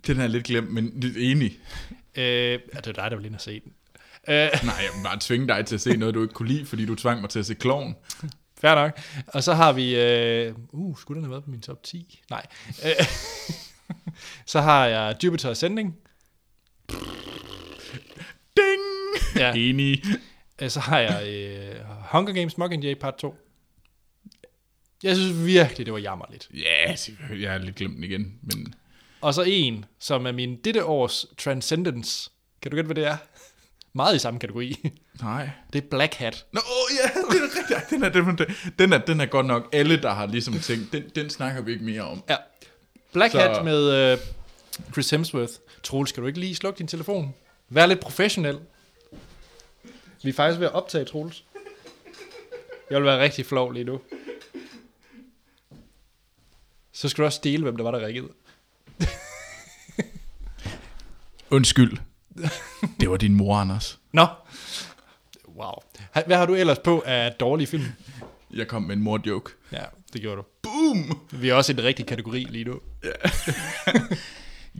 [SPEAKER 2] Den har jeg lidt glemt, men lidt enig.
[SPEAKER 1] Øh, ja, det er dig, der vil ind og se den. Øh,
[SPEAKER 2] Nej, jeg vil bare tvinge dig til at se noget, du ikke kunne lide, fordi du tvang mig til at se Kloven.
[SPEAKER 1] fair nok. Og så har vi... Øh, uh, skulle den have været på min top 10? Nej. Øh, så har jeg Jupiter Ascending.
[SPEAKER 2] Ding!
[SPEAKER 1] Ja.
[SPEAKER 2] Enig.
[SPEAKER 1] Øh, Så har jeg øh, Hunger Games Mockingjay Part 2. Jeg synes virkelig, det var jammerligt.
[SPEAKER 2] Ja, selvfølgelig. jeg har lidt glemt den igen, men...
[SPEAKER 1] Og så en, som er min dette års Transcendence. Kan du gætte, hvad det er? Meget i samme kategori.
[SPEAKER 2] Nej.
[SPEAKER 1] Det er Black Hat.
[SPEAKER 2] Nå, åh, ja, det er rigtigt. Ej, Den er, den, er, den, er, den er godt nok alle, der har ligesom tænkt, den, den snakker vi ikke mere om.
[SPEAKER 1] Ja. Black
[SPEAKER 2] Så-
[SPEAKER 1] så... Hat med øh, Chris Hemsworth. Troels, skal du ikke lige slukke din telefon? Vær lidt professionel. Vi er faktisk ved at optage, Troels. Jeg vil være rigtig flov lige nu. Så skal du også dele, hvem der var, der ringede.
[SPEAKER 2] Undskyld. Det var din mor, Anders.
[SPEAKER 1] Nå. Wow. Ha- Hvad har du ellers på af dårlige film?
[SPEAKER 2] Jeg kom med en mor-joke.
[SPEAKER 1] Ja, det gjorde du.
[SPEAKER 2] Boom!
[SPEAKER 1] Vi er også i den rigtige kategori lige nu.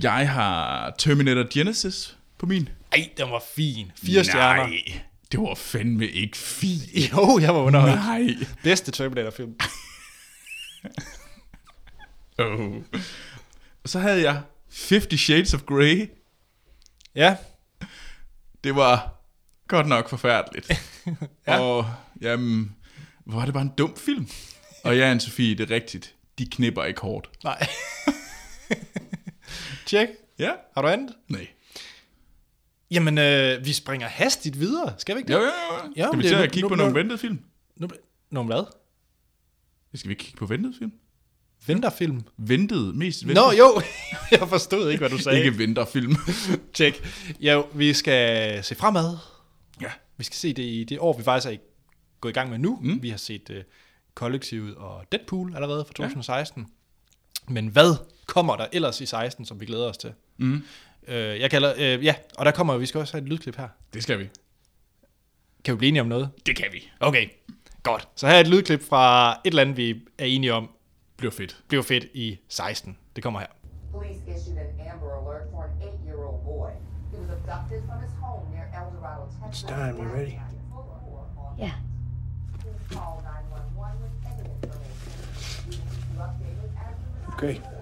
[SPEAKER 2] Jeg har Terminator Genesis på min.
[SPEAKER 1] Ej, den var fin. Fire Nej. stjerner.
[SPEAKER 2] Nej, det var fandme ikke fint.
[SPEAKER 1] Jo, jeg var underholdt.
[SPEAKER 2] Nej.
[SPEAKER 1] Bedste Terminator-film.
[SPEAKER 2] Oh. Og så havde jeg 50 Shades of Grey.
[SPEAKER 1] Ja,
[SPEAKER 2] Det var godt nok forfærdeligt. ja. Og jamen, hvor var det bare en dum film. Og ja, Anne-Sophie, det er rigtigt. De knipper ikke hårdt.
[SPEAKER 1] nej. Tjek.
[SPEAKER 2] Ja.
[SPEAKER 1] Har du andet?
[SPEAKER 2] Nej.
[SPEAKER 1] Jamen, øh, vi springer hastigt videre. Skal vi ikke
[SPEAKER 2] Jo,
[SPEAKER 1] det?
[SPEAKER 2] jo, jo.
[SPEAKER 1] Ja,
[SPEAKER 2] Ja,
[SPEAKER 1] men
[SPEAKER 2] skal vi
[SPEAKER 1] det
[SPEAKER 2] til
[SPEAKER 1] er nu-
[SPEAKER 2] at kigge
[SPEAKER 1] nu-
[SPEAKER 2] på
[SPEAKER 1] nu-
[SPEAKER 2] nogle ventede film?
[SPEAKER 1] Nu, nogle hvad?
[SPEAKER 2] Skal vi ikke kigge på ventede film?
[SPEAKER 1] Vinterfilm?
[SPEAKER 2] Ventede, mest ventede.
[SPEAKER 1] Nå, jo. jeg forstod ikke, hvad du sagde.
[SPEAKER 2] Ikke vinterfilm.
[SPEAKER 1] Tjek. Ja, vi skal se fremad.
[SPEAKER 2] ja.
[SPEAKER 1] Vi skal se det i det år, vi faktisk er i- gået i gang med nu. Mm. Vi har set uh, Kollektivet og Deadpool allerede fra 2016. Ja. Men hvad kommer der ellers i 16, som vi glæder os til? Mm. Uh, jeg kalder, uh, ja, og der kommer, vi skal også have et lydklip her.
[SPEAKER 2] Det skal vi.
[SPEAKER 1] Kan vi blive enige om noget?
[SPEAKER 2] Det kan vi.
[SPEAKER 1] Okay, godt. Så her er et lydklip fra et eller andet, vi er enige om,
[SPEAKER 2] Bliver fedt.
[SPEAKER 1] bliver fedt i 16. Det kommer her.
[SPEAKER 10] Police issued an Amber Alert for an eight-year-old boy. He was abducted from his home near El Dorado, Texas. It's time. You ready?
[SPEAKER 9] Yeah.
[SPEAKER 10] Call 911 with any information. We will keep you updated as we receive
[SPEAKER 6] Okay.
[SPEAKER 10] reports.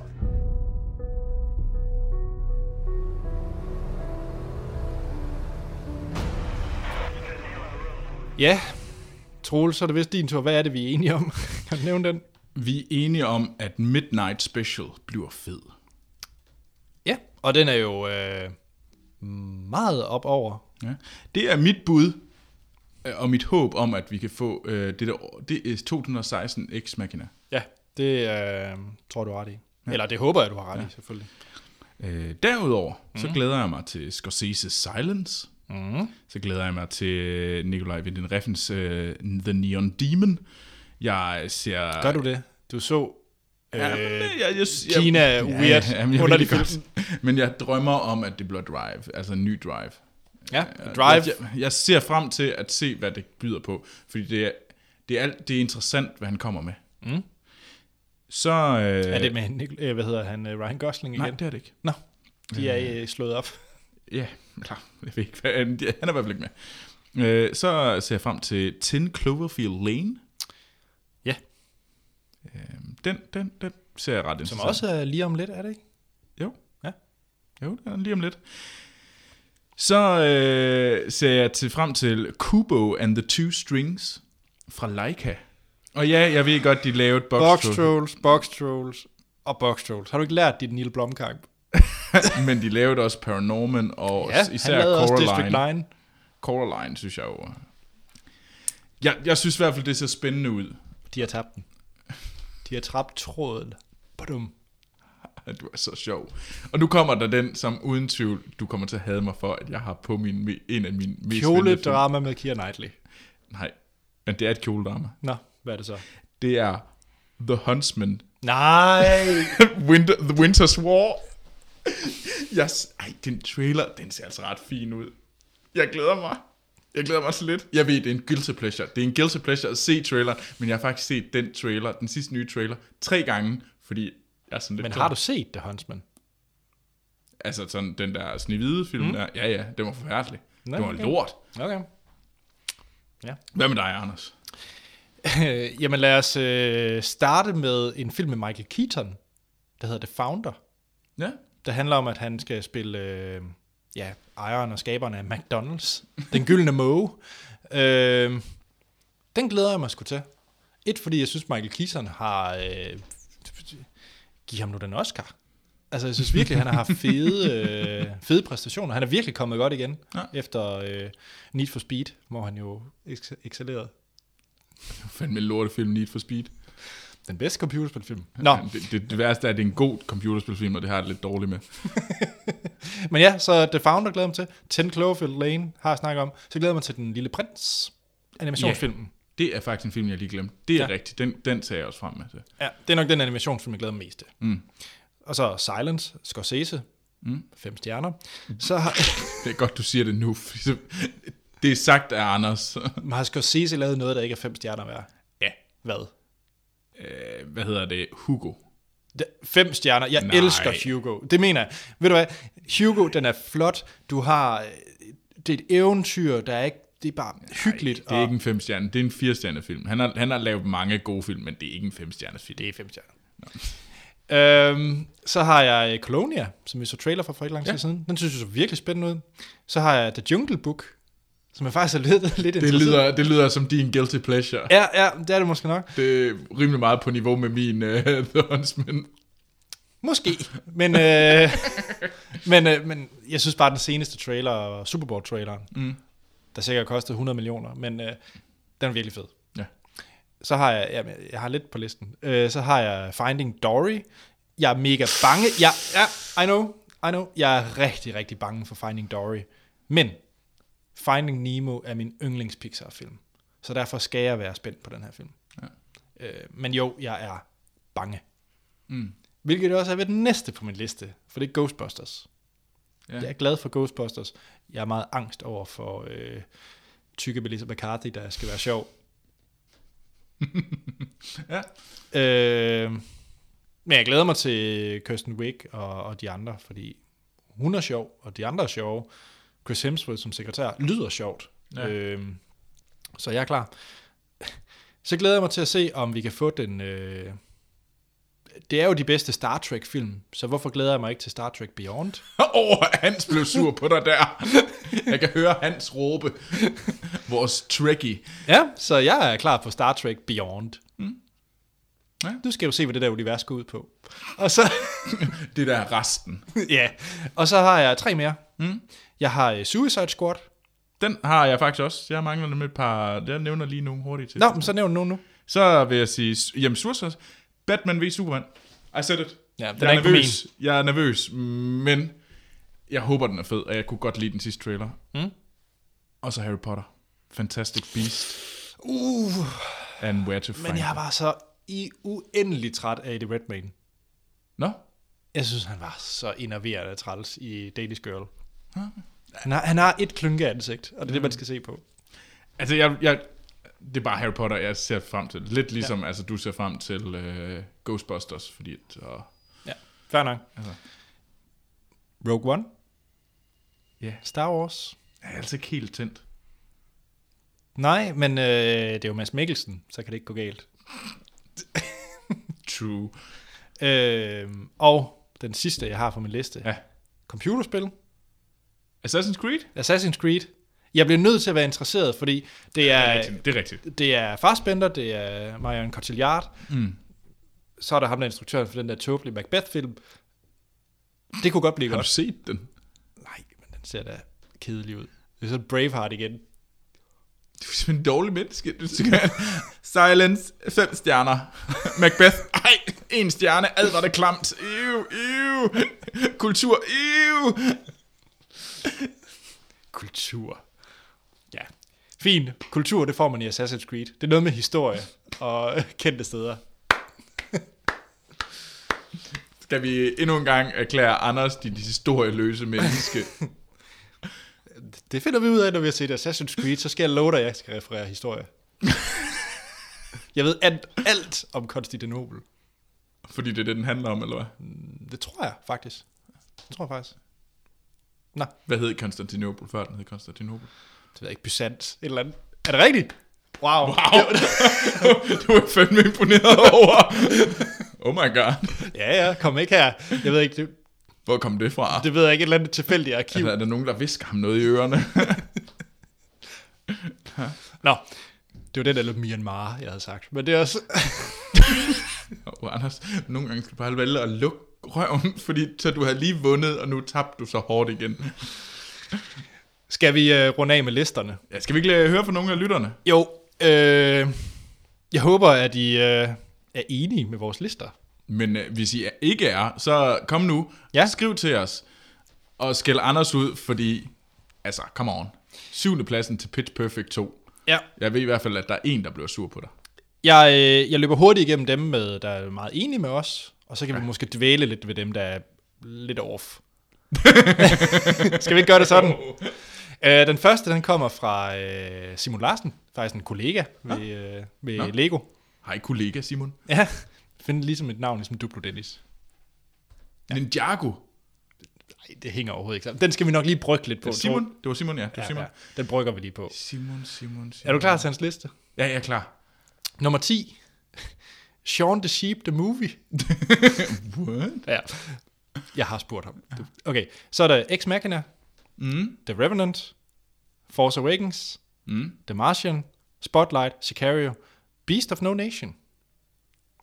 [SPEAKER 1] Ja, Troel, så er det vist din tur. Hvad er det, vi er enige om? kan du nævne den?
[SPEAKER 2] Vi er enige om, at Midnight Special bliver fed.
[SPEAKER 1] Ja, og den er jo øh, meget op over.
[SPEAKER 2] Ja. Det er mit bud øh, og mit håb om, at vi kan få øh, det der år. Det er 2016 Ex Machina.
[SPEAKER 1] Ja, det øh, tror jeg, du har ret i. Ja. Eller det håber jeg, du har ret ja. i, selvfølgelig.
[SPEAKER 2] Øh, derudover, mm. så glæder jeg mig til Scorsese's Silence. Mm. Så glæder jeg mig til øh, Nikolaj Winding Reffens øh, The Neon Demon. Jeg ser...
[SPEAKER 1] Gør du det? Du så øh,
[SPEAKER 2] Ja, men, øh, jeg, jeg, jeg,
[SPEAKER 1] Kina er weird,
[SPEAKER 2] jamen, jeg
[SPEAKER 1] underlig
[SPEAKER 2] ved det godt. Men jeg drømmer om, at det bliver Drive, altså en ny Drive.
[SPEAKER 1] ja,
[SPEAKER 2] Jeg,
[SPEAKER 1] Drive.
[SPEAKER 2] jeg, jeg ser frem til at se, hvad det byder på, fordi det er, det er, alt, det er interessant, hvad han kommer med. Mm. Så... Øh,
[SPEAKER 1] Er det med Nicol- øh, hvad hedder han, øh, Ryan Gosling igen?
[SPEAKER 2] Nej, det er det ikke.
[SPEAKER 1] Nå, de er øh, slået op.
[SPEAKER 2] Ja, klar. Jeg ved ikke, hvad han, ja, han er i hvert fald ikke med. Øh, så ser jeg frem til 10 Cloverfield Lane. Øhm,
[SPEAKER 1] Ja,
[SPEAKER 2] Den, den, den ser jeg ret
[SPEAKER 1] som
[SPEAKER 2] interessant.
[SPEAKER 1] også er lige om lidt, er det ikke?
[SPEAKER 2] Jo.
[SPEAKER 1] Ja.
[SPEAKER 2] Jo, det er den lige om lidt. Så øh, ser jeg til frem til Kubo and the Two Strings fra Leica. Og ja, jeg ved godt, de lavede
[SPEAKER 1] Box
[SPEAKER 2] Box, Troll,
[SPEAKER 1] Trolls, Box Trolls og Box Trolls. Har du ikke lært dit Neil Blomkamp?
[SPEAKER 2] men de lavede også Paranorman og ja, især
[SPEAKER 1] han lavede også District
[SPEAKER 2] Coraline.
[SPEAKER 1] 9.
[SPEAKER 2] Coraline, synes jeg jo. Jeg, jeg synes i hvert fald, det ser spændende ud.
[SPEAKER 1] De har tabt den. De har tabt tråden. Badum.
[SPEAKER 2] at du er så sjov. Og nu kommer der den, som uden tvivl, du kommer til at hade mig for, at jeg har på min, en af mine mest ventede film.
[SPEAKER 1] Kjoledrama med Keira Knightley.
[SPEAKER 2] Nej, men det er et kjoledrama.
[SPEAKER 1] Nå, hvad er det så?
[SPEAKER 2] Det er The Huntsman.
[SPEAKER 1] Nej!
[SPEAKER 2] Winter, The Winter's War. Jeg, s- ej, den trailer, den ser altså ret fin ud. Jeg glæder mig. Jeg glæder mig så lidt. Jeg ved, det er en guilty pleasure. Det er en guilty pleasure at se trailer, men jeg har faktisk set den trailer, den sidste nye trailer, tre gange, fordi jeg er sådan lidt
[SPEAKER 1] Men
[SPEAKER 2] klar.
[SPEAKER 1] har du set The Huntsman?
[SPEAKER 2] Altså sådan den der snevide film mm. der, ja ja, den var forfærdelig.
[SPEAKER 1] Nå,
[SPEAKER 2] det var
[SPEAKER 1] okay.
[SPEAKER 2] lort.
[SPEAKER 1] Okay.
[SPEAKER 2] Hvad med dig, Anders?
[SPEAKER 1] Øh, jamen lad os øh, starte med en film med Michael Keaton, der hedder The Founder.
[SPEAKER 2] Ja,
[SPEAKER 1] Der handler om, at han skal spille øh, ja, ejeren og skaberen af McDonald's. Den gyldne måge. Øh, den glæder jeg mig sgu til. Et, fordi jeg synes, Michael Keaton har... Øh, giv ham nu den Oscar. Altså, jeg synes virkelig, han har haft fede, øh, fede præstationer. Han er virkelig kommet godt igen
[SPEAKER 2] Ja.
[SPEAKER 1] ja. efter øh, Need for Speed, hvor han jo ex- excellerede.
[SPEAKER 2] fandme lortefilm Need for Speed.
[SPEAKER 1] Den bedste computerspilfilm. Nå,
[SPEAKER 2] Det, det, det værste er, at det er en god computerspilfilm, og det har jeg det lidt dårligt med.
[SPEAKER 1] men ja, så The Founder glæder jeg mig til. 10 Cloverfield Lane har jeg snakket om. Så glæder jeg mig til Den Lille Prins, animationsfilmen.
[SPEAKER 2] Det er faktisk en film, jeg lige glemte. Det er
[SPEAKER 1] Ja.
[SPEAKER 2] ja. rigtigt. Den, den tager jeg også frem altså. med. Til.
[SPEAKER 1] Ja, det er nok den animationsfilm, jeg glæder mig mest til. Mm. Og så Silence, Scorsese, mm. fem stjerner. Så har,
[SPEAKER 2] Det er godt, du siger det nu. fordi så- Det er sagt af Anders.
[SPEAKER 1] har Scorsese lavet noget, der ikke er fem stjerner værd.
[SPEAKER 2] Ja.
[SPEAKER 1] Hvad?
[SPEAKER 2] Øh, Hvad hedder det? Hugo.
[SPEAKER 1] D- Fem stjerner. Jeg
[SPEAKER 2] Nej.
[SPEAKER 1] Nej. elsker Hugo. Det mener jeg. Ved du hvad? Hugo, den er flot. Du har... øh, Det er et eventyr, der er ikke... Det er bare hyggeligt.
[SPEAKER 2] Det er ikke en femstjerne. Det er en firestjerne film. Han har, han har lavet mange gode film, men det er ikke en femstjerne film.
[SPEAKER 1] Det er fem stjerner. Øhm, så har jeg øh, Colonia, som vi så trailer for for ikke lang tid
[SPEAKER 2] Ja.
[SPEAKER 1] ja. siden. Den synes jeg så virkelig spændende ud. Så har jeg The Jungle Book, som jeg faktisk er lidt, lidt
[SPEAKER 2] det,
[SPEAKER 1] interesseret i.
[SPEAKER 2] lyder, det lyder som din guilty pleasure.
[SPEAKER 1] Ja, ja, det er det måske nok.
[SPEAKER 2] Det er rimelig meget på øh, niveau med min uh, The Huntsman.
[SPEAKER 1] Måske. Men øh, men, øh, men jeg synes bare, at den seneste trailer, Super Bowl-traileren, mm. der sikkert kostede 100 millioner, men øh, den er virkelig fed.
[SPEAKER 2] Ja.
[SPEAKER 1] Så har jeg, jamen, jeg har lidt på listen, øh, så har jeg Finding Dory. Jeg er mega bange. Jeg, ja, I know, I know. Jeg er rigtig, rigtig bange for Finding Dory. Men Finding Nemo er min yndlings Pixar-film. Så derfor skal jeg være spændt på den her film. Ja. Øh, men jo, jeg er bange. Hvilket også er ved den næste på min liste, for det er Ghostbusters.
[SPEAKER 2] Ja.
[SPEAKER 1] Ja. Jeg er glad for Ghostbusters. Jeg er meget angst over for øh, tykke Melissa McCarthy, der skal være sjov.
[SPEAKER 2] Ja.
[SPEAKER 1] Øh, men jeg glæder mig til Kirsten Wick og, og de andre, fordi hun er sjov, og de andre er sjove. Chris Hemsworth som sekretær lyder sjovt.
[SPEAKER 2] Ja.
[SPEAKER 1] Ja. Øh, så jeg er klar. Så glæder jeg mig til at se, om vi kan få den... Øh, det er jo de bedste Star Trek-film, så hvorfor glæder jeg mig ikke til Star Trek Beyond?
[SPEAKER 2] Åh, oh, Hans blev sur på dig der. Jeg kan høre Hans råbe. Vores tricky.
[SPEAKER 1] Ja, så jeg er klar på Star Trek Beyond. Mm.
[SPEAKER 2] Ja.
[SPEAKER 1] Ja. Du skal jo se, hvad det der univers går ud på. Og så,
[SPEAKER 2] Det der er resten.
[SPEAKER 1] ja. og så har jeg tre mere. Mm. Jeg har øh, Suicide Squad.
[SPEAKER 2] Den har jeg faktisk også. Jeg mangler nemlig et par... Jeg nævner lige nogle hurtigt til.
[SPEAKER 1] Nå, men så nævn nogen nu.
[SPEAKER 2] Så vil jeg sige... su- Jamen, Suicide Batman v Superman. I said it.
[SPEAKER 1] Ja, den
[SPEAKER 2] jeg
[SPEAKER 1] er ikke på
[SPEAKER 2] nervøs. Jeg er nervøs, men jeg håber, den er fed, og jeg kunne godt lide den sidste trailer. Mm. Og så Harry Potter. Fantastic Beast.
[SPEAKER 1] Uh,
[SPEAKER 2] And Where to Find
[SPEAKER 1] men jeg
[SPEAKER 2] Them.
[SPEAKER 1] var så i uendelig træt af Eddie Redmayne.
[SPEAKER 2] Nå?
[SPEAKER 1] Jeg synes, han var så enerverende træls i Daily's Girl. Han har, han har et klynke ansigt, og det er det, man skal se på.
[SPEAKER 2] Altså, jeg, jeg, det er bare Harry Potter, jeg ser frem til. Lidt ligesom ja. altså, du ser frem til øh, Ghostbusters, fordi... at- Og,
[SPEAKER 1] Ja, fair nok.
[SPEAKER 2] Altså.
[SPEAKER 1] Rogue One,
[SPEAKER 2] ja,
[SPEAKER 1] Star Wars.
[SPEAKER 2] jeg er altså ikke helt tændt.
[SPEAKER 1] Nej, men øh, det er jo Mads Mikkelsen, så kan det ikke gå galt.
[SPEAKER 2] True.
[SPEAKER 1] Øh, og den sidste, jeg har på min liste.
[SPEAKER 2] Ja.
[SPEAKER 1] Computerspil.
[SPEAKER 2] Assassin's Creed?
[SPEAKER 1] Assassin's Creed. Jeg bliver nødt til at være interesseret, fordi det
[SPEAKER 2] Det er
[SPEAKER 1] er,
[SPEAKER 2] rigtigt. Det er rigtigt.
[SPEAKER 1] det er Fassbender, det er Marion Cotillard. Mm. Så er der ham, der er instruktøren for den der tåbelige Macbeth-film. Det kunne godt blive
[SPEAKER 2] Har du
[SPEAKER 1] godt.
[SPEAKER 2] set den?
[SPEAKER 1] Nej, men den ser da kedelig ud. Det er så Braveheart igen.
[SPEAKER 2] Du er simpelthen en dårlig menneske. Du skal... Silence, fem stjerner. Macbeth, ej, en stjerne. Alt var det klamt. Ew, ew. Kultur, ew.
[SPEAKER 1] Kultur. Ja. Fint. Kultur, det får man i Assassin's Creed. Det er noget med historie og kendte steder.
[SPEAKER 2] Skal vi endnu en gang erklære Anders dit historieløse menneske?
[SPEAKER 1] Det finder vi ud af, når vi har set Assassin's Creed, så skal jeg love dig, at jeg skal referere historie. jeg ved alt, alt om Konstantinopel.
[SPEAKER 2] Fordi det er det, den handler om, eller hvad?
[SPEAKER 1] Det tror jeg faktisk. Det tror jeg faktisk. Nej,
[SPEAKER 2] Hvad hed Konstantinopel før den hed Konstantinopel?
[SPEAKER 1] det ved jeg ikke. Byzant. Et eller andet. Er det rigtigt? Wow. wow.
[SPEAKER 2] du er fandme imponeret over. Oh my god.
[SPEAKER 1] ja, ja. Kom ikke her. Jeg ved ikke. Det,
[SPEAKER 2] Hvor kom det fra?
[SPEAKER 1] det ved jeg ikke. Et eller andet tilfældigt arkiv.
[SPEAKER 2] Altså, er der nogen, der visker ham noget i ørerne?
[SPEAKER 1] Nå. Det var den, der løb Myanmar, jeg havde sagt. Men det er også...
[SPEAKER 2] Og Anders, nogle gange skal du bare vælge at lukke røven, fordi så du havde lige vundet, og nu tabte du så hårdt igen.
[SPEAKER 1] Skal vi øh, runde af med listerne?
[SPEAKER 2] Ja, skal vi ikke lade- høre fra nogle af lytterne?
[SPEAKER 1] Jo. Øh, jeg håber, at I øh, er enige med vores lister.
[SPEAKER 2] Men øh, hvis I ikke er, så kom nu,
[SPEAKER 1] Ja.
[SPEAKER 2] skriv til os, og skæld Anders ud, fordi, altså, come on. Syvende pladsen til Pitch Perfect 2.
[SPEAKER 1] Ja.
[SPEAKER 2] Jeg ved i hvert fald, at der er en, der bliver sur på dig.
[SPEAKER 1] Jeg, øh, jeg løber hurtigt igennem dem, med, der er meget enige med os, og så kan ja. vi måske dvæle lidt ved dem, der er lidt off. Skal vi ikke gøre det sådan? Øh, den første, den kommer fra øh, Simon Larsen, faktisk en kollega ved, øh, ved
[SPEAKER 2] Nå.
[SPEAKER 1] Lego.
[SPEAKER 2] Hej kollega Simon.
[SPEAKER 1] Ja, find ligesom et navn, ligesom Duplo Dennis.
[SPEAKER 2] Ja. Ninjago.
[SPEAKER 1] Nej, det hænger overhovedet ikke sammen. Den skal vi nok lige brygge lidt på. tror-
[SPEAKER 2] Simon. Det var Simon, ja. Det var
[SPEAKER 1] Ja,
[SPEAKER 2] Simon.
[SPEAKER 1] ja, den brygger vi lige på.
[SPEAKER 2] Simon, Simon, Simon.
[SPEAKER 1] Er du klar til hans liste?
[SPEAKER 2] Ja, jeg er klar.
[SPEAKER 1] Nummer 10. Shaun the Sheep, the movie.
[SPEAKER 2] What?
[SPEAKER 1] Ja. Jeg har spurgt ham. Okay, så er der Ex Machina, mm. The Revenant, Force Awakens, mm. The Martian, Spotlight, Sicario, Beast of No Nation.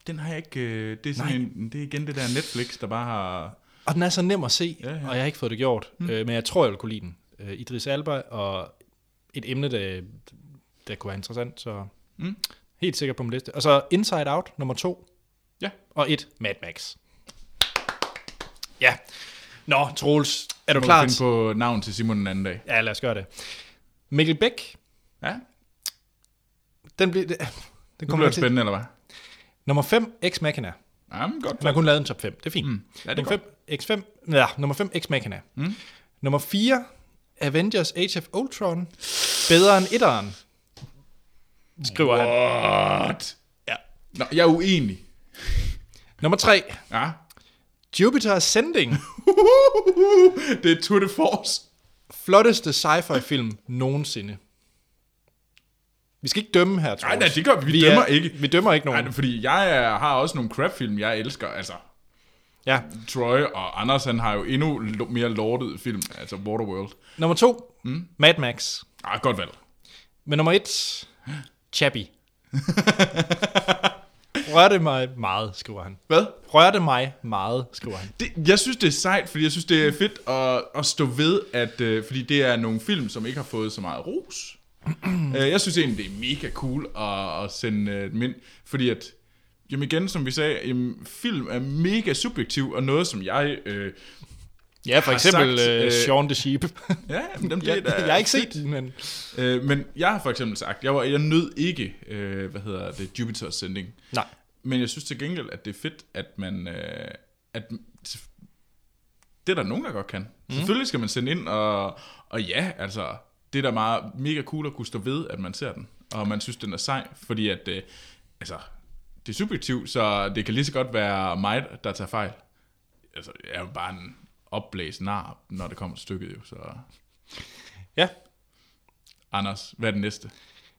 [SPEAKER 2] Den har jeg ikke... øh, Det er, sådan en, det er igen det der Netflix, der bare har
[SPEAKER 1] Og den er så nem at se, ja, ja. og jeg har ikke fået det gjort. Mm. Øh, men jeg tror, jeg vil kunne lide den. Øh, Idris Alba og et emne, der, der kunne være interessant. Så
[SPEAKER 2] Mm.
[SPEAKER 1] helt sikkert på min liste. Og så Inside Out nummer to.
[SPEAKER 2] Ja.
[SPEAKER 1] Og et Mad Max. Ja. Nå, Troels, er du
[SPEAKER 2] Må
[SPEAKER 1] klar?
[SPEAKER 2] finde
[SPEAKER 1] til-
[SPEAKER 2] på navn til Simon den anden dag.
[SPEAKER 1] Ja, lad os gøre det. Mikkel Bæk,
[SPEAKER 2] Ja,
[SPEAKER 1] den, blev, den
[SPEAKER 2] det
[SPEAKER 1] kommer jeg
[SPEAKER 2] bliver det
[SPEAKER 1] til.
[SPEAKER 2] spændende, eller hvad?
[SPEAKER 1] Nummer 5, Ex Machina.
[SPEAKER 2] Jamen, godt.
[SPEAKER 1] Han har kun lavet en top 5, det er fint. Mm.
[SPEAKER 2] Ja, det er
[SPEAKER 1] nummer 5, X5, ja, nummer 5, Ex Machina. Mm. Nummer 4, Avengers Age of Ultron. Bedre end etteren. Skriver han.
[SPEAKER 2] What?
[SPEAKER 1] Ja.
[SPEAKER 2] Nå, jeg er uenig.
[SPEAKER 1] Nummer 3,
[SPEAKER 2] Ja.
[SPEAKER 1] Jupiter Ascending.
[SPEAKER 2] det er Tour de Force.
[SPEAKER 1] Flotteste sci-fi film nogensinde. Vi skal ikke dømme her, Troels.
[SPEAKER 2] Nej, nej, det gør vi. Vi dømmer
[SPEAKER 1] er,
[SPEAKER 2] ikke.
[SPEAKER 1] Vi dømmer ikke nogen.
[SPEAKER 2] Nej, fordi jeg er, har også nogle crap-film, jeg elsker. Altså,
[SPEAKER 1] ja.
[SPEAKER 2] Troy og Anders, han har jo endnu lo- mere lortet film, altså Waterworld.
[SPEAKER 1] Nummer 2, mm. Mad Max.
[SPEAKER 2] Ah, godt valg.
[SPEAKER 1] Men nummer 1, Chappie. Rørte mig meget, skriver han.
[SPEAKER 2] Hvad?
[SPEAKER 1] Rørte mig meget, skriver han.
[SPEAKER 2] Det, jeg synes, det er sejt, fordi jeg synes, det er fedt at, at stå ved, at, øh, fordi det er nogle film, som ikke har fået så meget ros. øh, jeg synes egentlig, det er mega cool at, at sende øh, dem ind, fordi at, jamen igen, som vi sagde, jamen, film er mega subjektiv, og noget, som jeg... Øh,
[SPEAKER 1] Ja, for
[SPEAKER 2] Har
[SPEAKER 1] eksempel
[SPEAKER 2] sagt,
[SPEAKER 1] sagt,
[SPEAKER 2] øh,
[SPEAKER 1] uh, Sean the Sheep.
[SPEAKER 2] ja, jamen, dem, det er
[SPEAKER 1] jeg,
[SPEAKER 2] da
[SPEAKER 1] jeg har ikke
[SPEAKER 2] fedt.
[SPEAKER 1] set den, men...
[SPEAKER 2] Øh, men jeg har for eksempel sagt, jeg, var, jeg nød ikke, øh, hvad hedder det, Jupiter Ascending.
[SPEAKER 1] Nej.
[SPEAKER 2] Men jeg synes til gengæld, at det er fedt, at man... Øh, at, det er der nogen, der godt kan. Mm. Selvfølgelig skal man sende ind, og, og ja, altså, det er da meget mega cool at kunne stå ved, at man ser den. Og man synes, den er sej, fordi at, øh, altså, det er subjektivt, så det kan lige så godt være mig, der tager fejl. Altså, jeg er jo bare en opblæst nar, når det kommer til stykket jo, så...
[SPEAKER 1] Ja,
[SPEAKER 2] Anders, hvad er den næste?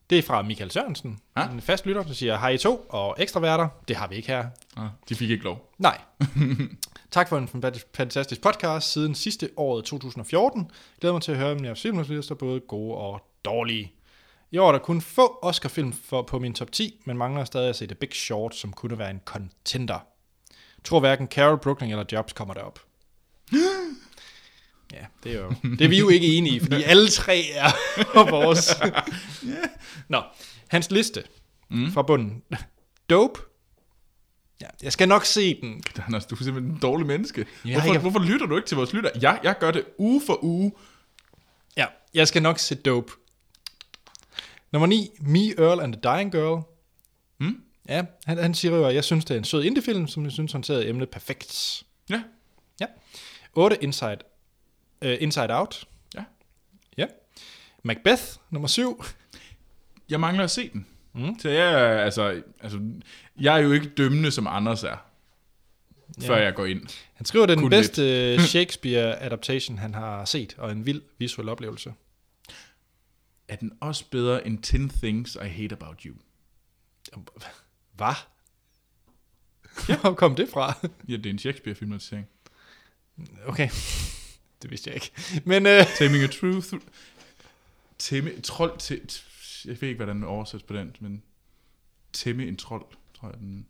[SPEAKER 1] det er fra Michael Sørensen.
[SPEAKER 2] Ja.
[SPEAKER 1] En fast lytter, der siger, hej I to, og ekstra værter. Det har vi ikke her.
[SPEAKER 2] Ah, de fik ikke lov.
[SPEAKER 1] Nej. tak for en fanta- fantastisk podcast siden sidste året 2014. Glæder mig til at høre om jeres filmlister, både gode og dårlige. I år er der kun få Oscar-film for, på min top 10, men mangler stadig at se The Big Short, som kunne være en contender. Tror hverken Carol, Brooklyn eller Jobs kommer derop. Ja, det er jo... Det er vi jo ikke enige i, fordi alle tre er vores. Nå, hans liste mm. fra bunden. Dope. Ja, jeg skal nok se den.
[SPEAKER 2] Anders, du er simpelthen en dårlig menneske.
[SPEAKER 1] jeg
[SPEAKER 2] Hvorfor,
[SPEAKER 1] har-
[SPEAKER 2] hvorfor lytter du ikke til vores lytter? Ja, jeg gør det uge for uge.
[SPEAKER 1] Ja, jeg skal nok se Dope. Nummer 9, Me, Earl and the Dying Girl. Mm? Ja, han, han siger jo, at jeg synes, det er en sød indiefilm, som jeg synes håndterede emnet perfekt.
[SPEAKER 2] Ja,
[SPEAKER 1] Ja. 8, Inside, uh, Inside Out.
[SPEAKER 2] ja.
[SPEAKER 1] Ja. Macbeth, nummer 7.
[SPEAKER 2] Jeg mangler at se den. Mm. Så jeg, er- altså, altså, jeg er jo ikke dømmende, som Anders er. Før jeg går ind.
[SPEAKER 1] Han skriver, det er den
[SPEAKER 2] Kun
[SPEAKER 1] bedste øh, Shakespeare-adaptation, han har set, og en vild visuel oplevelse.
[SPEAKER 2] Er den også bedre end 10 Things I Hate About You?
[SPEAKER 1] Hvad? Ja. Hvor kom det fra?
[SPEAKER 2] Ja, det er en Shakespeare-filmatisering.
[SPEAKER 1] Okay, det vidste jeg ikke. Men øh,
[SPEAKER 2] Taming a Truth. Tæmme, trold til... Jeg ved ikke, hvordan den oversættes på dansk, men... Tæmme en trold, tror jeg den...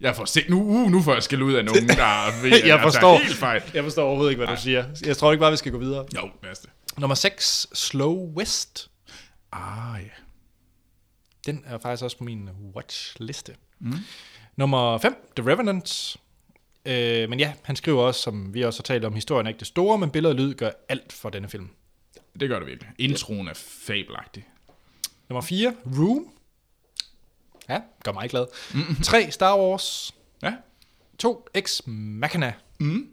[SPEAKER 2] Jeg får se... Nu, uh, nu får jeg skæld ud af nogen, der ved, at
[SPEAKER 1] jeg
[SPEAKER 2] tager
[SPEAKER 1] forstår.
[SPEAKER 2] helt fejl.
[SPEAKER 1] Jeg forstår overhovedet ikke, hvad du siger. Jeg tror ikke bare, vi skal gå videre.
[SPEAKER 2] Jo, næste.
[SPEAKER 1] Nummer 6, Slow West.
[SPEAKER 2] Ah, ja.
[SPEAKER 1] Den er faktisk også på min watchliste. Mm. Nummer 5, The Revenant. Øh, men ja, han skriver også, som vi også har talt om, historien er ikke det store, men billeder og lyd gør alt for denne film.
[SPEAKER 2] Det gør det virkelig. Introen er fabelagtig.
[SPEAKER 1] Nummer 4, Room. Ja, gør mig glad. 3, Star Wars.
[SPEAKER 2] Ja.
[SPEAKER 1] 2, Ex Machina. Mm.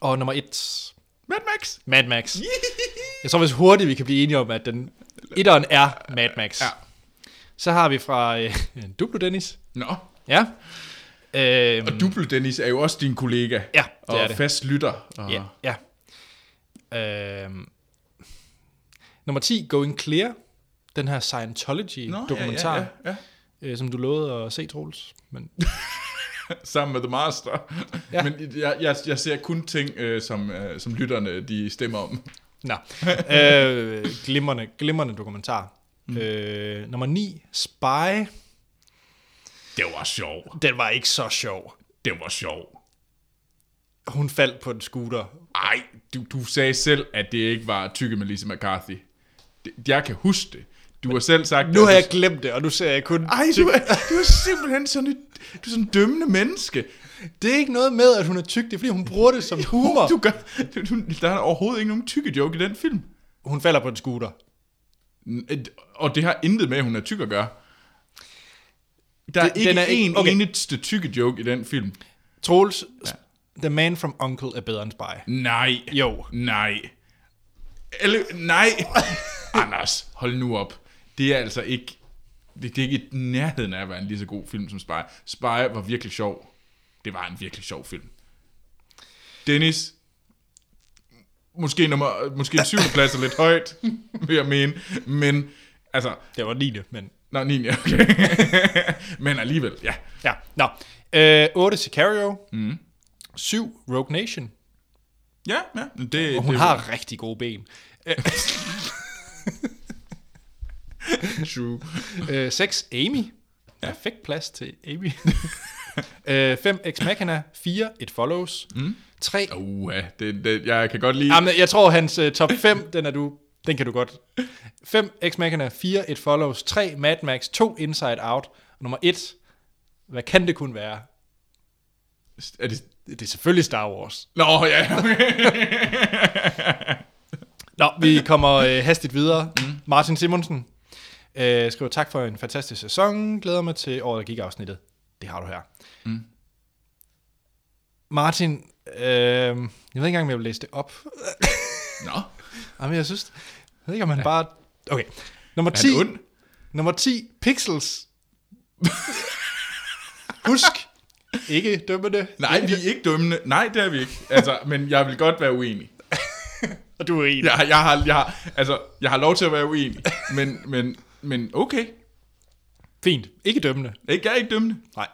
[SPEAKER 1] Og nummer 1,
[SPEAKER 2] Mad Max!
[SPEAKER 1] Mad Max. Jeg tror, hvis hurtigt vi kan blive enige om, at den etteren er Mad Max.
[SPEAKER 2] Ja.
[SPEAKER 1] Så har vi fra øh, Duplo Dennis.
[SPEAKER 2] Nå,
[SPEAKER 1] Ja. Øhm,
[SPEAKER 2] og Dubbel Dennis er jo også din kollega.
[SPEAKER 1] Ja, det
[SPEAKER 2] og
[SPEAKER 1] er det.
[SPEAKER 2] fast lytter. Og...
[SPEAKER 1] ja, ja. Øhm, nummer 10, Going Clear. Den her Scientology-dokumentar,
[SPEAKER 2] Ja, ja, ja, ja.
[SPEAKER 1] øh, som du lovede at se, Troels. Men
[SPEAKER 2] Sammen med The Master.
[SPEAKER 1] Ja.
[SPEAKER 2] Ja. Men jeg, jeg, jeg ser kun ting, øh, som, øh, som lytterne de stemmer om.
[SPEAKER 1] Nå. øh, glimrende, glimrende dokumentar. Mm. Øh, nummer 9, Spy.
[SPEAKER 2] Det var sjov.
[SPEAKER 1] Den var ikke så sjov.
[SPEAKER 2] Det var sjov.
[SPEAKER 1] hun faldt på en scooter.
[SPEAKER 2] Ej, du, du sagde selv, at det ikke var tykke med Lisa McCarthy. Det, jeg kan huske det. Du har selv sagt
[SPEAKER 1] Nu
[SPEAKER 2] at
[SPEAKER 1] har
[SPEAKER 2] du-
[SPEAKER 1] jeg glemt det, og nu ser jeg kun...
[SPEAKER 2] Ej, du er, du er simpelthen sådan et, du er sådan en dømmende menneske.
[SPEAKER 1] Det er ikke noget med, at hun er tyk, det er fordi, hun bruger det som humor.
[SPEAKER 2] Du gør, du, du, der er overhovedet ikke nogen tykke joke i den film.
[SPEAKER 1] Hun falder på en scooter.
[SPEAKER 2] N- Og det har intet med, at hun er tyk at gøre. Der er
[SPEAKER 1] Det-
[SPEAKER 2] ikke
[SPEAKER 1] den er
[SPEAKER 2] er
[SPEAKER 1] ikke-
[SPEAKER 2] en
[SPEAKER 1] okay.
[SPEAKER 2] okay. eneste tykke joke i den film.
[SPEAKER 1] Troels, The Man from Uncle er bedre end Spy.
[SPEAKER 2] Nej.
[SPEAKER 1] Jo.
[SPEAKER 2] Nej. Eller, nej. Anders, hold nu op. Det er altså ikke... Det, det er ikke i nærheden af at være en lige så god film som Spy. Spy var virkelig sjov. Det var en virkelig sjov film. Dennis, måske, nummer, måske en syvende plads er lidt højt, vil jeg mene. Men, altså...
[SPEAKER 1] Det var 9. men...
[SPEAKER 2] Nå, 9. Okay. men alligevel, ja.
[SPEAKER 1] Ja, nå. Øh, 8 Sicario. Mm. 7 Rogue Nation.
[SPEAKER 2] Ja, ja. Det,
[SPEAKER 1] Og hun
[SPEAKER 2] det,
[SPEAKER 1] har rigtig gode ben. Øh,
[SPEAKER 2] True.
[SPEAKER 1] Øh, 6 Amy. Perfekt plads til Amy. øh, 5 Ex Machina. 4 It Follows. Mm. 3... Oh.
[SPEAKER 2] Uh, det, det, jeg kan godt lide...
[SPEAKER 1] Jamen, jeg tror, hans uh, top 5, den er du... Den kan du godt. 5 Ex Machina. 4 It Follows. 3 Mad Max. 2 Inside Out. Og nummer 1... Hvad kan det kun være?
[SPEAKER 2] Er det,
[SPEAKER 1] Det er selvfølgelig Star Wars.
[SPEAKER 2] Nå, ja.
[SPEAKER 1] Nå, vi kommer øh, hastigt videre. Mm. Martin Simonsen øh, skriver, tak for en fantastisk sæson. Glæder mig til året, der gik afsnittet. Det har du her. Mm. Martin, øh, jeg ved ikke engang, om jeg vil læse det op.
[SPEAKER 2] Nå.
[SPEAKER 1] Jamen, jeg synes, jeg ved ikke, om han ja. bare... Okay, nummer
[SPEAKER 2] Er han
[SPEAKER 1] 10.
[SPEAKER 2] ond?
[SPEAKER 1] Nummer 10, Pixels. Husk, ikke dømmende.
[SPEAKER 2] Nej, vi er ikke dømmende. Nej, det er vi ikke. Altså, men jeg vil godt være uenig.
[SPEAKER 1] Og du er enig.
[SPEAKER 2] Jeg, jeg, har, jeg, har, altså, jeg har lov til at være uenig. Men, men, men okay.
[SPEAKER 1] Fint, ikke dømmende.
[SPEAKER 2] Ikke, jeg er ikke dømmende.
[SPEAKER 1] Nej.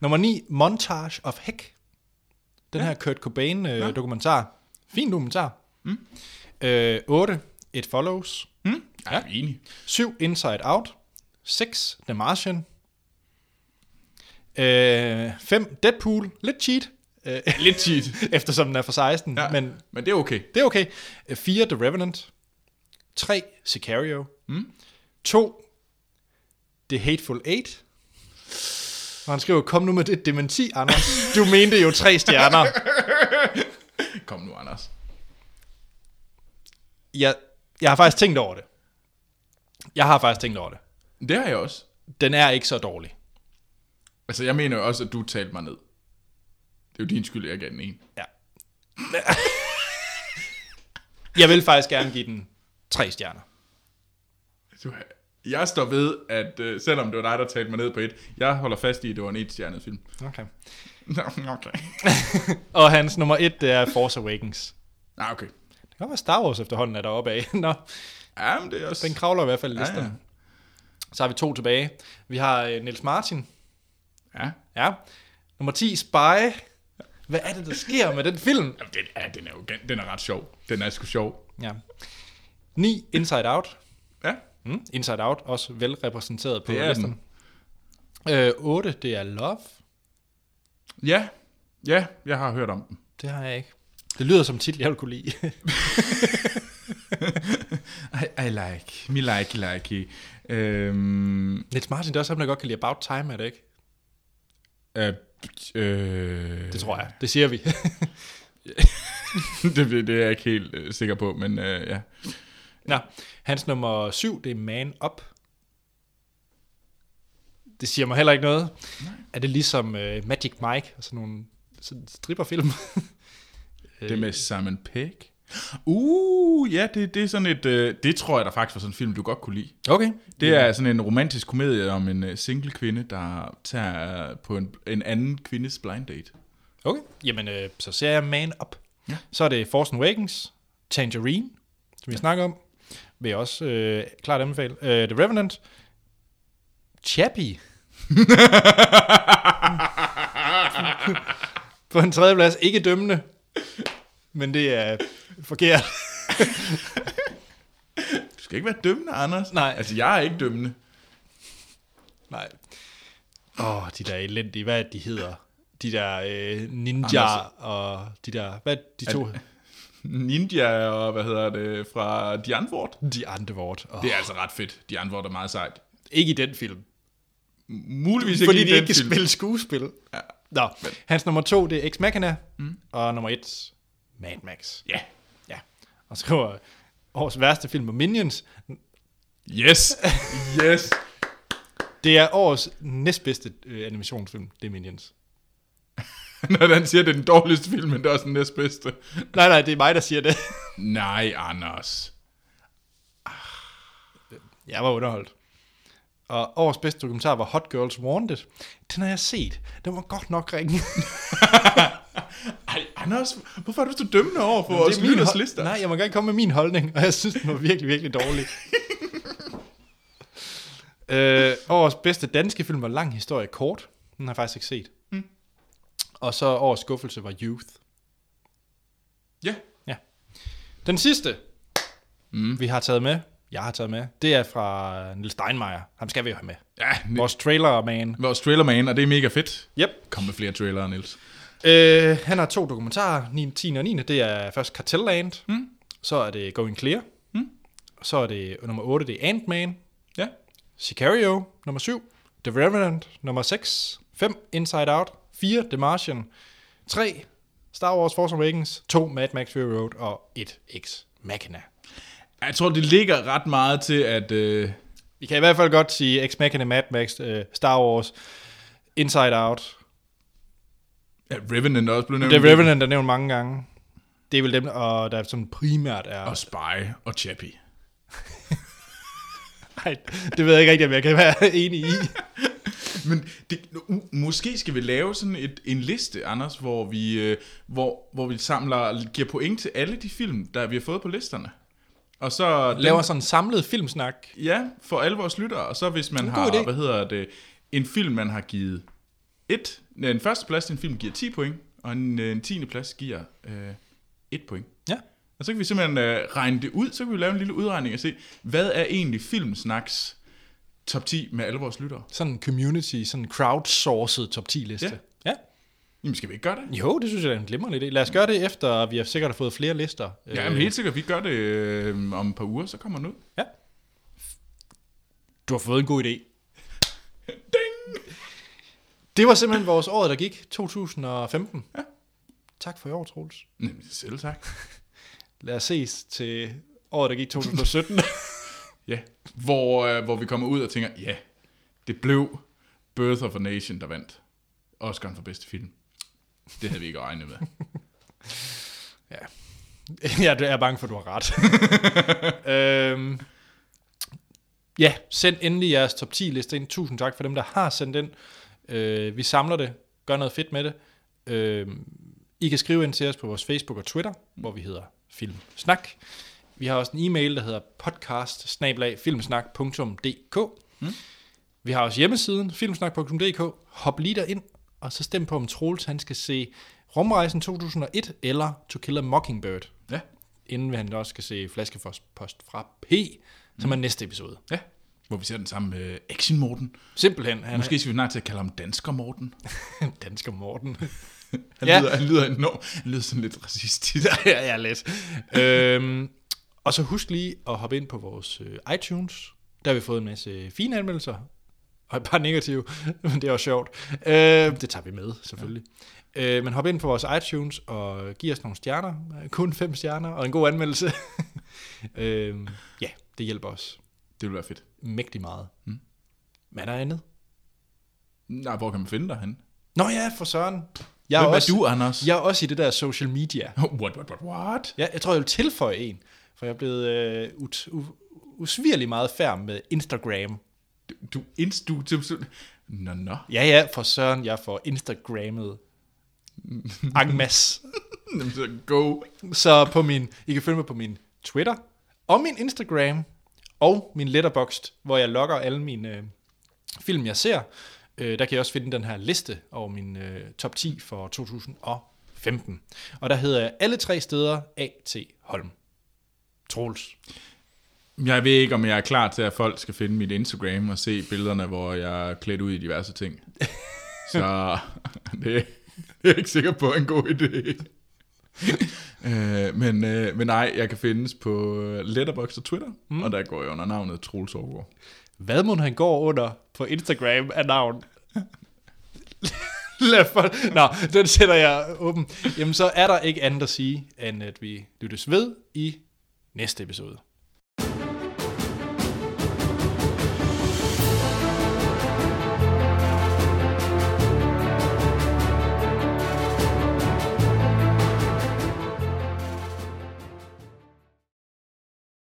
[SPEAKER 1] Nummer 9, Montage of Heck. Den ja. her Kurt Cobain-dokumentar. fin dokumentar. Mm. Øh, 8, It Follows.
[SPEAKER 2] Hm? Jeg er enig.
[SPEAKER 1] 7, Inside Out. 6, The Martian. Øh, 5, Deadpool. Lidt cheat. Øh,
[SPEAKER 2] Lidt cheat.
[SPEAKER 1] eftersom den er fra 16, ja.
[SPEAKER 2] Ja,
[SPEAKER 1] men
[SPEAKER 2] men det er okay.
[SPEAKER 1] det er okay. 4, The Revenant. 3, Sicario.
[SPEAKER 2] Mm.
[SPEAKER 1] 2, The Hateful Eight. Og han skriver, kom nu med det dementi, Anders. Du mente jo tre stjerner.
[SPEAKER 2] Kom nu, Anders.
[SPEAKER 1] Jeg, jeg har faktisk tænkt over det. Jeg har faktisk tænkt over det.
[SPEAKER 2] Det har jeg også.
[SPEAKER 1] Den er ikke så dårlig.
[SPEAKER 2] Altså, jeg mener jo også, at du talte mig ned. Det er jo din skyld, at jeg gav den en.
[SPEAKER 1] Ja. Jeg vil faktisk gerne give den tre stjerner.
[SPEAKER 2] Altså, Du har- Jeg står ved, at uh, selvom det var dig, der talte mig ned på et, jeg holder fast i, at det var en etstjernet film.
[SPEAKER 1] Okay.
[SPEAKER 2] Nå, okay.
[SPEAKER 1] Og hans nummer et, det er Force Awakens.
[SPEAKER 2] Nej, okay.
[SPEAKER 1] Det kan godt være Star Wars efterhånden er deroppe af. Nå,
[SPEAKER 2] Ja, men det er også...
[SPEAKER 1] den kravler i hvert fald i
[SPEAKER 2] Ja,
[SPEAKER 1] listerne. Ja, Så har vi to tilbage. Vi har Nils Martin.
[SPEAKER 2] ja. ja.
[SPEAKER 1] Ja. Nummer 10, Spy. Hvad er det, der sker med den film?
[SPEAKER 2] Jamen, Den er, den er jo gen- den er ret sjov. Den er sgu sjov.
[SPEAKER 1] Ja. 9, Inside Out.
[SPEAKER 2] Ja,
[SPEAKER 1] Mm. Inside Out, også velrepræsenteret på
[SPEAKER 2] det er
[SPEAKER 1] listen.
[SPEAKER 2] den.
[SPEAKER 1] Øh, 8, det er Love.
[SPEAKER 2] Ja, ja, jeg har hørt om den.
[SPEAKER 1] Det har jeg ikke. Det lyder som titel, jeg vil kunne lide.
[SPEAKER 2] I, I like, me like, like. Øhm,
[SPEAKER 1] Nils Martin, det er også ham, der godt kan lide About Time, er det ikke?
[SPEAKER 2] øh, øh,
[SPEAKER 1] Det tror jeg. Det siger vi.
[SPEAKER 2] det, det, det er jeg ikke helt øh, sikker på, men øh, ja.
[SPEAKER 1] Nå, hans nummer 7, det er Man Up. Det siger mig heller ikke noget. Nej. Er det ligesom uh, Magic Mike og sådan nogle sådan stripperfilm?
[SPEAKER 2] Det med Simon Pegg. Uh, ja, det, det er sådan et... Øh, det tror jeg, der faktisk var sådan en film, du godt kunne lide.
[SPEAKER 1] okay.
[SPEAKER 2] Det er sådan en romantisk komedie om en øh, single kvinde, der tager øh, på en, en anden kvindes blind date.
[SPEAKER 1] Okay. Jamen, øh, så ser jeg Man Up. Ja. Så er det Force Awakens, Tangerine, som vi ja. snakker om. Vil jeg også øh, klart anbefale. Øh, The Revenant. Chappie. På en tredje plads. Ikke dømmende. Men det er forkert.
[SPEAKER 2] Du skal ikke være dømmende, Anders.
[SPEAKER 1] Nej.
[SPEAKER 2] Altså, jeg er ikke dømmende.
[SPEAKER 1] Nej. Åh, oh, de der elendige. Hvad er det, de hedder? de der øh, ninja
[SPEAKER 2] Anders.
[SPEAKER 1] og de der, hvad de
[SPEAKER 2] Er-
[SPEAKER 1] to?
[SPEAKER 2] Ninja og hvad hedder det, fra De Antwort.
[SPEAKER 1] De Andevort. Oh.
[SPEAKER 2] Det er altså ret fedt. De Antwort er meget sejt.
[SPEAKER 1] Ikke i den film.
[SPEAKER 2] Muligvis ikke
[SPEAKER 1] Fordi
[SPEAKER 2] i
[SPEAKER 1] de
[SPEAKER 2] den
[SPEAKER 1] ikke kan
[SPEAKER 2] film.
[SPEAKER 1] spille skuespil. Ja. Nå, hans nummer to, det er Ex Machina, mm. og nummer et, Mad Max.
[SPEAKER 2] Ja.
[SPEAKER 1] Ja. Og skriver, årets værste film er Minions.
[SPEAKER 2] Yes. Yes.
[SPEAKER 1] Det er årets næstbedste øh, animationsfilm, det er Minions.
[SPEAKER 2] Når han siger, at det er den dårligste film, men det er også den næstbedste.
[SPEAKER 1] Nej, nej, det er mig, der siger det.
[SPEAKER 2] Nej, Anders.
[SPEAKER 1] Jeg var underholdt. Og årets bedste dokumentar var Hot Girls Wanted. Den har jeg set. Den var godt nok ringe.
[SPEAKER 2] Ej, Anders, hvorfor er du så dømmende over for
[SPEAKER 1] Det
[SPEAKER 2] vores
[SPEAKER 1] er min
[SPEAKER 2] lytters
[SPEAKER 1] hol-
[SPEAKER 2] lister?
[SPEAKER 1] Nej, jeg må gerne komme med min holdning, og jeg synes, den var virkelig, virkelig dårlig. øh, årets bedste danske film var Lang Historie Kort. Den har jeg faktisk ikke set. Mm. Og så årets skuffelse var Youth.
[SPEAKER 2] Ja.
[SPEAKER 1] Ja. Den sidste, mm. vi har taget med, jeg har taget med, det er fra Nils Steinmeier. Ham skal vi jo have med.
[SPEAKER 2] Ja, ni-
[SPEAKER 1] Vores trailerman.
[SPEAKER 2] vores trailerman, og det er mega fedt.
[SPEAKER 1] Yep.
[SPEAKER 2] Kom med flere trailere, Niels.
[SPEAKER 1] Øh, han har to dokumentarer, 9, 10 og 9. Det er først Cartel Land, mm. så er det Going Clear, mm. så er det øh, nummer 8, det er Ant-Man,
[SPEAKER 2] Ja.
[SPEAKER 1] Sicario, nummer 7, The Revenant, nummer 6, 5, Inside Out, 4, The Martian, 3, Star Wars Force Awakens, 2, Mad Max Fury Road og 1, X Machina.
[SPEAKER 2] Jeg tror, det ligger ret meget til, at... Øh,
[SPEAKER 1] Vi kan i hvert fald godt sige X Machina, Mad Max, øh, Star Wars, Inside Out.
[SPEAKER 2] at Revenant også blev nævnt.
[SPEAKER 1] The Revenant er nævnt mange gange. Det er vel dem, og der sådan primært er...
[SPEAKER 2] Og Spy og Chappie.
[SPEAKER 1] Nej, det ved jeg ikke rigtigt, om jeg kan være enig i.
[SPEAKER 2] Men det, nu- måske skal vi lave sådan et, en liste, Anders, hvor vi, øh, hvor, hvor vi samler, giver point til alle de film, der vi har fået på listerne. Og så dem-
[SPEAKER 1] Laver sådan en samlet filmsnak.
[SPEAKER 2] Ja, for alle vores lyttere. Og så hvis man
[SPEAKER 1] En Uh, god
[SPEAKER 2] har,
[SPEAKER 1] idé.
[SPEAKER 2] hvad hedder det, en film, man har givet et, nej, en første plads til en film giver 10 point, og en, øh, en tiende plads giver øh, 1 point.
[SPEAKER 1] Ja.
[SPEAKER 2] Og så kan vi simpelthen øh, regne det ud, så kan vi lave en lille udregning og se, hvad er egentlig filmsnaks top 10 med alle vores lyttere?
[SPEAKER 1] Sådan en community, sådan en crowdsourced top 10 liste. Ja. ja.
[SPEAKER 2] Jamen skal vi ikke gøre det?
[SPEAKER 1] Jo, det synes jeg er en glimrende idé. Lad os gøre det efter, at vi har sikkert har fået flere lister.
[SPEAKER 2] Ja, jamen, helt sikkert. Vi gør det øh, om et par uger, så kommer den ud.
[SPEAKER 1] Ja. Du har fået en god idé.
[SPEAKER 2] Ding!
[SPEAKER 1] Det var simpelthen vores år, der gik. 2015. Ja. Tak for i år, Troels.
[SPEAKER 2] Jamen, selv tak.
[SPEAKER 1] Lad os ses til året, der gik 2017.
[SPEAKER 2] Ja. Hvor, øh, hvor vi kommer ud og tænker, ja, det blev Birth of a Nation, der vandt. Oscar'en for bedste film. Det havde vi ikke regnet med.
[SPEAKER 1] ja, det er jeg bange for, du har ret. øhm, ja, send endelig jeres top 10 liste ind. Tusind tak for dem, der har sendt ind. Øh, vi samler det. Gør noget fedt med det. Øhm, I kan skrive ind til os på vores Facebook og Twitter, hvor vi hedder Filmsnak. Vi har også en e-mail, der hedder podcast filmsnak.dk. Vi har også hjemmesiden, filmsnak.dk. Hop lige derind, og så stem på, om Troels han skal se Rumrejsen 2001 eller To Kill a Mockingbird,
[SPEAKER 2] Ja.
[SPEAKER 1] inden han også skal se Flaskepost fra P, som er næste episode.
[SPEAKER 2] Mm. Ja. Hvor vi ser den samme øh, Action Morten.
[SPEAKER 1] Simpelthen, han
[SPEAKER 2] Måske skal vi snart til at kalde ham Dansker Morten.
[SPEAKER 1] er dansker Morten.
[SPEAKER 2] Han,
[SPEAKER 1] Ja.
[SPEAKER 2] ja. lyder, han lyder enormt. Han lyder sådan lidt racistisk.
[SPEAKER 1] ja, ja, lidt. øhm, og så husk lige at hoppe ind på vores øh, iTunes. Der har vi fået en masse øh, fine anmeldelser. Og et par negative, men det er også sjovt. Øh, det tager vi med, selvfølgelig. Ja. Øh, men hop ind på vores iTunes og giv os nogle stjerner. Øh, Kun fem stjerner og en god anmeldelse. øh, ja, det hjælper os
[SPEAKER 2] Det ville være fedt.
[SPEAKER 1] mægtig meget. Mm. Hvad er der andet?
[SPEAKER 2] Nej, hvor kan man finde dig henne?
[SPEAKER 1] Nå ja, for søren. Jeg
[SPEAKER 2] Hvem er
[SPEAKER 1] også,
[SPEAKER 2] du, Anders?
[SPEAKER 1] Jeg er også i det der social media.
[SPEAKER 2] What, what, what, what?
[SPEAKER 1] Ja, jeg tror, jeg vil tilføje en, for jeg er blevet øh, ut, u, usvirlig meget færm med Instagram.
[SPEAKER 2] Du, ins, du, du, du, Nå, nå.
[SPEAKER 1] Ja, ja, for søren, jeg får Instagrammet Angmas.
[SPEAKER 2] Jamen, så Go.
[SPEAKER 1] Så på min, I kan følge mig på min Twitter, og min Instagram, og min Letterboxd, hvor jeg logger alle mine øh, film, jeg ser. Øh, der kan jeg også finde den her liste over min øh, top 10 for 2015. Og der hedder jeg alle tre steder A.T. Holm. Troels.
[SPEAKER 2] Jeg ved ikke, om jeg er klar til, at folk skal finde mit Instagram og se billederne, hvor jeg er klædt ud i diverse ting. Så det, Jeg er ikke sikker på, at en god idé. øh, men, øh, men nej, jeg kan findes på Letterboxd og Twitter, mm. og der går jeg under navnet Troels Aargaard.
[SPEAKER 1] Hvad må han går under på Instagram af navn? Lad for... Nå, den sætter jeg åben. Jamen, så er der ikke andet at sige, end at vi lyttes ved i næste episode.